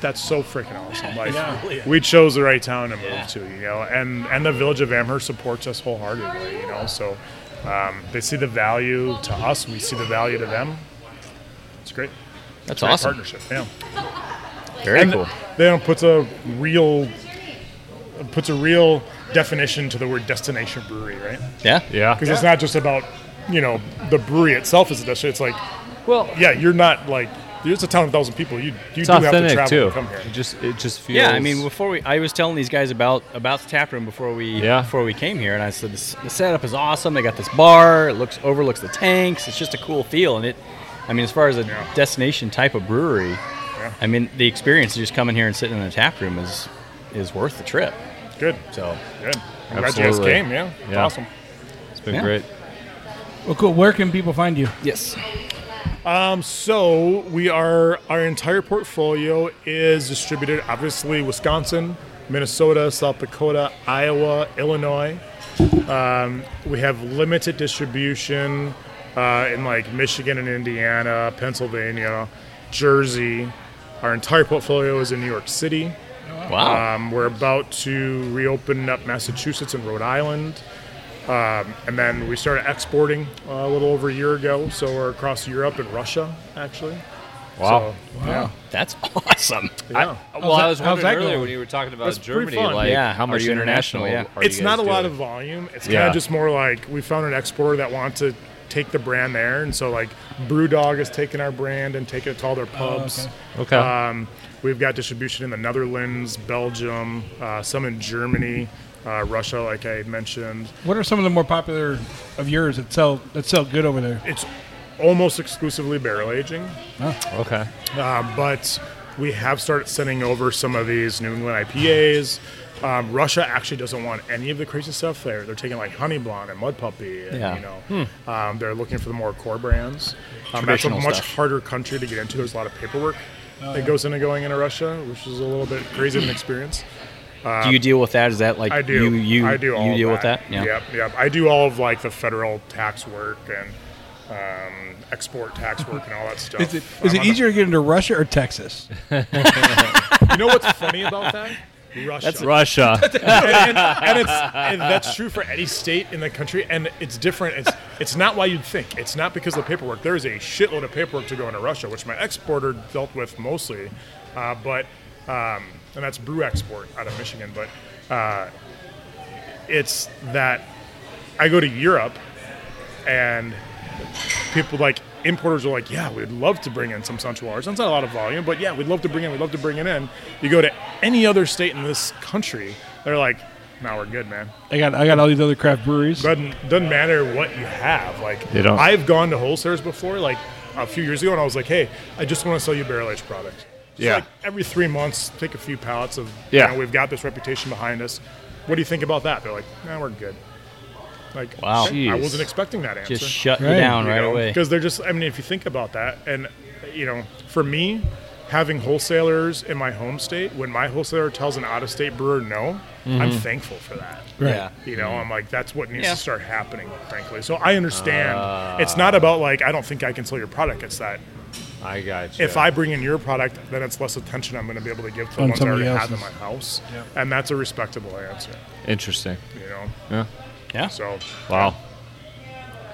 that's so freaking awesome. Like
Yeah.
we chose the right town to move to, you know. And and the village of Amherst supports us wholeheartedly, you know. So um, they see the value to us, we see the value to them. It's great.
That's
Great
awesome.
partnership. Yeah.
Very
And
cool.
Then it puts a real it puts a real definition to the word destination brewery, right?
Yeah.
Yeah.
Because it's not just about you know the brewery itself is a destination. It's like, well, yeah, you're not like it's a town of thousand people. You you
It's
do have to
authentic
travel
too.
to come here.
It just it just feels.
Yeah, I mean, before we, I was telling these guys about about the tap room before we
Yeah.
before we came here, and I said this, the setup is awesome. They got this bar, it looks overlooks the tanks. It's just a cool feel, and it, I mean, as far as a destination type of brewery, I mean, the experience of just coming here and sitting in a tap room is is worth the trip.
Good,
So
good. I'm glad you guys
Absolutely.
came. Yeah, It's
Yeah.
awesome.
it's been
yeah.
great.
Well, cool. Where can people find you?
yes,
Um, so we are our entire portfolio is distributed obviously Wisconsin, Minnesota, South Dakota, Iowa, Illinois. Um, we have limited distribution uh, in like Michigan and Indiana, Pennsylvania, Jersey. Our entire portfolio is in New York City.
wow,
Um, we're about to reopen up Massachusetts and Rhode Island. Um, and then we started exporting uh, a little over a year ago. So we're across Europe and Russia, actually.
Wow.
So, yeah.
that's awesome.
yeah.
well, I was wondering
how's that
earlier
going?
when you were talking about
That's pretty
Germany,
fun.
like
Yeah,
how
are
much
you international?
international?
Yeah.
Are you
it's not a
guys
lot of
doing?
volume. It's
Yeah.
kind of just more like we found an exporter that wants to take the brand there. And so, like, Brewdog has taken our brand and taken it to all their pubs.
Oh, Okay.
Um, we've got distribution in the Netherlands, Belgium, uh, some in Germany, uh, Russia, like I had mentioned.
What are some of the more popular of yours that sell that sell good over there?
It's almost exclusively barrel aging,
okay.
uh, but we have started sending over some of these New England IPAs. Um, Russia actually doesn't want any of the crazy stuff there. They're taking like Honey Blonde and Mud Puppy, and
Yeah. Hmm.
you know, um, they're looking for the more core brands. Um, that's a
Traditional
much
stuff.
harder country to get into. There's a lot of paperwork
Oh,
that goes into going into Russia, which is a little bit crazy of an experience.
do you deal with that? Is that like
I do.
you you
I do all
you
of
deal with that?
Yep. Yep. I do all of like the federal tax work and um, export tax work and all that stuff. Um,
Is it is it
I'm
e-
on the-
easier to get into Russia or Texas?
you know what's funny about that? Russia. That's
Russia.
and, and, and it's and that's true for any state in the country, and it's different. It's it's not why you'd think. It's not because of the paperwork. There is a shitload of paperwork to go into Russia, which my exporter dealt with mostly, uh, but um, and that's brew export out of Michigan. But uh, it's that I go to Europe, and people like importers are like, yeah, we'd love to bring in some Sancho Ours. That's not a lot of volume, but yeah, we'd love to bring in, we'd love to bring it in. You go to any other state in this country, they're like, no, we're good, man.
I got I got all these other craft breweries.
Doesn't doesn't matter what you have. Like
They don't-
I've gone to wholesalers before, like a few years ago, and I was like, hey, I just want to sell you barrel aged products. Just
Yeah.
like every three months, take a few pallets of
Yeah.
you know, we've got this reputation behind us. What do you think about that? They're like, no, we're good. Like
Wow.
I
Jeez.
wasn't expecting that answer
Just shut you
Right.
down right away.
because they're just i mean if you think about that and you know for me having wholesalers in my home state, when my wholesaler tells an out of state brewer no, I'm
Mm-hmm.
thankful for that.
Yeah.
You know, I'm like, that's what needs
Yeah.
to start happening, frankly. So I understand.
Ah.
it's not about like, I don't think I can sell your product. It's that
I got you.
if I bring in your product, then it's less attention I'm going to be able to give to the
On
ones I already
somebody
have in my
else's.
house. And that's a respectable answer,
Interesting.
you know?
Yeah.
Yeah.
So
Wow.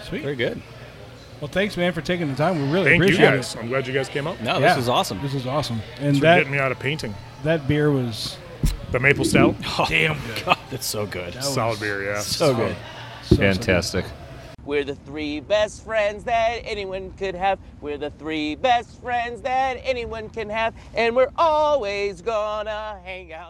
Sweet.
Very good.
Well, thanks, man, for taking the time. We really
thank you
appreciate
guys. I'm glad you guys came up.
No,
it.
Oh, this was awesome.
This was awesome. And
Thanks for
that
getting me out of painting.
that beer was
The maple stout,
Damn Oh, God, that's so good.
solid beer, yeah.
So good.
so, so good.
Fantastic.
We're the three best friends that anyone could have. We're the three best friends that anyone can have. And we're always gonna hang out.